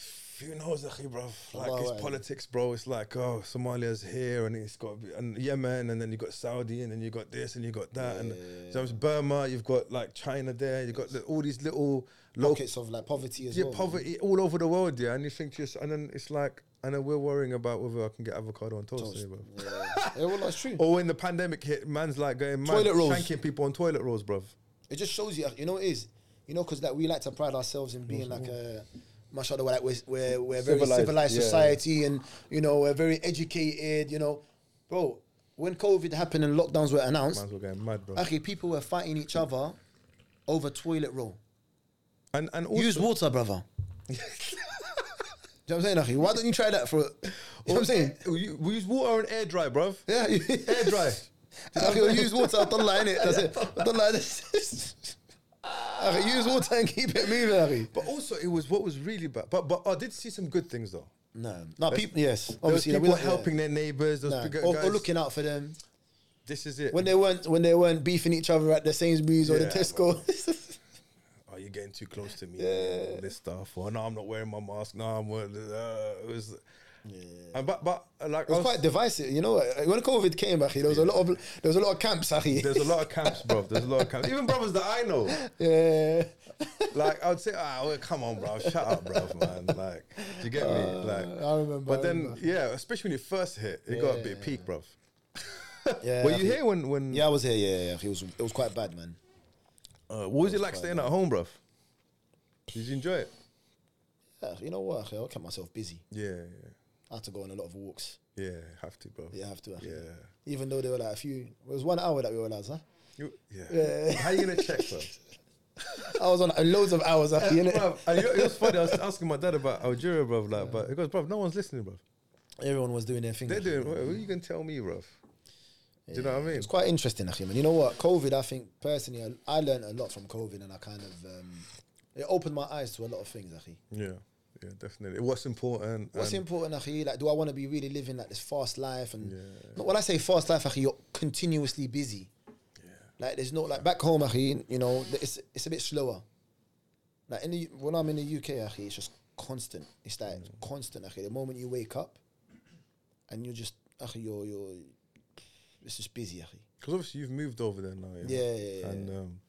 [SPEAKER 1] Who knows, akhi, bro? Like
[SPEAKER 2] Allah
[SPEAKER 1] it's
[SPEAKER 2] wa'ala.
[SPEAKER 1] politics, bro. It's like oh, Somalia's here, and it's got and Yemen, and then you got Saudi, and then you got this, and you got that, and so it's Burma. You've got like China there. You have got the, all these little local
[SPEAKER 2] Pockets of like poverty as
[SPEAKER 1] yeah,
[SPEAKER 2] well.
[SPEAKER 1] poverty all over the world, yeah. And you think just and then it's like and then we're worrying about whether I can get avocado on toast, here, bro.
[SPEAKER 2] Yeah. yeah, well, that's
[SPEAKER 1] <laughs>
[SPEAKER 2] true.
[SPEAKER 1] Or Oh, when the pandemic hit, man's like going mad,
[SPEAKER 2] Toilet rolls.
[SPEAKER 1] shanking people on toilet rolls, bruv.
[SPEAKER 2] It just shows you, you know, what it is, you know, because that we like to pride ourselves in being like a, mashallah, we're like we're we're, we're a very civilized,
[SPEAKER 1] Civilized, yeah, yeah.
[SPEAKER 2] society, and you know, we're very educated, you know, bro. When COVID happened and lockdowns were announced,
[SPEAKER 1] Man's were going mad, bro.
[SPEAKER 2] okay, people were fighting each other over toilet roll.
[SPEAKER 1] And and also,
[SPEAKER 2] Use
[SPEAKER 1] <laughs>
[SPEAKER 2] water, brother. Do you know what I'm saying, Akhi? Why don't you try that for? You know what I'm saying?
[SPEAKER 1] we we use water and air dry, bruv.
[SPEAKER 2] Yeah, <laughs>
[SPEAKER 1] Air dry.
[SPEAKER 2] Akhi, well, use water. Don't it. That's it. <laughs> Don't Akhi, use water and keep it moving, Akhi.
[SPEAKER 1] But also, it was what was really bad. But but I did see some good things though.
[SPEAKER 2] No, no, people. Yes,
[SPEAKER 1] There was
[SPEAKER 2] obviously,
[SPEAKER 1] people
[SPEAKER 2] we don't-
[SPEAKER 1] helping their neighbors. Those
[SPEAKER 2] yeah.
[SPEAKER 1] big
[SPEAKER 2] No,
[SPEAKER 1] guys.
[SPEAKER 2] or, or looking out for them
[SPEAKER 1] This is it.
[SPEAKER 2] when they weren't when they weren't beefing each other at the Sainsbury's or the
[SPEAKER 1] Yeah,
[SPEAKER 2] Tesco. <laughs>
[SPEAKER 1] oh, you're getting too close to me. Yeah. This stuff. Or no, I'm not wearing my mask. No, I'm. wearing- Uh, it was. And but but uh, like
[SPEAKER 2] it
[SPEAKER 1] I
[SPEAKER 2] was
[SPEAKER 1] was-
[SPEAKER 2] quite divisive, you know. uh, When COVID came, Akhi, there was a lot of there was a lot of camps, Akhi.
[SPEAKER 1] <laughs> there's a lot of camps, bro. There's a lot of camps. Even brothers that I know,
[SPEAKER 2] <laughs> Yeah,
[SPEAKER 1] like I would say, ah, well, come on, bro, shut up, bro, man. Like, do you get me? Like,
[SPEAKER 2] Uh, I remember, I
[SPEAKER 1] But then,
[SPEAKER 2] remember.
[SPEAKER 1] yeah, especially when it first hit, it got a bit peak, bro.
[SPEAKER 2] yeah.
[SPEAKER 1] Were you
[SPEAKER 2] Akhi.
[SPEAKER 1] here when when?
[SPEAKER 2] Yeah, I was here. Yeah, yeah, yeah. Akhi, It was it was quite bad, man.
[SPEAKER 1] Uh, what was it like staying at home, bro? Did you enjoy it?
[SPEAKER 2] Yeah, you know what? Akhi, I kept myself busy.
[SPEAKER 1] Yeah,
[SPEAKER 2] I had to go on a lot of walks.
[SPEAKER 1] yeah, yeah. Have to, bro.
[SPEAKER 2] Yeah, I have to. Akhi.
[SPEAKER 1] yeah.
[SPEAKER 2] Even though there were like a few, it was one hour that we were allowed. Huh?
[SPEAKER 1] You- yeah. How you gonna check, bro?
[SPEAKER 2] <laughs> I was on uh, loads of hours,
[SPEAKER 1] <laughs>
[SPEAKER 2] Akhi. innit?
[SPEAKER 1] Bruv, and you- it was funny. I was asking my dad about Algeria, bro. Like, but he goes, bro, no one's listening, bro.
[SPEAKER 2] Everyone was doing their thing.
[SPEAKER 1] They're
[SPEAKER 2] Akhi.
[SPEAKER 1] doing. What, what are you gonna tell me, bro? Do you know what I mean?
[SPEAKER 2] It's quite interesting, Achim. And you know what? COVID, I think personally, I, I learned a lot from COVID and I kind of um, It opened my eyes to a lot of things, Akhi.
[SPEAKER 1] Yeah, yeah, definitely. What's important?
[SPEAKER 2] What's
[SPEAKER 1] and-
[SPEAKER 2] important, Akhi? Like, do I want to be really living like this fast life? And
[SPEAKER 1] Um, Yeah.
[SPEAKER 2] not when I say fast life, Akhi, you're continuously busy. Like, there's no like back home, Akhi. You know, th- it's it's a bit slower. Like in the, when I'm in the UK, Akhi, it's just constant. It's like
[SPEAKER 1] Mm.
[SPEAKER 2] constant, Akhi. The moment you wake up, and you're just Akhi, you're you're it's just busy, Akhi.
[SPEAKER 1] Because obviously you've moved over there now. Yeah.
[SPEAKER 2] Yeah, yeah, yeah.
[SPEAKER 1] And um,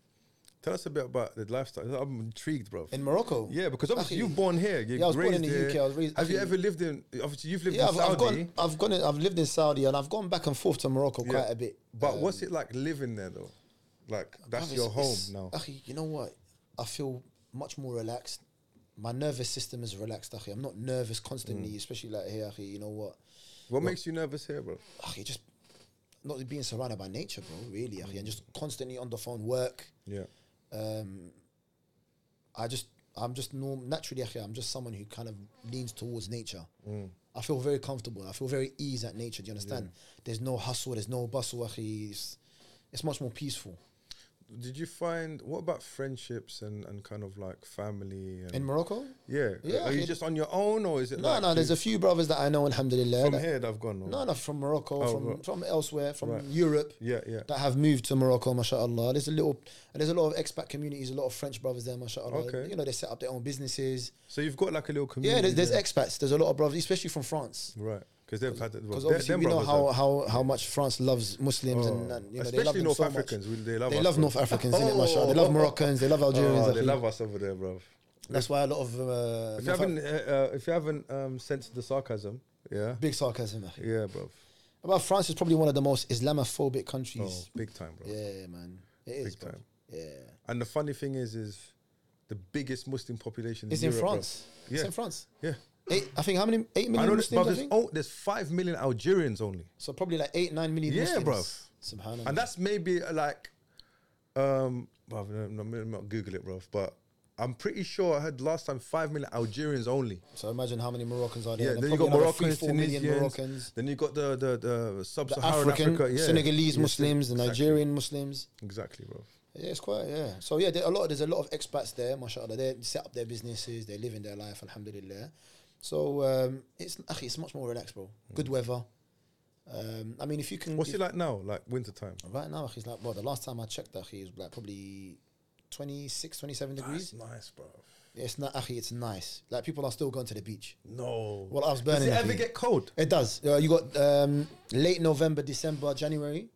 [SPEAKER 1] tell us a bit about the lifestyle. I'm intrigued, bro.
[SPEAKER 2] In Morocco,
[SPEAKER 1] yeah, because obviously
[SPEAKER 2] Akhi.
[SPEAKER 1] you've born here. You're
[SPEAKER 2] Yeah, I was born
[SPEAKER 1] raised
[SPEAKER 2] in the
[SPEAKER 1] here.
[SPEAKER 2] UK, I was raised-
[SPEAKER 1] Have you
[SPEAKER 2] Akhi.
[SPEAKER 1] ever lived in? Obviously, you've lived
[SPEAKER 2] yeah.
[SPEAKER 1] in
[SPEAKER 2] I've,
[SPEAKER 1] Saudi.
[SPEAKER 2] I've gone, I've gone, in, I've lived in Saudi, and I've gone back and forth to Morocco
[SPEAKER 1] Yeah.
[SPEAKER 2] quite a bit.
[SPEAKER 1] but
[SPEAKER 2] Um,
[SPEAKER 1] what's it like living there though? Like that's
[SPEAKER 2] Bruv,
[SPEAKER 1] your
[SPEAKER 2] it's-
[SPEAKER 1] home
[SPEAKER 2] it's-
[SPEAKER 1] now.
[SPEAKER 2] Akhi, you know what? I feel much more relaxed. My nervous system is relaxed, Akhi. I'm not nervous constantly,
[SPEAKER 1] Mm.
[SPEAKER 2] especially like here, Akhi. You know what?
[SPEAKER 1] What makes you nervous here, bro?
[SPEAKER 2] Akhi, just not being surrounded by nature, bro, really, Akhi. And just constantly on the phone, work.
[SPEAKER 1] Yeah.
[SPEAKER 2] Um, I just, I'm just norm- naturally, Akhi, I'm just someone who kind of leans towards nature.
[SPEAKER 1] Mm.
[SPEAKER 2] I feel very comfortable. I feel very ease at nature. Do you understand? There's no hustle, there's no bustle, Akhi. It's, it's much more peaceful.
[SPEAKER 1] Did you find what about friendships and, and kind of like family? And,
[SPEAKER 2] In Morocco?
[SPEAKER 1] yeah.
[SPEAKER 2] Yeah,
[SPEAKER 1] Are you
[SPEAKER 2] okay.
[SPEAKER 1] just on your own or is it
[SPEAKER 2] No,
[SPEAKER 1] like
[SPEAKER 2] no, there's a few brothers that I know, alhamdulillah.
[SPEAKER 1] from
[SPEAKER 2] that-
[SPEAKER 1] here that I've gone? or-
[SPEAKER 2] No, no, from Morocco,
[SPEAKER 1] Oh,
[SPEAKER 2] from,
[SPEAKER 1] right.
[SPEAKER 2] from elsewhere, from
[SPEAKER 1] Right.
[SPEAKER 2] Europe
[SPEAKER 1] Yeah, yeah.
[SPEAKER 2] that have moved to Morocco, mashallah. There's a little, and there's a lot of expat communities, a lot of French brothers there, mashallah.
[SPEAKER 1] Okay.
[SPEAKER 2] You know, they set up their own businesses.
[SPEAKER 1] So you've got like a little community.
[SPEAKER 2] Yeah, there's, there's e-
[SPEAKER 1] there.
[SPEAKER 2] expats. There's a lot of brothers, especially from France.
[SPEAKER 1] right because they've had it. well,
[SPEAKER 2] Because
[SPEAKER 1] they-
[SPEAKER 2] obviously
[SPEAKER 1] them
[SPEAKER 2] we know
[SPEAKER 1] brothers
[SPEAKER 2] how,
[SPEAKER 1] have-
[SPEAKER 2] how, how much France loves Muslims and,
[SPEAKER 1] Oh,
[SPEAKER 2] and you know,
[SPEAKER 1] especially
[SPEAKER 2] they love them
[SPEAKER 1] North
[SPEAKER 2] so much.
[SPEAKER 1] Africans. we- They love
[SPEAKER 2] They
[SPEAKER 1] us,
[SPEAKER 2] love
[SPEAKER 1] bro.
[SPEAKER 2] North Africans, innit,
[SPEAKER 1] Oh.
[SPEAKER 2] mashallah. They love Moroccans, they love Algerians.
[SPEAKER 1] Oh,
[SPEAKER 2] I
[SPEAKER 1] they
[SPEAKER 2] think.
[SPEAKER 1] love us over there, bro.
[SPEAKER 2] That's why a lot of
[SPEAKER 1] If
[SPEAKER 2] uh,
[SPEAKER 1] you
[SPEAKER 2] North
[SPEAKER 1] haven't, uh, uh, if you haven't um, sensed the sarcasm, yeah,
[SPEAKER 2] Af- big sarcasm. eh.
[SPEAKER 1] yeah, Oh, bro.
[SPEAKER 2] About France is probably one of the most Islamophobic
[SPEAKER 1] Oh,
[SPEAKER 2] countries.
[SPEAKER 1] big time, bro.
[SPEAKER 2] Yeah, man. It is.
[SPEAKER 1] Big
[SPEAKER 2] bro.
[SPEAKER 1] time.
[SPEAKER 2] Yeah.
[SPEAKER 1] And the funny thing is, is the biggest Muslim population
[SPEAKER 2] It's in
[SPEAKER 1] Europe, bruv.
[SPEAKER 2] France. It's
[SPEAKER 1] Yeah.
[SPEAKER 2] in France.
[SPEAKER 1] Yeah,
[SPEAKER 2] Eight, I think how many? Eight
[SPEAKER 1] I
[SPEAKER 2] million
[SPEAKER 1] know. this-
[SPEAKER 2] Muslims.
[SPEAKER 1] bruv,
[SPEAKER 2] I
[SPEAKER 1] there's,
[SPEAKER 2] think?
[SPEAKER 1] oh, there's five million Algerians only,
[SPEAKER 2] so probably like eight, nine million.
[SPEAKER 1] Yeah,
[SPEAKER 2] Muslims.
[SPEAKER 1] bruv.
[SPEAKER 2] Subhanallah.
[SPEAKER 1] and that's maybe uh, like, um, bruv, no, no, I'm not Google it, bro. But I'm pretty sure I heard last time five million Algerians only.
[SPEAKER 2] so imagine how many Moroccans are
[SPEAKER 1] Yeah,
[SPEAKER 2] there.
[SPEAKER 1] then you got Moroccans, Tunisians,
[SPEAKER 2] Moroccans,
[SPEAKER 1] Then you got the the, the
[SPEAKER 2] the
[SPEAKER 1] sub-Saharan
[SPEAKER 2] African,
[SPEAKER 1] Africa, yeah. Yes,
[SPEAKER 2] Senegalese Muslims, the
[SPEAKER 1] exactly.
[SPEAKER 2] Nigerian Muslims.
[SPEAKER 1] Exactly, bro.
[SPEAKER 2] Yeah, it's quite yeah. So yeah, there, a lot. There's a lot of expats there. Mashallah, they set up their businesses. They're living their life. Alhamdulillah. So um, it's akhi, it's much more relaxed, bro. Good weather. Um, I mean, if you can,
[SPEAKER 1] Mm. What's
[SPEAKER 2] if-
[SPEAKER 1] it like now? Like winter time.
[SPEAKER 2] <laughs> Right now, he's like, well, the last time I checked, that he was like probably 26, 27 degrees.
[SPEAKER 1] nice, bro.
[SPEAKER 2] Yeah, It's not, actually, it's nice. Like, people are still going to the beach.
[SPEAKER 1] No.
[SPEAKER 2] Well, I was
[SPEAKER 1] Does it
[SPEAKER 2] burning. It,
[SPEAKER 1] ever get cold?
[SPEAKER 2] it does. Uh, you got um, late November, December, January.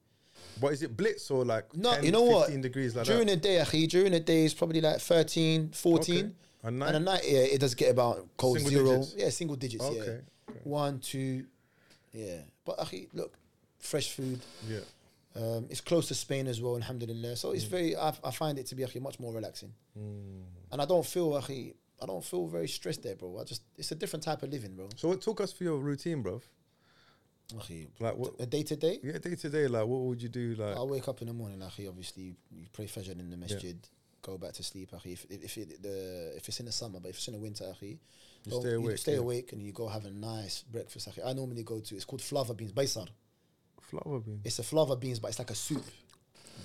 [SPEAKER 1] But is it blitz or like
[SPEAKER 2] No,
[SPEAKER 1] 10,
[SPEAKER 2] you know
[SPEAKER 1] 15
[SPEAKER 2] what?
[SPEAKER 1] degrees like
[SPEAKER 2] during
[SPEAKER 1] that?
[SPEAKER 2] the day, Achi, during the day, it's probably like 13, 14.
[SPEAKER 1] Okay. At
[SPEAKER 2] And at
[SPEAKER 1] night?
[SPEAKER 2] night, yeah, it does get about cold
[SPEAKER 1] Single
[SPEAKER 2] zero.
[SPEAKER 1] digits?
[SPEAKER 2] Yeah, single digits. yeah.
[SPEAKER 1] Okay, okay.
[SPEAKER 2] One, two. Yeah. But, Achi, look, fresh food.
[SPEAKER 1] Yeah.
[SPEAKER 2] Um, it's close to Spain as well, alhamdulillah. So
[SPEAKER 1] Mm.
[SPEAKER 2] it's very, I, I find it to be actually much more relaxing. And I don't feel, actually, I don't feel very stressed there, bro. I just, it's a different type of living, bro.
[SPEAKER 1] So what took us for your routine, bro?
[SPEAKER 2] Akhi,
[SPEAKER 1] Like what?
[SPEAKER 2] a day to day,
[SPEAKER 1] Yeah, day to day. Like what would you do? Like
[SPEAKER 2] I wake up in the morning, akhi, obviously, you pray Fajr in the masjid, go back to sleep, akhi. If, if, it, the, if it's in the summer, but if it's in the winter, akhi,
[SPEAKER 1] You
[SPEAKER 2] go-
[SPEAKER 1] stay awake,
[SPEAKER 2] stay
[SPEAKER 1] yeah.
[SPEAKER 2] awake and Oh, you go have a nice breakfast, akhi. I normally go to, it's called flava beans, baisar.
[SPEAKER 1] flower bean.
[SPEAKER 2] It's a flava beans, but it's like a soup.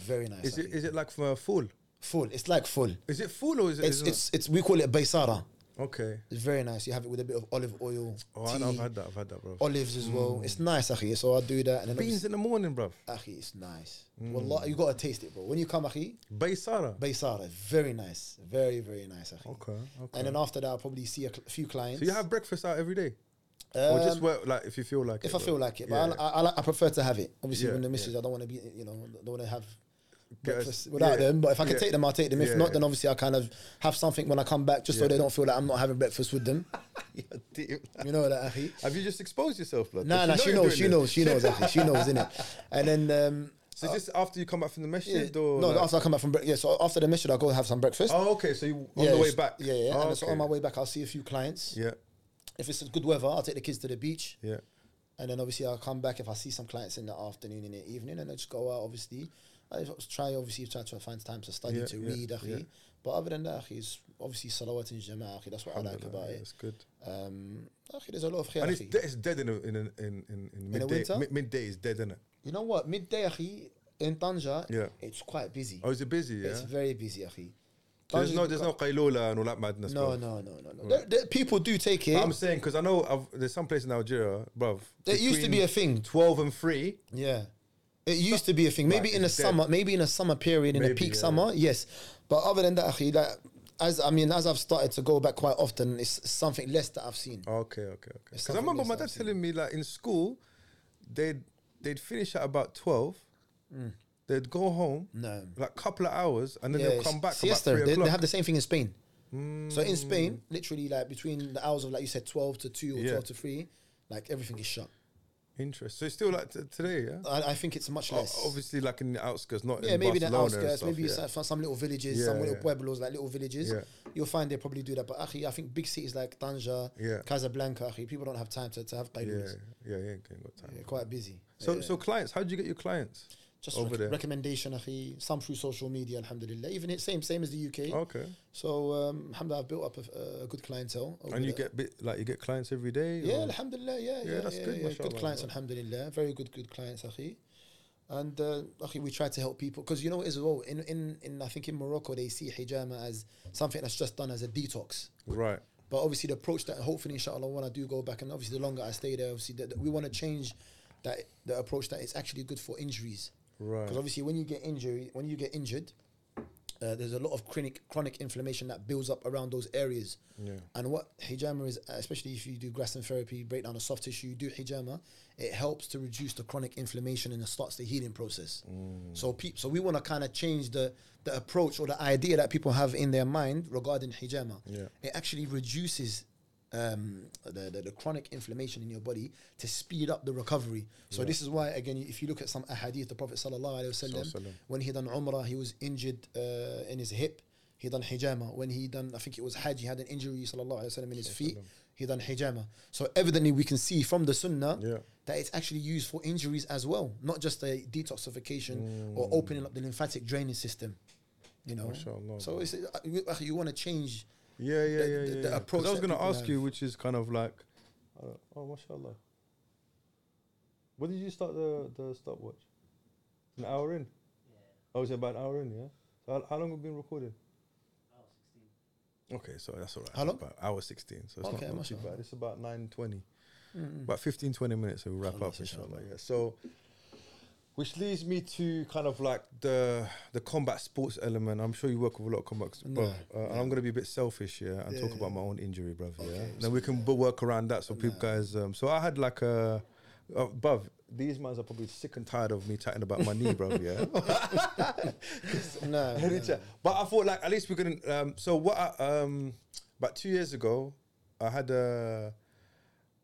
[SPEAKER 2] Very nice.
[SPEAKER 1] Is it
[SPEAKER 2] akhi.
[SPEAKER 1] is it like for a full?
[SPEAKER 2] full. It's like full.
[SPEAKER 1] Is it full or is it?
[SPEAKER 2] It's,
[SPEAKER 1] isn't it?
[SPEAKER 2] it's, it's, we call it baisara.
[SPEAKER 1] okay.
[SPEAKER 2] It's very nice. You have it with a bit of olive oil,
[SPEAKER 1] Oh, I
[SPEAKER 2] tea,
[SPEAKER 1] know, I've had that. I've had that, bro.
[SPEAKER 2] olives as well. It's nice, akhi. So I do that. And then
[SPEAKER 1] Beans Mm. in the morning, bro.
[SPEAKER 2] obviously- akhi, it's nice. Wallah, you gotta taste it, bro. When you come, akhi,
[SPEAKER 1] Baysara.
[SPEAKER 2] baysara, very nice, very very nice, akhi.
[SPEAKER 1] Okay. Okay.
[SPEAKER 2] And then after that, I'll probably see a cl- few clients.
[SPEAKER 1] So you have breakfast out every day,
[SPEAKER 2] um,
[SPEAKER 1] or just work like if you feel like it.
[SPEAKER 2] if I
[SPEAKER 1] bro?
[SPEAKER 2] feel like it, but
[SPEAKER 1] Yeah.
[SPEAKER 2] I, I, I, like- I prefer to have it. Obviously,
[SPEAKER 1] Yeah,
[SPEAKER 2] when the
[SPEAKER 1] yeah.
[SPEAKER 2] misses, I don't want to be, you know, don't want to have.
[SPEAKER 1] Get us-
[SPEAKER 2] Breakfast without
[SPEAKER 1] yeah,
[SPEAKER 2] them, but if I can
[SPEAKER 1] yeah.
[SPEAKER 2] take them, I'll take them. If
[SPEAKER 1] Yeah,
[SPEAKER 2] not,
[SPEAKER 1] yeah.
[SPEAKER 2] then obviously I kind of have something when I come back, just so
[SPEAKER 1] Yeah.
[SPEAKER 2] they don't feel like I'm not having breakfast with them.
[SPEAKER 1] <laughs> Yeah, damn.
[SPEAKER 2] You know that, akhi.
[SPEAKER 1] Have you just exposed yourself, blood?
[SPEAKER 2] No, no, she knows, she knows,
[SPEAKER 1] <laughs>
[SPEAKER 2] she knows, actually, she knows, innit? And then, um,
[SPEAKER 1] So just after you come back from the
[SPEAKER 2] yeah,
[SPEAKER 1] masjid, or
[SPEAKER 2] no,
[SPEAKER 1] like-
[SPEAKER 2] after I come back from break, yeah, so after the mission, I'll go have some breakfast.
[SPEAKER 1] oh, okay. So you on
[SPEAKER 2] yeah,
[SPEAKER 1] the way
[SPEAKER 2] it's-
[SPEAKER 1] back?
[SPEAKER 2] Yeah, yeah.
[SPEAKER 1] Oh,
[SPEAKER 2] and so
[SPEAKER 1] okay.
[SPEAKER 2] on my way back, I'll see a few clients.
[SPEAKER 1] Yeah,
[SPEAKER 2] If it's good weather, I'll take the kids to the beach.
[SPEAKER 1] yeah.
[SPEAKER 2] And then obviously, I'll come back if I see some clients in the afternoon, in the evening, and I just go out, obviously. I just try, obviously, try to find time to study,
[SPEAKER 1] Yeah,
[SPEAKER 2] to
[SPEAKER 1] yeah,
[SPEAKER 2] read, akhi.
[SPEAKER 1] yeah.
[SPEAKER 2] But other than that, akhi, it's obviously salawat and jama'ah, akhi. That's what I like
[SPEAKER 1] Alhamdulillah,
[SPEAKER 2] about
[SPEAKER 1] yeah,
[SPEAKER 2] it.
[SPEAKER 1] It's good.
[SPEAKER 2] Um, akhi, there's a lot of khair,
[SPEAKER 1] And it's,
[SPEAKER 2] akhi.
[SPEAKER 1] de- it's dead in a, in, a, in in in midday.
[SPEAKER 2] winter?
[SPEAKER 1] Mid- midday is dead, isn't it?
[SPEAKER 2] You know what? Midday, akhi, in Tanja,
[SPEAKER 1] Yeah.
[SPEAKER 2] it's quite busy.
[SPEAKER 1] Oh, is it busy? Yeah.
[SPEAKER 2] It's very busy, Akhi.
[SPEAKER 1] There's
[SPEAKER 2] Tangier-
[SPEAKER 1] no, there's no qailula and all that madness.
[SPEAKER 2] No,
[SPEAKER 1] bruv.
[SPEAKER 2] no, no, no, no. There- there- people do take it.
[SPEAKER 1] I'm saying because I know I've, there's some place in Algeria, bruv.
[SPEAKER 2] it used to be
[SPEAKER 1] between
[SPEAKER 2] a thing.
[SPEAKER 1] <laughs> twelve and three.
[SPEAKER 2] Yeah. It used to be a thing. Maybe
[SPEAKER 1] Like,
[SPEAKER 2] in the
[SPEAKER 1] it's dead.
[SPEAKER 2] summer, maybe in a summer period, in a
[SPEAKER 1] Maybe,
[SPEAKER 2] peak
[SPEAKER 1] yeah.
[SPEAKER 2] summer, yes. But other than that, akhi, like, as I mean, as I've started to go back quite often, it's something less that I've seen.
[SPEAKER 1] Okay, okay, okay. Because I
[SPEAKER 2] something
[SPEAKER 1] remember
[SPEAKER 2] that's
[SPEAKER 1] my dad
[SPEAKER 2] absent.
[SPEAKER 1] telling me like in school, they'd they'd finish at about twelve.
[SPEAKER 2] Mm.
[SPEAKER 1] They'd go home,
[SPEAKER 2] No.
[SPEAKER 1] like a couple of hours, and then
[SPEAKER 2] Yeah,
[SPEAKER 1] they'll come back
[SPEAKER 2] siesta.
[SPEAKER 1] about three
[SPEAKER 2] They, they
[SPEAKER 1] o'clock. Hmm.
[SPEAKER 2] have the same thing in Spain. So in Spain, literally like between the hours of like you said, twelve to two or
[SPEAKER 1] Yeah.
[SPEAKER 2] twelve to three, like everything is shut.
[SPEAKER 1] Interest. So it's still like t- today, yeah.
[SPEAKER 2] I, I think it's much
[SPEAKER 1] O-
[SPEAKER 2] less.
[SPEAKER 1] Obviously, like in the outskirts, not
[SPEAKER 2] yeah,
[SPEAKER 1] in
[SPEAKER 2] maybe
[SPEAKER 1] Barcelona
[SPEAKER 2] the
[SPEAKER 1] and
[SPEAKER 2] outskirts,
[SPEAKER 1] stuff,
[SPEAKER 2] maybe
[SPEAKER 1] yeah.
[SPEAKER 2] some- some, some little villages,
[SPEAKER 1] Yeah,
[SPEAKER 2] some little
[SPEAKER 1] yeah.
[SPEAKER 2] pueblos, like little villages.
[SPEAKER 1] Yeah.
[SPEAKER 2] You'll find they probably do that. But akhi, I think big cities like Tanja,
[SPEAKER 1] Yeah.
[SPEAKER 2] Casablanca, akhi, people don't have time to, to have
[SPEAKER 1] Yeah,
[SPEAKER 2] qaidus.
[SPEAKER 1] yeah, yeah. Ain't got time.
[SPEAKER 2] They're quite busy.
[SPEAKER 1] So,
[SPEAKER 2] Yeah.
[SPEAKER 1] so clients, how do you get your clients?
[SPEAKER 2] just
[SPEAKER 1] over
[SPEAKER 2] rec-
[SPEAKER 1] there.
[SPEAKER 2] recommendation, akhi, some through social media, alhamdulillah. Even it, same same as the UK.
[SPEAKER 1] Okay,
[SPEAKER 2] So, um, alhamdulillah, I've built up a, a good clientele. over
[SPEAKER 1] and you
[SPEAKER 2] there.
[SPEAKER 1] get bit like you get clients every day.
[SPEAKER 2] Yeah,
[SPEAKER 1] or-
[SPEAKER 2] alhamdulillah, yeah, yeah,
[SPEAKER 1] Yeah,
[SPEAKER 2] yeah,
[SPEAKER 1] that's
[SPEAKER 2] yeah,
[SPEAKER 1] good,
[SPEAKER 2] good
[SPEAKER 1] mashallah,
[SPEAKER 2] clients,
[SPEAKER 1] yeah.
[SPEAKER 2] alhamdulillah, very good, good clients, akhi. And uh, akhi, we try to help people because you know as well in, in in I think in Morocco they see hijama as something that's just done as a detox.
[SPEAKER 1] right.
[SPEAKER 2] But obviously the approach that hopefully inshallah when I do go back and obviously the longer I stay there, obviously that that we want to change that the approach that it's actually good for injuries
[SPEAKER 1] Right.
[SPEAKER 2] because obviously when you get injury when you get injured. Uh, there's a lot of chronic chronic inflammation that builds up around those areas.
[SPEAKER 1] Yeah.
[SPEAKER 2] And what hijama is, especially if you do Graston therapy, break down the soft tissue, you do hijama, it helps to reduce the chronic inflammation and it starts the healing process.
[SPEAKER 1] Mm.
[SPEAKER 2] So, peop, so we want to kind of change the the approach or the idea that people have in their mind regarding hijama.
[SPEAKER 1] Yeah.
[SPEAKER 2] It actually reduces um, the, the the chronic inflammation in your body to speed up the recovery. So this is why, again, if you look at some ahadith, the Prophet sallallahu alaihi
[SPEAKER 1] Sallallahu alaihi
[SPEAKER 2] wasallam,
[SPEAKER 1] wasallam.
[SPEAKER 2] when he done Umrah, he was injured uh, in his hip. He done hijama. When he done, I think it was Hajj, he had an injury, sallallahu alayhi wasallam, in his feet. He done hijama. So evidently, we can see from the sunnah
[SPEAKER 1] Yeah.
[SPEAKER 2] that it's actually used for injuries as well, not just a detoxification or opening up the lymphatic draining system. You know,
[SPEAKER 1] Mashallah,
[SPEAKER 2] so it's, uh, you, uh, you want to change.
[SPEAKER 1] Yeah, yeah,
[SPEAKER 2] the-
[SPEAKER 1] yeah,
[SPEAKER 2] the-
[SPEAKER 1] yeah.
[SPEAKER 2] the
[SPEAKER 1] yeah. 'Cause
[SPEAKER 2] approach
[SPEAKER 1] I was
[SPEAKER 2] that
[SPEAKER 1] going to
[SPEAKER 2] people
[SPEAKER 1] ask
[SPEAKER 2] have.
[SPEAKER 1] you, which is kind of like, uh, oh, mashallah. When did you start the, the stopwatch? An hour in? Oh, it's about an hour in, yeah? So how, how long have we been recording? Okay, so that's all right.
[SPEAKER 2] How long?
[SPEAKER 1] About hour 16, so it's
[SPEAKER 2] Okay,
[SPEAKER 1] not, not too
[SPEAKER 2] mashallah.
[SPEAKER 1] bad. It's about 9.20.
[SPEAKER 2] Mm. <laughs>
[SPEAKER 1] About 15, 20 minutes, so we'll wrap up, inshallah. Yeah. So, which leads me to kind of like the the combat sports element. I'm sure you work with a lot of combat sports, bro.
[SPEAKER 2] No,
[SPEAKER 1] Uh, And I'm going to be a bit selfish here and talk
[SPEAKER 2] Yeah.
[SPEAKER 1] about my own injury, bruv. yeah.
[SPEAKER 2] Okay,
[SPEAKER 1] Then we can b- work around that. So people, guys. Um, so I had like a, uh, bruv. These mans are probably sick and tired of me chatting about my knee, bruv.
[SPEAKER 2] <laughs>
[SPEAKER 1] Yeah.
[SPEAKER 2] No,
[SPEAKER 1] Any chat. But I thought like at least we can. Um, so what? I, um, about two years ago, I had a,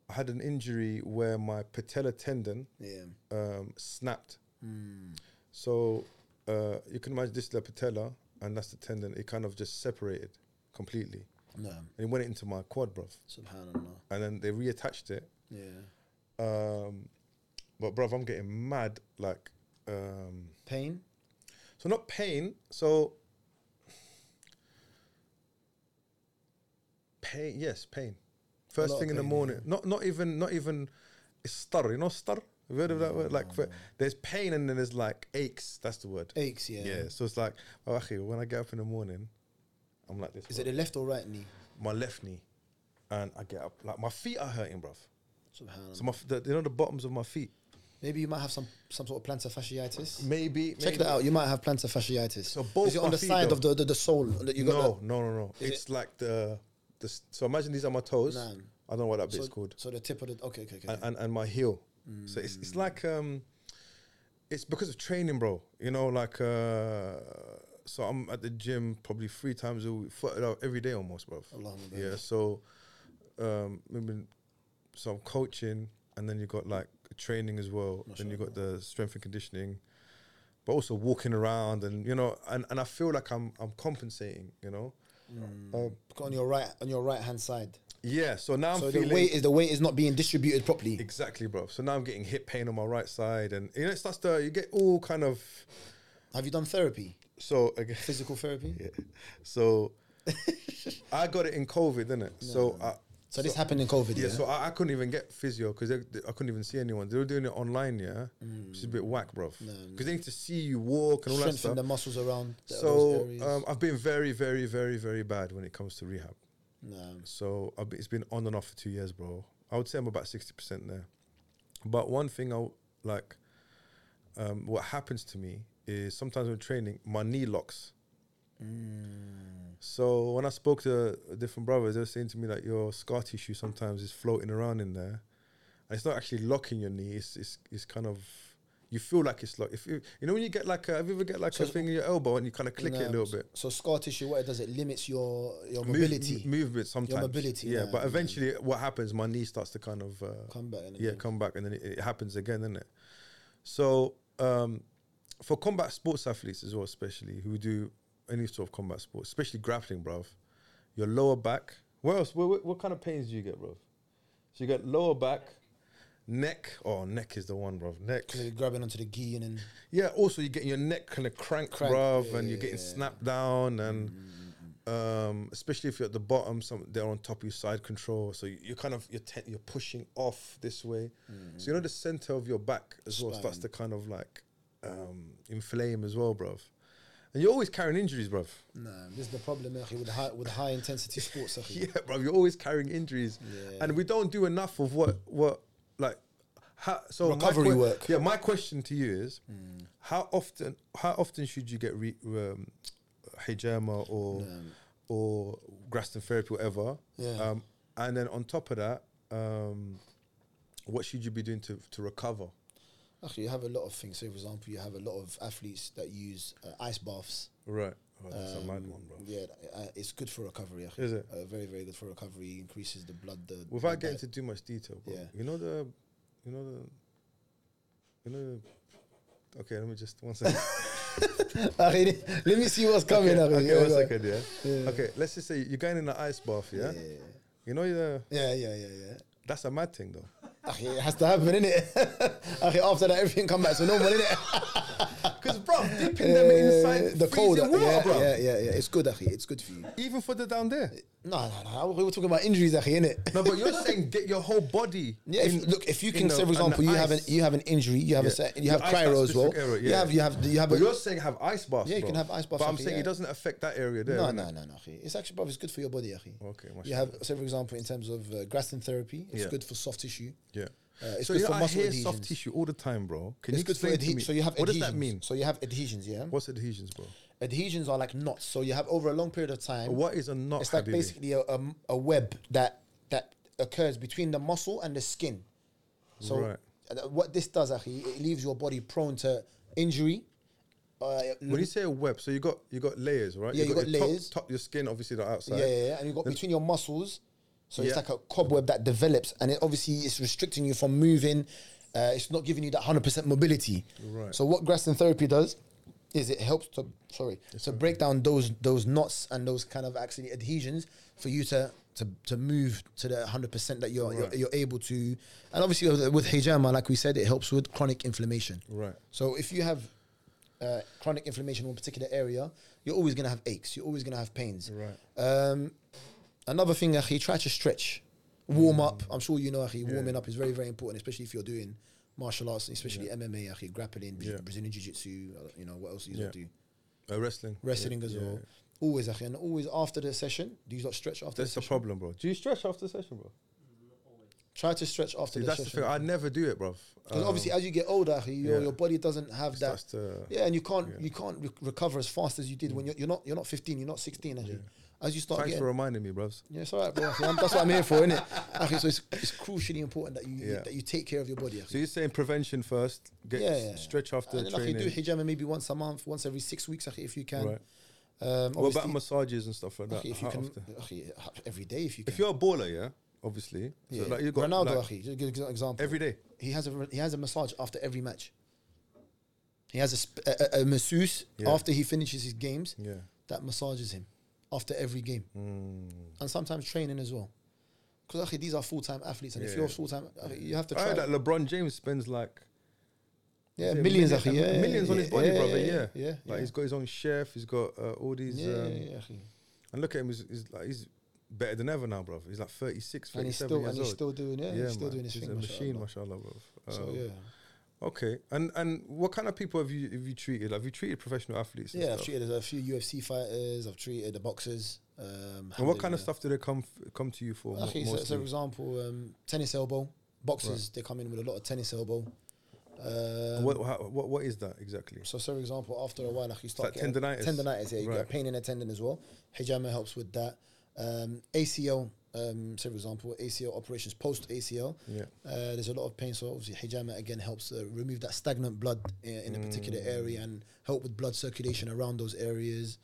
[SPEAKER 1] I had an injury where my patella tendon
[SPEAKER 2] yeah,
[SPEAKER 1] um, snapped. So uh, you can imagine this is the patella, and that's the tendon. It kind of just separated completely,
[SPEAKER 2] no,
[SPEAKER 1] and it went into my quad, bruv.
[SPEAKER 2] subhanallah,
[SPEAKER 1] And then they reattached it.
[SPEAKER 2] yeah,
[SPEAKER 1] Um, but bruv, I'm getting mad. Like, um,
[SPEAKER 2] pain,
[SPEAKER 1] so not pain. So pain. Yes, pain. First
[SPEAKER 2] lot
[SPEAKER 1] thing
[SPEAKER 2] of
[SPEAKER 1] in the
[SPEAKER 2] pain,
[SPEAKER 1] morning. Not not even not even star. You know star. Have you heard of that word? Like for, there's pain and then there's like aches. That's the word.
[SPEAKER 2] aches, yeah.
[SPEAKER 1] Yeah. So it's like oh, akhi, when I get up in the morning, I'm like this.
[SPEAKER 2] Is
[SPEAKER 1] bruv.
[SPEAKER 2] it the left or right knee?
[SPEAKER 1] my left knee, and I get up like my feet are hurting, bruv.
[SPEAKER 2] Subhanallah.
[SPEAKER 1] So my f- the, you know the bottoms of my feet.
[SPEAKER 2] Maybe you might have some some sort of plantar fasciitis.
[SPEAKER 1] Maybe
[SPEAKER 2] Check
[SPEAKER 1] maybe-
[SPEAKER 2] that out. You might have plantar fasciitis.
[SPEAKER 1] So both
[SPEAKER 2] is it on
[SPEAKER 1] my
[SPEAKER 2] the
[SPEAKER 1] feet
[SPEAKER 2] side
[SPEAKER 1] though?
[SPEAKER 2] of the, the the sole that you got?
[SPEAKER 1] no, no, no, no.
[SPEAKER 2] Is
[SPEAKER 1] It's like the, the s- so imagine these are my toes.
[SPEAKER 2] Nah.
[SPEAKER 1] I don't know what that
[SPEAKER 2] the-
[SPEAKER 1] bit's
[SPEAKER 2] so,
[SPEAKER 1] called,
[SPEAKER 2] so the tip of the okay, okay, okay. Mm.
[SPEAKER 1] and, and and my heel. So it's it's like um, it's because of training, bro. You know, like uh, so I'm at the gym probably three times a week, four, no, every day almost, bro.
[SPEAKER 2] Allahumma
[SPEAKER 1] Yeah, so um, maybe so I'm coaching, and then you got like training as well. Then you got the strength and conditioning, but also walking around, and you know, and, and I feel like I'm I'm compensating, you know. Um,
[SPEAKER 2] barik. on your right on your right hand side.
[SPEAKER 1] yeah, so now I'm
[SPEAKER 2] so the
[SPEAKER 1] feeling
[SPEAKER 2] weight is the weight is not being distributed properly.
[SPEAKER 1] exactly, bro. So now I'm getting hip pain on my right side, and you know, it starts to you get all kind of
[SPEAKER 2] Have you done therapy?
[SPEAKER 1] so <laughs> again.
[SPEAKER 2] Physical therapy? <laughs>
[SPEAKER 1] So I got it in COVID, didn't it? So I,
[SPEAKER 2] So, this happened in COVID. Yeah.
[SPEAKER 1] Yeah, so I, I couldn't even get physio because I couldn't even see anyone. They were doing it online, yeah,
[SPEAKER 2] Mm.
[SPEAKER 1] which is a bit whack, bro. Because they need to see you walk and all that
[SPEAKER 2] Strengthen
[SPEAKER 1] stuff.
[SPEAKER 2] the muscles around. the- those
[SPEAKER 1] So
[SPEAKER 2] areas.
[SPEAKER 1] um, I've been very, very, very, very bad when it comes to rehab.
[SPEAKER 2] no.
[SPEAKER 1] So I've been, it's been on and off for two years, bro. I would say I'm about sixty percent there. But one thing I w- like, um, what happens to me is sometimes when training, my knee locks.
[SPEAKER 2] Mm.
[SPEAKER 1] So when I spoke to different brothers, they were saying to me like, your scar tissue sometimes is floating around in there, and it's not actually locking your knee. It's it's, it's kind of you feel like it's locked. If you, you know when you get like a, have you ever get like
[SPEAKER 2] So
[SPEAKER 1] a
[SPEAKER 2] it's-
[SPEAKER 1] thing in your elbow and you kind of click it a
[SPEAKER 2] No,
[SPEAKER 1] little
[SPEAKER 2] so-
[SPEAKER 1] bit.
[SPEAKER 2] So scar tissue, what it does, it limits your your
[SPEAKER 1] Move-
[SPEAKER 2] mobility.
[SPEAKER 1] m- movement sometimes.
[SPEAKER 2] mobility,
[SPEAKER 1] Yeah,
[SPEAKER 2] yeah,
[SPEAKER 1] but
[SPEAKER 2] yeah.
[SPEAKER 1] eventually what happens, my knee starts to kind of, uh,
[SPEAKER 2] Come back. And
[SPEAKER 1] yeah, come back and then it, it happens again, is it? So um, for combat sports athletes as well, especially who do any sort of combat sports, especially grappling, bruv, your lower back. What else? What, what, what kind of pains do you get, bruv? So you get lower back, neck. Oh, neck is the one, bruv. Neck.
[SPEAKER 2] Because you're grabbing onto the gi and then
[SPEAKER 1] Yeah, also you're getting your neck kind of crank,
[SPEAKER 2] Crank,
[SPEAKER 1] bruv,
[SPEAKER 2] yeah,
[SPEAKER 1] and you're
[SPEAKER 2] yeah,
[SPEAKER 1] getting
[SPEAKER 2] yeah. Mm,
[SPEAKER 1] snapped down, and um, especially if you're at the bottom, some they're on top of you, side control, so you, you're kind of you're te- you're pushing off this way, so you know the center of your back as well starts
[SPEAKER 2] Mm, Spine.
[SPEAKER 1] to kind of like um, inflame as well, bruv, and you're always carrying injuries, bruv.
[SPEAKER 2] no, this is the problem eh, with high with high intensity sports. eh.
[SPEAKER 1] <laughs> Yeah, bruv, you're always carrying injuries,
[SPEAKER 2] Yeah.
[SPEAKER 1] and we don't do enough of what what like. How, so my
[SPEAKER 2] Recovery
[SPEAKER 1] que-
[SPEAKER 2] work. Hmm.
[SPEAKER 1] Yeah, my question to you is, how often how often should you get re, um, hijama or or Graston therapy, whatever?
[SPEAKER 2] Um, Yeah.
[SPEAKER 1] Um, and then on top of that, um, what should you be doing to to recover?
[SPEAKER 2] Actually, you have a lot of things. So, for example, you have a lot of athletes that use uh, ice baths.
[SPEAKER 1] Right. Oh, that's a mad
[SPEAKER 2] Um,
[SPEAKER 1] one, bro.
[SPEAKER 2] Yeah, th- uh, it's good for recovery. actually.
[SPEAKER 1] Is it?
[SPEAKER 2] Uh, very, very good for recovery. Increases the blood. The the
[SPEAKER 1] Without getting
[SPEAKER 2] di-
[SPEAKER 1] into too much detail, bro.
[SPEAKER 2] Yeah.
[SPEAKER 1] You know the, you know the, you know. The, okay, let me just one second.
[SPEAKER 2] <laughs> Akhi, let me see what's coming.
[SPEAKER 1] okay,
[SPEAKER 2] Akhi.
[SPEAKER 1] okay,
[SPEAKER 2] Yeah,
[SPEAKER 1] one
[SPEAKER 2] go on.
[SPEAKER 1] second, yeah.
[SPEAKER 2] Yeah.
[SPEAKER 1] Okay, let's just say you're going in the ice bath, yeah.
[SPEAKER 2] Yeah,
[SPEAKER 1] You know the
[SPEAKER 2] yeah, yeah, yeah, yeah.
[SPEAKER 1] that's a mad thing though,
[SPEAKER 2] Akhi, it has to happen, innit? <laughs> Akhi, after that, everything come back to normal,
[SPEAKER 1] <laughs>
[SPEAKER 2] innit?
[SPEAKER 1] because bro,
[SPEAKER 2] <laughs>
[SPEAKER 1] dipping them inside
[SPEAKER 2] the cold. uh,
[SPEAKER 1] water,
[SPEAKER 2] yeah,
[SPEAKER 1] bro.
[SPEAKER 2] yeah, yeah, yeah. It's good, Akhi. It's good for you.
[SPEAKER 1] Even for the down there.
[SPEAKER 2] No, no, no. We were talking about injuries, Akhi, innit?
[SPEAKER 1] No, but you're saying get your whole body.
[SPEAKER 2] Yeah, if,
[SPEAKER 1] in-
[SPEAKER 2] look, if you
[SPEAKER 1] in
[SPEAKER 2] can
[SPEAKER 1] the-
[SPEAKER 2] say, for
[SPEAKER 1] on the
[SPEAKER 2] example, you have an
[SPEAKER 1] ice.
[SPEAKER 2] you have an injury, you have a
[SPEAKER 1] Yeah.
[SPEAKER 2] set, you
[SPEAKER 1] Your
[SPEAKER 2] have
[SPEAKER 1] ice, that
[SPEAKER 2] cryo as well.
[SPEAKER 1] specific area,
[SPEAKER 2] You
[SPEAKER 1] yeah.
[SPEAKER 2] have you have you have.
[SPEAKER 1] But
[SPEAKER 2] a-
[SPEAKER 1] you're saying have ice baths.
[SPEAKER 2] Yeah, you
[SPEAKER 1] bro.
[SPEAKER 2] can have ice baths
[SPEAKER 1] But I'm
[SPEAKER 2] up
[SPEAKER 1] saying
[SPEAKER 2] here.
[SPEAKER 1] it doesn't affect that area there.
[SPEAKER 2] no,
[SPEAKER 1] innit?
[SPEAKER 2] no, no, no. Akhi. It's actually, bruv, it's good for your body, Akhi.
[SPEAKER 1] Okay,
[SPEAKER 2] You have, say, for example, in terms of uh, Graston therapy, it's
[SPEAKER 1] Yeah.
[SPEAKER 2] good for soft tissue.
[SPEAKER 1] Yeah.
[SPEAKER 2] Uh, it's
[SPEAKER 1] so
[SPEAKER 2] good
[SPEAKER 1] you
[SPEAKER 2] for
[SPEAKER 1] know, I
[SPEAKER 2] muscle
[SPEAKER 1] hear
[SPEAKER 2] adhesions.
[SPEAKER 1] soft tissue all the time, bro. Can
[SPEAKER 2] It's
[SPEAKER 1] you
[SPEAKER 2] good for
[SPEAKER 1] explain to
[SPEAKER 2] adhesion.
[SPEAKER 1] me?
[SPEAKER 2] So you have
[SPEAKER 1] what
[SPEAKER 2] adhesions.
[SPEAKER 1] does that mean?
[SPEAKER 2] So you have adhesions, yeah.
[SPEAKER 1] What's adhesions, bro?
[SPEAKER 2] Adhesions are like knots. So you have over a long period of time.
[SPEAKER 1] What is a knot?
[SPEAKER 2] It's like
[SPEAKER 1] Habibi?
[SPEAKER 2] basically a, a, a web that that occurs between the muscle and the skin. So
[SPEAKER 1] Right.
[SPEAKER 2] uh, what this does, actually, it leaves your body prone to injury. Uh,
[SPEAKER 1] When you say a web, so you got you got layers, right?
[SPEAKER 2] Yeah, you got
[SPEAKER 1] your top-
[SPEAKER 2] layers.
[SPEAKER 1] Top, your skin, obviously, the outside.
[SPEAKER 2] yeah, yeah, yeah, and you got between your muscles. So it's
[SPEAKER 1] Yeah.
[SPEAKER 2] like a cobweb that develops, and it obviously it's restricting you from moving. Uh, it's not giving you that hundred percent mobility.
[SPEAKER 1] Right.
[SPEAKER 2] So what Graston therapy does is it helps to sorry to break down those those knots and those kind of actually adhesions for you to to, to move to the hundred percent that you're,
[SPEAKER 1] Right.
[SPEAKER 2] you're you're able to. And obviously with- with hijama, like we said, it helps with chronic inflammation.
[SPEAKER 1] Right.
[SPEAKER 2] So if you have uh, chronic inflammation in a particular area, you're always going to have aches. You're always going to have pains.
[SPEAKER 1] Right.
[SPEAKER 2] Um, another thing, Akhi, try to stretch,
[SPEAKER 1] Mm.
[SPEAKER 2] warm up. I'm sure you know, Akhi, warming up is very, very important, especially if you're doing martial arts, especially MMA, Akhi, grappling, Jiu-
[SPEAKER 1] Yeah.
[SPEAKER 2] Brazilian Jiu Jitsu, you know, what else you
[SPEAKER 1] Yeah.
[SPEAKER 2] do?
[SPEAKER 1] Uh, wrestling.
[SPEAKER 2] Wrestling as
[SPEAKER 1] Yeah.
[SPEAKER 2] well. Always, Akhi, and always after the session, do you not stretch after
[SPEAKER 1] That's
[SPEAKER 2] the
[SPEAKER 1] the
[SPEAKER 2] session?
[SPEAKER 1] problem, bro. Do you stretch after session, bro?
[SPEAKER 2] Try to stretch
[SPEAKER 1] See,
[SPEAKER 2] after the
[SPEAKER 1] that's the
[SPEAKER 2] session.
[SPEAKER 1] thing. I never do it, Um, bro.
[SPEAKER 2] Because obviously, as you get older, Akhi, your,
[SPEAKER 1] yeah.
[SPEAKER 2] your body doesn't have that
[SPEAKER 1] that's the
[SPEAKER 2] Yeah, and you can't you can't re- recover as fast as you did when you're, you're not you're not 15, you're not 16. Actually. As you start
[SPEAKER 1] Mm. Thanks
[SPEAKER 2] getting,
[SPEAKER 1] for reminding me, bros.
[SPEAKER 2] yeah, it's all right, bro. Actually, I'm- that's what I'm here for, isn't it? Okay, so it's, it's crucially important that you
[SPEAKER 1] Yeah.
[SPEAKER 2] that you take care of your body.
[SPEAKER 1] So
[SPEAKER 2] Actually.
[SPEAKER 1] you're saying prevention first, get
[SPEAKER 2] Yeah, yeah.
[SPEAKER 1] stretch after
[SPEAKER 2] and then, actually,
[SPEAKER 1] training.
[SPEAKER 2] do hijama maybe once a month, once every six weeks, actually, if you can.
[SPEAKER 1] Right. What
[SPEAKER 2] Um,
[SPEAKER 1] about
[SPEAKER 2] obviously,
[SPEAKER 1] massages and stuff like that?
[SPEAKER 2] actually, if you
[SPEAKER 1] How
[SPEAKER 2] can,
[SPEAKER 1] often?
[SPEAKER 2] actually, uh, every day if you can.
[SPEAKER 1] If you're a baller, yeah, obviously.
[SPEAKER 2] yeah.
[SPEAKER 1] So like you got
[SPEAKER 2] Ronaldo,
[SPEAKER 1] like,
[SPEAKER 2] actually, just give you an example.
[SPEAKER 1] every day.
[SPEAKER 2] he has a he has a massage after every match. He has a sp- a, a, a masseuse
[SPEAKER 1] Yeah.
[SPEAKER 2] after he finishes his games.
[SPEAKER 1] Yeah.
[SPEAKER 2] that massages him after every game,
[SPEAKER 1] Mm.
[SPEAKER 2] and sometimes training as well. Because actually, these are full time athletes, and if
[SPEAKER 1] Yeah,
[SPEAKER 2] you're
[SPEAKER 1] yeah.
[SPEAKER 2] full time, you have to
[SPEAKER 1] I
[SPEAKER 2] try.
[SPEAKER 1] heard that LeBron James spends like yeah,
[SPEAKER 2] yeah, millions,
[SPEAKER 1] million-
[SPEAKER 2] actually, yeah, yeah,
[SPEAKER 1] millions on
[SPEAKER 2] yeah,
[SPEAKER 1] his body,
[SPEAKER 2] yeah,
[SPEAKER 1] brother.
[SPEAKER 2] yeah,
[SPEAKER 1] Yeah,
[SPEAKER 2] yeah,
[SPEAKER 1] Like
[SPEAKER 2] yeah.
[SPEAKER 1] he's got his own chef. He's got uh, all these.
[SPEAKER 2] yeah,
[SPEAKER 1] um,
[SPEAKER 2] yeah, yeah, akhi.
[SPEAKER 1] And look at him. He's, he's like he's better than ever now, bro. He's like 36, 37
[SPEAKER 2] and he's still
[SPEAKER 1] years
[SPEAKER 2] and
[SPEAKER 1] old.
[SPEAKER 2] he's still doing it. he's still
[SPEAKER 1] man.
[SPEAKER 2] doing his
[SPEAKER 1] he's
[SPEAKER 2] thing.
[SPEAKER 1] a machine,
[SPEAKER 2] mashallah.
[SPEAKER 1] mashallah, bro.
[SPEAKER 2] So
[SPEAKER 1] Um,
[SPEAKER 2] yeah,
[SPEAKER 1] Okay, and and what kind of people have you have you treated? Have you treated professional athletes? and
[SPEAKER 2] yeah. I've
[SPEAKER 1] stuff?
[SPEAKER 2] treated a few UFC fighters. I've treated the boxers. Um,
[SPEAKER 1] And what kind of
[SPEAKER 2] alhamdulillah.
[SPEAKER 1] stuff do they come f- come to you for? mo-
[SPEAKER 2] Okay, so, so for
[SPEAKER 1] mostly?
[SPEAKER 2] example, um, tennis elbow boxers. They come in with a lot of tennis elbow. Um,
[SPEAKER 1] what, how, what what is that exactly?
[SPEAKER 2] So, so for example, after a while, like you start
[SPEAKER 1] like tendonitis.
[SPEAKER 2] getting tendonitis. Yeah, you
[SPEAKER 1] Right.
[SPEAKER 2] get pain in the tendon as well. Hijama helps with that. Um, ACL, um, so for example, ACL operations post ACL.
[SPEAKER 1] Yeah.
[SPEAKER 2] Uh, there's a lot of pain, so obviously hijama again helps uh, remove that stagnant blood in, in a
[SPEAKER 1] Mm.
[SPEAKER 2] particular area and help with blood circulation around those areas.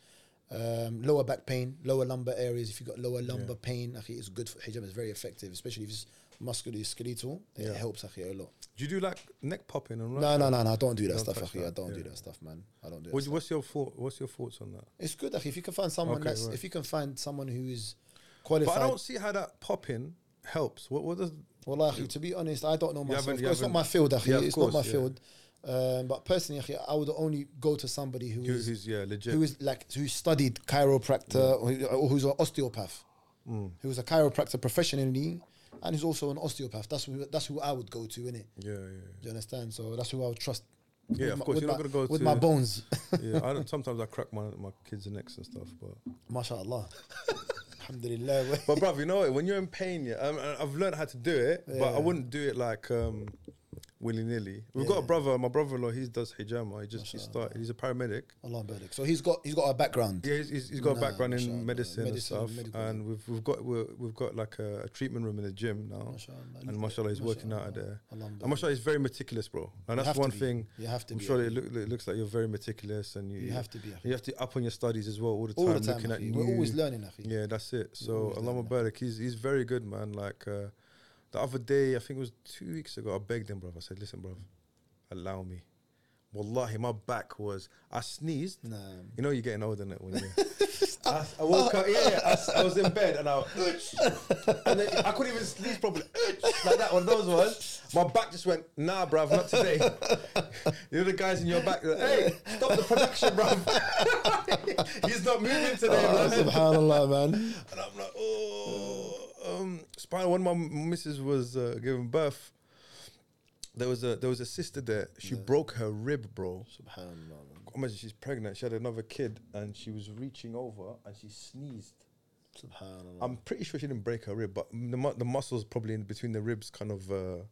[SPEAKER 2] Um, lower back pain, lower lumbar areas. If you've got lower lumbar pain, okay, it's good for hijama. It's very effective, especially if it's musculoskeletal.
[SPEAKER 1] Yeah.
[SPEAKER 2] It helps okay, a lot.
[SPEAKER 1] Do you do like neck popping and
[SPEAKER 2] No,
[SPEAKER 1] right?
[SPEAKER 2] no, no, no. I don't do that
[SPEAKER 1] Don't
[SPEAKER 2] stuff.
[SPEAKER 1] touch
[SPEAKER 2] Akhi. I
[SPEAKER 1] that,
[SPEAKER 2] don't do
[SPEAKER 1] yeah.
[SPEAKER 2] that stuff, man. I don't do that.
[SPEAKER 1] What,
[SPEAKER 2] stuff.
[SPEAKER 1] what's your thought? What's your thoughts on that?
[SPEAKER 2] It's good akhi, if you can find someone
[SPEAKER 1] Okay,
[SPEAKER 2] that's
[SPEAKER 1] right.
[SPEAKER 2] if you can find someone who is
[SPEAKER 1] But I
[SPEAKER 2] qualified.
[SPEAKER 1] don't see how that popping helps. What what does
[SPEAKER 2] Well, akhi, to be honest, I don't know
[SPEAKER 1] haven't-
[SPEAKER 2] myself.
[SPEAKER 1] you
[SPEAKER 2] It's not
[SPEAKER 1] haven't-
[SPEAKER 2] my field, akhi.
[SPEAKER 1] Yeah, of
[SPEAKER 2] it's
[SPEAKER 1] course,
[SPEAKER 2] not my
[SPEAKER 1] yeah.
[SPEAKER 2] field. Um, but personally, akhi, I would only go to somebody who
[SPEAKER 1] who,
[SPEAKER 2] is
[SPEAKER 1] who's yeah legit?
[SPEAKER 2] who is like who studied chiropractor or, who- or who's an osteopath,
[SPEAKER 1] Mm.
[SPEAKER 2] who is a chiropractor professionally, and who's also an osteopath. That's who, that's who I would go to, innit?
[SPEAKER 1] yeah, yeah,
[SPEAKER 2] Do you understand? So that's who I would trust.
[SPEAKER 1] yeah.
[SPEAKER 2] with
[SPEAKER 1] yeah of
[SPEAKER 2] my-
[SPEAKER 1] course,
[SPEAKER 2] with
[SPEAKER 1] you're not
[SPEAKER 2] my-
[SPEAKER 1] gonna go
[SPEAKER 2] with
[SPEAKER 1] to
[SPEAKER 2] my bones, <laughs>
[SPEAKER 1] yeah, I don't, sometimes I crack my my kids' necks and stuff, but
[SPEAKER 2] mashallah. <laughs> Alhamdulillah.
[SPEAKER 1] But bruv, you know what? When you're in pain, yeah, um, and I've learned how to do it, but I
[SPEAKER 2] Yeah.
[SPEAKER 1] wouldn't do it like um, willy nilly. We've got a
[SPEAKER 2] Yeah.
[SPEAKER 1] brother, my brother-in-law. He does hijama. He just he started. He's a paramedic.
[SPEAKER 2] Allah barik. So he's got he's got a background.
[SPEAKER 1] Yeah, he's, he's, he's got a
[SPEAKER 2] Nah,
[SPEAKER 1] background
[SPEAKER 2] mashallah,
[SPEAKER 1] in medicine,
[SPEAKER 2] medicine and
[SPEAKER 1] and stuff,
[SPEAKER 2] medical,
[SPEAKER 1] and we've we've got we're, we've got like a, a treatment room in the gym now,
[SPEAKER 2] Mashallah.
[SPEAKER 1] and mashallah he's working out of there.
[SPEAKER 2] Alhamdulillah.
[SPEAKER 1] And mashallah he's very meticulous, bro. And that's
[SPEAKER 2] have to
[SPEAKER 1] one
[SPEAKER 2] be.
[SPEAKER 1] thing.
[SPEAKER 2] You have to
[SPEAKER 1] I'm
[SPEAKER 2] be,
[SPEAKER 1] sure
[SPEAKER 2] yeah.
[SPEAKER 1] it, look, it looks like you're very meticulous, and you,
[SPEAKER 2] You have to be, yeah.
[SPEAKER 1] You have to up on your studies as well all the time,
[SPEAKER 2] all the time.
[SPEAKER 1] looking at
[SPEAKER 2] akhi.
[SPEAKER 1] new.
[SPEAKER 2] We're always learning, akhi.
[SPEAKER 1] Yeah, that's it. So
[SPEAKER 2] always
[SPEAKER 1] Allah Mubarak, he's he's very good, man. Like uh, the other day, I think it was two weeks ago, I begged him, bro. I said, "Listen, bro, allow me." Wallahi, my back was. I sneezed.
[SPEAKER 2] Nah.
[SPEAKER 1] You know, you're getting older than it when you.
[SPEAKER 2] <laughs>
[SPEAKER 1] I, I woke up. Yeah, yeah I, s- I was in bed and I, and then I couldn't even sneeze properly. like that one, those ones. My back just went, nah, bruv, not today. <laughs> you know the guys in your back. they're Like, hey, stop the production, bruv. <laughs> He's not moving today,
[SPEAKER 2] Oh,
[SPEAKER 1] bruv.
[SPEAKER 2] Subhanallah, man.
[SPEAKER 1] And I'm like, oh, um, spinal. When my m- missus was uh, giving birth, there was a there was a sister there. She broke her rib, bro.
[SPEAKER 2] Subhanallah, man.
[SPEAKER 1] Imagine she's pregnant. She had another kid, and she was reaching over, and she sneezed.
[SPEAKER 2] Subhanallah.
[SPEAKER 1] I'm pretty sure she didn't break her rib, but m- the mu- the muscles probably in between the ribs kind of uh,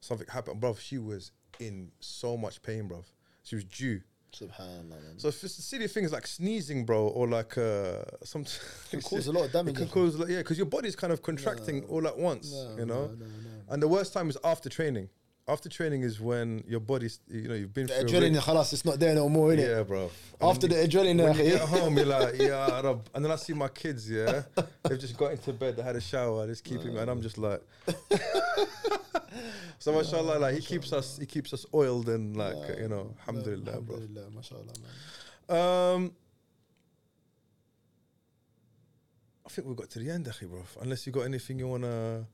[SPEAKER 1] something happened, bruv. She was in so much pain, bruv. She was due.
[SPEAKER 2] Subhanallah, man.
[SPEAKER 1] So if it's silly things like sneezing, bro, or like uh, some <laughs>
[SPEAKER 2] Can cause a lot of damage,
[SPEAKER 1] It can
[SPEAKER 2] I think.
[SPEAKER 1] cause, like, yeah, because your body's kind of contracting all at once,
[SPEAKER 2] No,
[SPEAKER 1] you know.
[SPEAKER 2] no, no, no.
[SPEAKER 1] And the worst time is after training. After training is when your body's, you know, you've been
[SPEAKER 2] The
[SPEAKER 1] through. a
[SPEAKER 2] adrenaline, Oh,
[SPEAKER 1] ri-
[SPEAKER 2] khalas, it's not there no more, innit?
[SPEAKER 1] yeah, bro. And
[SPEAKER 2] After the
[SPEAKER 1] when
[SPEAKER 2] adrenaline,
[SPEAKER 1] you-
[SPEAKER 2] eh?
[SPEAKER 1] when you
[SPEAKER 2] <laughs> akhi.
[SPEAKER 1] get home, you're like, yeah, Rab. and then I see my kids, yeah, they've just got into bed, they had a shower, they're just keeping, and I'm just like, <laughs> so mashallah, like he keeps us, he keeps us oiled and like, you know, alhamdulillah, bro.
[SPEAKER 2] Alhamdulillah, mashallah, man.
[SPEAKER 1] Um, I think we've got to the end, akhi, bro. Unless you got anything you wanna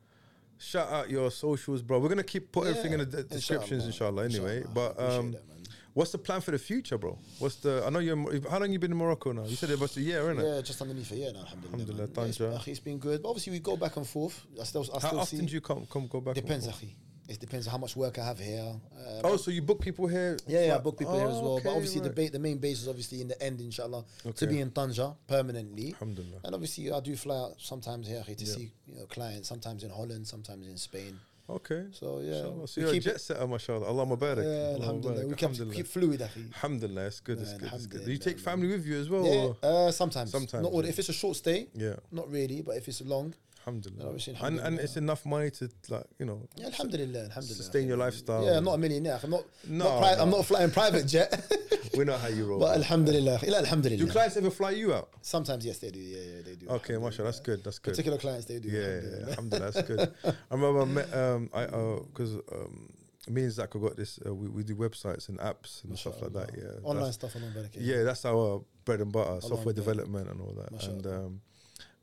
[SPEAKER 1] shout out your socials, bro. We're gonna keep put everything in the de- descriptions, inshallah. Anyway,
[SPEAKER 2] Inshallah,
[SPEAKER 1] but
[SPEAKER 2] I
[SPEAKER 1] um,
[SPEAKER 2] appreciate that, man.
[SPEAKER 1] what's the plan for the future, bro? What's the? I know you're. in Mor- How long you been in Morocco now? You said it was a year, innit?
[SPEAKER 2] Yeah, just underneath it, yeah, no, alhamdulillah.
[SPEAKER 1] Alhamdulillah,
[SPEAKER 2] man. Yeah, it's-
[SPEAKER 1] Tanja.
[SPEAKER 2] akhi, it's been good. But obviously, we go back and forth. I still, I
[SPEAKER 1] How
[SPEAKER 2] still
[SPEAKER 1] often
[SPEAKER 2] see.
[SPEAKER 1] do you come come go back? and
[SPEAKER 2] Depends,
[SPEAKER 1] forth?
[SPEAKER 2] akhi. It depends on how much work I have here. Um,
[SPEAKER 1] Oh, so you book people here?
[SPEAKER 2] Yeah, yeah, I
[SPEAKER 1] Like-
[SPEAKER 2] book people here as
[SPEAKER 1] Oh,
[SPEAKER 2] well. but
[SPEAKER 1] okay,
[SPEAKER 2] obviously, the
[SPEAKER 1] right.
[SPEAKER 2] ba- the main base is obviously in the end, inshallah,
[SPEAKER 1] Okay.
[SPEAKER 2] to be in Tanja permanently.
[SPEAKER 1] Alhamdulillah.
[SPEAKER 2] And obviously, I do fly out sometimes here okay, to
[SPEAKER 1] Yeah.
[SPEAKER 2] see you know, clients, sometimes in Holland, sometimes in Spain.
[SPEAKER 1] Okay.
[SPEAKER 2] So yeah,
[SPEAKER 1] Inshallah. So
[SPEAKER 2] we
[SPEAKER 1] you're a
[SPEAKER 2] keep
[SPEAKER 1] jet setter, mashallah. Allah mubarak.
[SPEAKER 2] yeah,
[SPEAKER 1] Allah
[SPEAKER 2] alhamdulillah.
[SPEAKER 1] mubarak.
[SPEAKER 2] We keep,
[SPEAKER 1] Alhamdulillah.
[SPEAKER 2] keep fluid, akhi.
[SPEAKER 1] Alhamdulillah, it's good, it's
[SPEAKER 2] Man,
[SPEAKER 1] good, it's good.
[SPEAKER 2] alhamdulillah,
[SPEAKER 1] You take
[SPEAKER 2] man.
[SPEAKER 1] family with you as well?
[SPEAKER 2] Yeah,
[SPEAKER 1] or-
[SPEAKER 2] uh, sometimes.
[SPEAKER 1] Oh. Sometimes,
[SPEAKER 2] Not all,
[SPEAKER 1] yeah.
[SPEAKER 2] If it's a short stay,
[SPEAKER 1] Yeah,
[SPEAKER 2] not really. But if it's long,
[SPEAKER 1] alhamdulillah.
[SPEAKER 2] obviously,
[SPEAKER 1] And, and
[SPEAKER 2] alhamdulillah.
[SPEAKER 1] it's enough money to, like, you know,
[SPEAKER 2] yeah, alhamdulillah, alhamdulillah.
[SPEAKER 1] sustain your lifestyle.
[SPEAKER 2] Yeah, I'm not a millionaire. I'm not.
[SPEAKER 1] No,
[SPEAKER 2] not pri- I'm
[SPEAKER 1] no.
[SPEAKER 2] not flying private jet.
[SPEAKER 1] <laughs> We know how you roll.
[SPEAKER 2] but alhamdulillah, ila
[SPEAKER 1] do
[SPEAKER 2] alhamdulillah.
[SPEAKER 1] clients ever fly you out?
[SPEAKER 2] sometimes yes, they do. Yeah, yeah, they do.
[SPEAKER 1] Okay, mashallah, that's good, that's good.
[SPEAKER 2] Particular clients, they do.
[SPEAKER 1] Yeah,
[SPEAKER 2] alhamdulillah.
[SPEAKER 1] alhamdulillah, that's
[SPEAKER 2] <laughs>
[SPEAKER 1] good. I remember I met, um, I, because um, me and Zach have got this, uh, we, we do websites and apps and stuff like that, yeah.
[SPEAKER 2] online
[SPEAKER 1] That's-
[SPEAKER 2] stuff and barakah.
[SPEAKER 1] yeah, that's our bread and butter, software
[SPEAKER 2] Alhamdulillah.
[SPEAKER 1] development and all that. And
[SPEAKER 2] Mashallah.
[SPEAKER 1] um,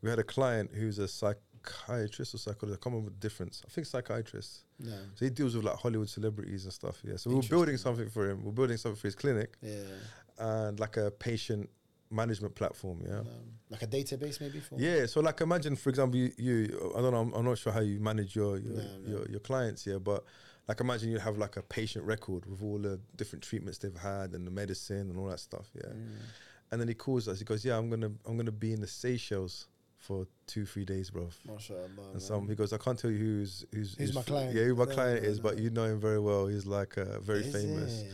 [SPEAKER 1] we had a client who's a psychiatrist or psychologist. I can't remember the difference. I think psychiatrist.
[SPEAKER 2] Yeah.
[SPEAKER 1] So he deals with like Hollywood celebrities and stuff. Yeah. So we were building something for him. We are building something for his clinic
[SPEAKER 2] Yeah.
[SPEAKER 1] and like a patient management platform. Yeah.
[SPEAKER 2] Um, like a database, maybe for
[SPEAKER 1] Yeah, so like imagine, for example, you, you I don't know, I'm, I'm not sure how you manage your your,
[SPEAKER 2] No, no.
[SPEAKER 1] your your clients here, but like imagine you have like a patient record with all the different treatments they've had and the medicine and all that stuff. Yeah,
[SPEAKER 2] Mm.
[SPEAKER 1] and then he calls us. He goes, "Yeah, I'm gonna I'm gonna be in the Seychelles for two three days, bro."
[SPEAKER 2] MashaAllah.
[SPEAKER 1] And some he goes, "I can't tell you who's who's,
[SPEAKER 3] Who's my client?"
[SPEAKER 1] Yeah, who my
[SPEAKER 2] No,
[SPEAKER 1] client
[SPEAKER 2] no,
[SPEAKER 1] is,
[SPEAKER 2] no.
[SPEAKER 1] but you know him very well. He's like uh, very famous.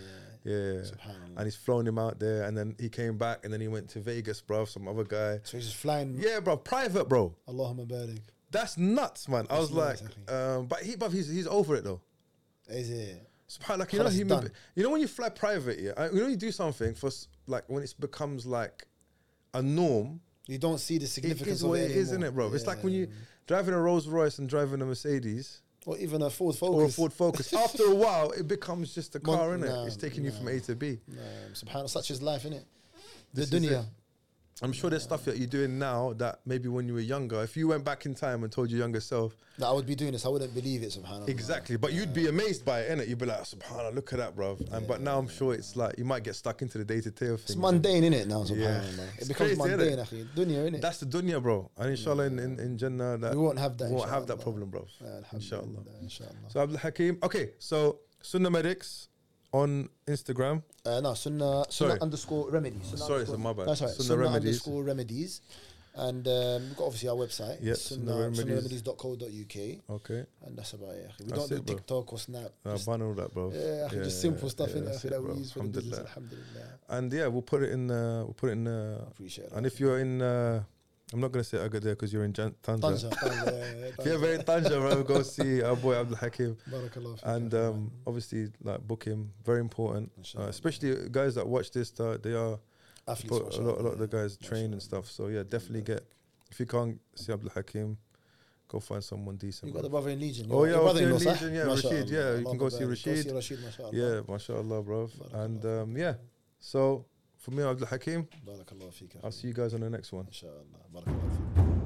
[SPEAKER 1] Yeah.
[SPEAKER 2] Subhanallah.
[SPEAKER 1] And he's flown him out there, and then he came back, and then he went to Vegas, bro. Some other guy.
[SPEAKER 3] So he's just flying.
[SPEAKER 1] Yeah, bro, private, bro.
[SPEAKER 3] Allahumma barik.
[SPEAKER 1] That's nuts, man. I was like,
[SPEAKER 3] nuts, okay.
[SPEAKER 1] um, but he, but he's he's over it though.
[SPEAKER 2] Is it?
[SPEAKER 1] Subhan- Like you know,
[SPEAKER 2] Colours
[SPEAKER 1] he,
[SPEAKER 2] done.
[SPEAKER 1] you know when you fly private, yeah. I- You know you do something for s- like when it becomes like a norm.
[SPEAKER 2] You don't see the
[SPEAKER 1] It
[SPEAKER 2] significance
[SPEAKER 1] is
[SPEAKER 2] of
[SPEAKER 1] what
[SPEAKER 2] it,
[SPEAKER 1] it is, isn't
[SPEAKER 2] anymore.
[SPEAKER 1] it, bro? It's like when
[SPEAKER 2] Yeah.
[SPEAKER 1] you driving a Rolls Royce and driving a Mercedes
[SPEAKER 2] or even a Ford Focus.
[SPEAKER 1] or a Ford Focus. <laughs> After a while, it becomes just a
[SPEAKER 2] Mon-
[SPEAKER 1] car, innit?
[SPEAKER 2] no,
[SPEAKER 1] it's taking you from
[SPEAKER 2] no.
[SPEAKER 1] A to B.
[SPEAKER 2] Um, Subhanallah, such is life, innit? The
[SPEAKER 1] This is
[SPEAKER 2] dunya.
[SPEAKER 1] it. I'm sure there's stuff that you're doing now that maybe when you were younger, if you went back in time and told your younger self,
[SPEAKER 2] That I would be doing this, I wouldn't believe it, Subhanallah.
[SPEAKER 1] Exactly, but you'd be amazed by it, innit? You'd be like, "Subhanallah, look at that, bruv." And but now I'm sure it's like you might get stuck into the day to day of
[SPEAKER 2] It's
[SPEAKER 1] things.
[SPEAKER 2] mundane, innit? Now, Subhanallah.
[SPEAKER 1] It's
[SPEAKER 2] It becomes
[SPEAKER 1] crazy, innit?
[SPEAKER 2] mundane, akhi. Dunya, innit?
[SPEAKER 1] That's the dunya, bro. And inshallah, in, in, in Jannah, that
[SPEAKER 2] We won't have that,
[SPEAKER 1] we won't have
[SPEAKER 2] inshallah.
[SPEAKER 1] that problem, bro. Inshallah.
[SPEAKER 2] Inshallah.
[SPEAKER 1] So Abdul Hakim, okay. So Sunnah Medics on Instagram.
[SPEAKER 2] Uh, no, Sunnah, Sunnah
[SPEAKER 1] Sorry.
[SPEAKER 2] underscore remedies. Sunnah
[SPEAKER 1] Sorry,
[SPEAKER 2] underscore-
[SPEAKER 1] it's my bad.
[SPEAKER 2] That's right.
[SPEAKER 1] Sunnah
[SPEAKER 2] Sunnah,
[SPEAKER 1] Remedies.
[SPEAKER 2] underscore remedies. And um, we've got obviously our website,
[SPEAKER 1] Yeah,
[SPEAKER 2] sunnah,
[SPEAKER 1] Sunnah Remedies.
[SPEAKER 2] sunnahremedies.co.uk.
[SPEAKER 1] Okay,
[SPEAKER 2] And that's about it. akhi. We
[SPEAKER 1] That's
[SPEAKER 2] don't do
[SPEAKER 1] it, bro.
[SPEAKER 2] TikTok or Snap.
[SPEAKER 1] uh,
[SPEAKER 2] Just-
[SPEAKER 1] ban all that, bro.
[SPEAKER 2] yeah, akhi, just simple stuff in
[SPEAKER 1] that's it,
[SPEAKER 2] that we
[SPEAKER 1] bro.
[SPEAKER 2] use for the business.
[SPEAKER 1] Alhamdulillah.
[SPEAKER 2] Alhamdulillah.
[SPEAKER 1] And yeah, we'll put it in. Uh, we'll put it in. Uh,
[SPEAKER 2] Appreciate it.
[SPEAKER 1] and if you're in, uh, I'm not gonna say Agadir because you're in Jan- Tanza. <laughs>
[SPEAKER 2] Tanja, Tanja,
[SPEAKER 1] If you're ever in Tangier, bro, go see our boy Abdul Hakim.
[SPEAKER 2] Barakallah.
[SPEAKER 1] and um, obviously like book him very important uh, especially guys that watch this uh, they are
[SPEAKER 2] athletes,
[SPEAKER 1] but a
[SPEAKER 2] mashallah,
[SPEAKER 1] lot, a lot of the
[SPEAKER 2] yeah.
[SPEAKER 1] guys train and stuff so yeah definitely get if you can't see Abdul Hakim go find someone decent
[SPEAKER 2] You got the
[SPEAKER 1] bro.
[SPEAKER 2] brother in Legion.
[SPEAKER 1] Oh, yeah,
[SPEAKER 2] your
[SPEAKER 1] I was
[SPEAKER 2] brother in
[SPEAKER 1] doing
[SPEAKER 2] law,
[SPEAKER 1] Legion, yeah, Rashid, yeah, you can go see Rashid.
[SPEAKER 2] Go see Rashid, mashallah.
[SPEAKER 1] yeah mashallah bro
[SPEAKER 2] Barakallah
[SPEAKER 1] and
[SPEAKER 2] feek.
[SPEAKER 1] um, yeah so for me Abdul Hakim
[SPEAKER 2] Barakallah feek,
[SPEAKER 1] I'll
[SPEAKER 2] akhi.
[SPEAKER 1] see you guys on the next one
[SPEAKER 2] Inshallah. Barakallah feek.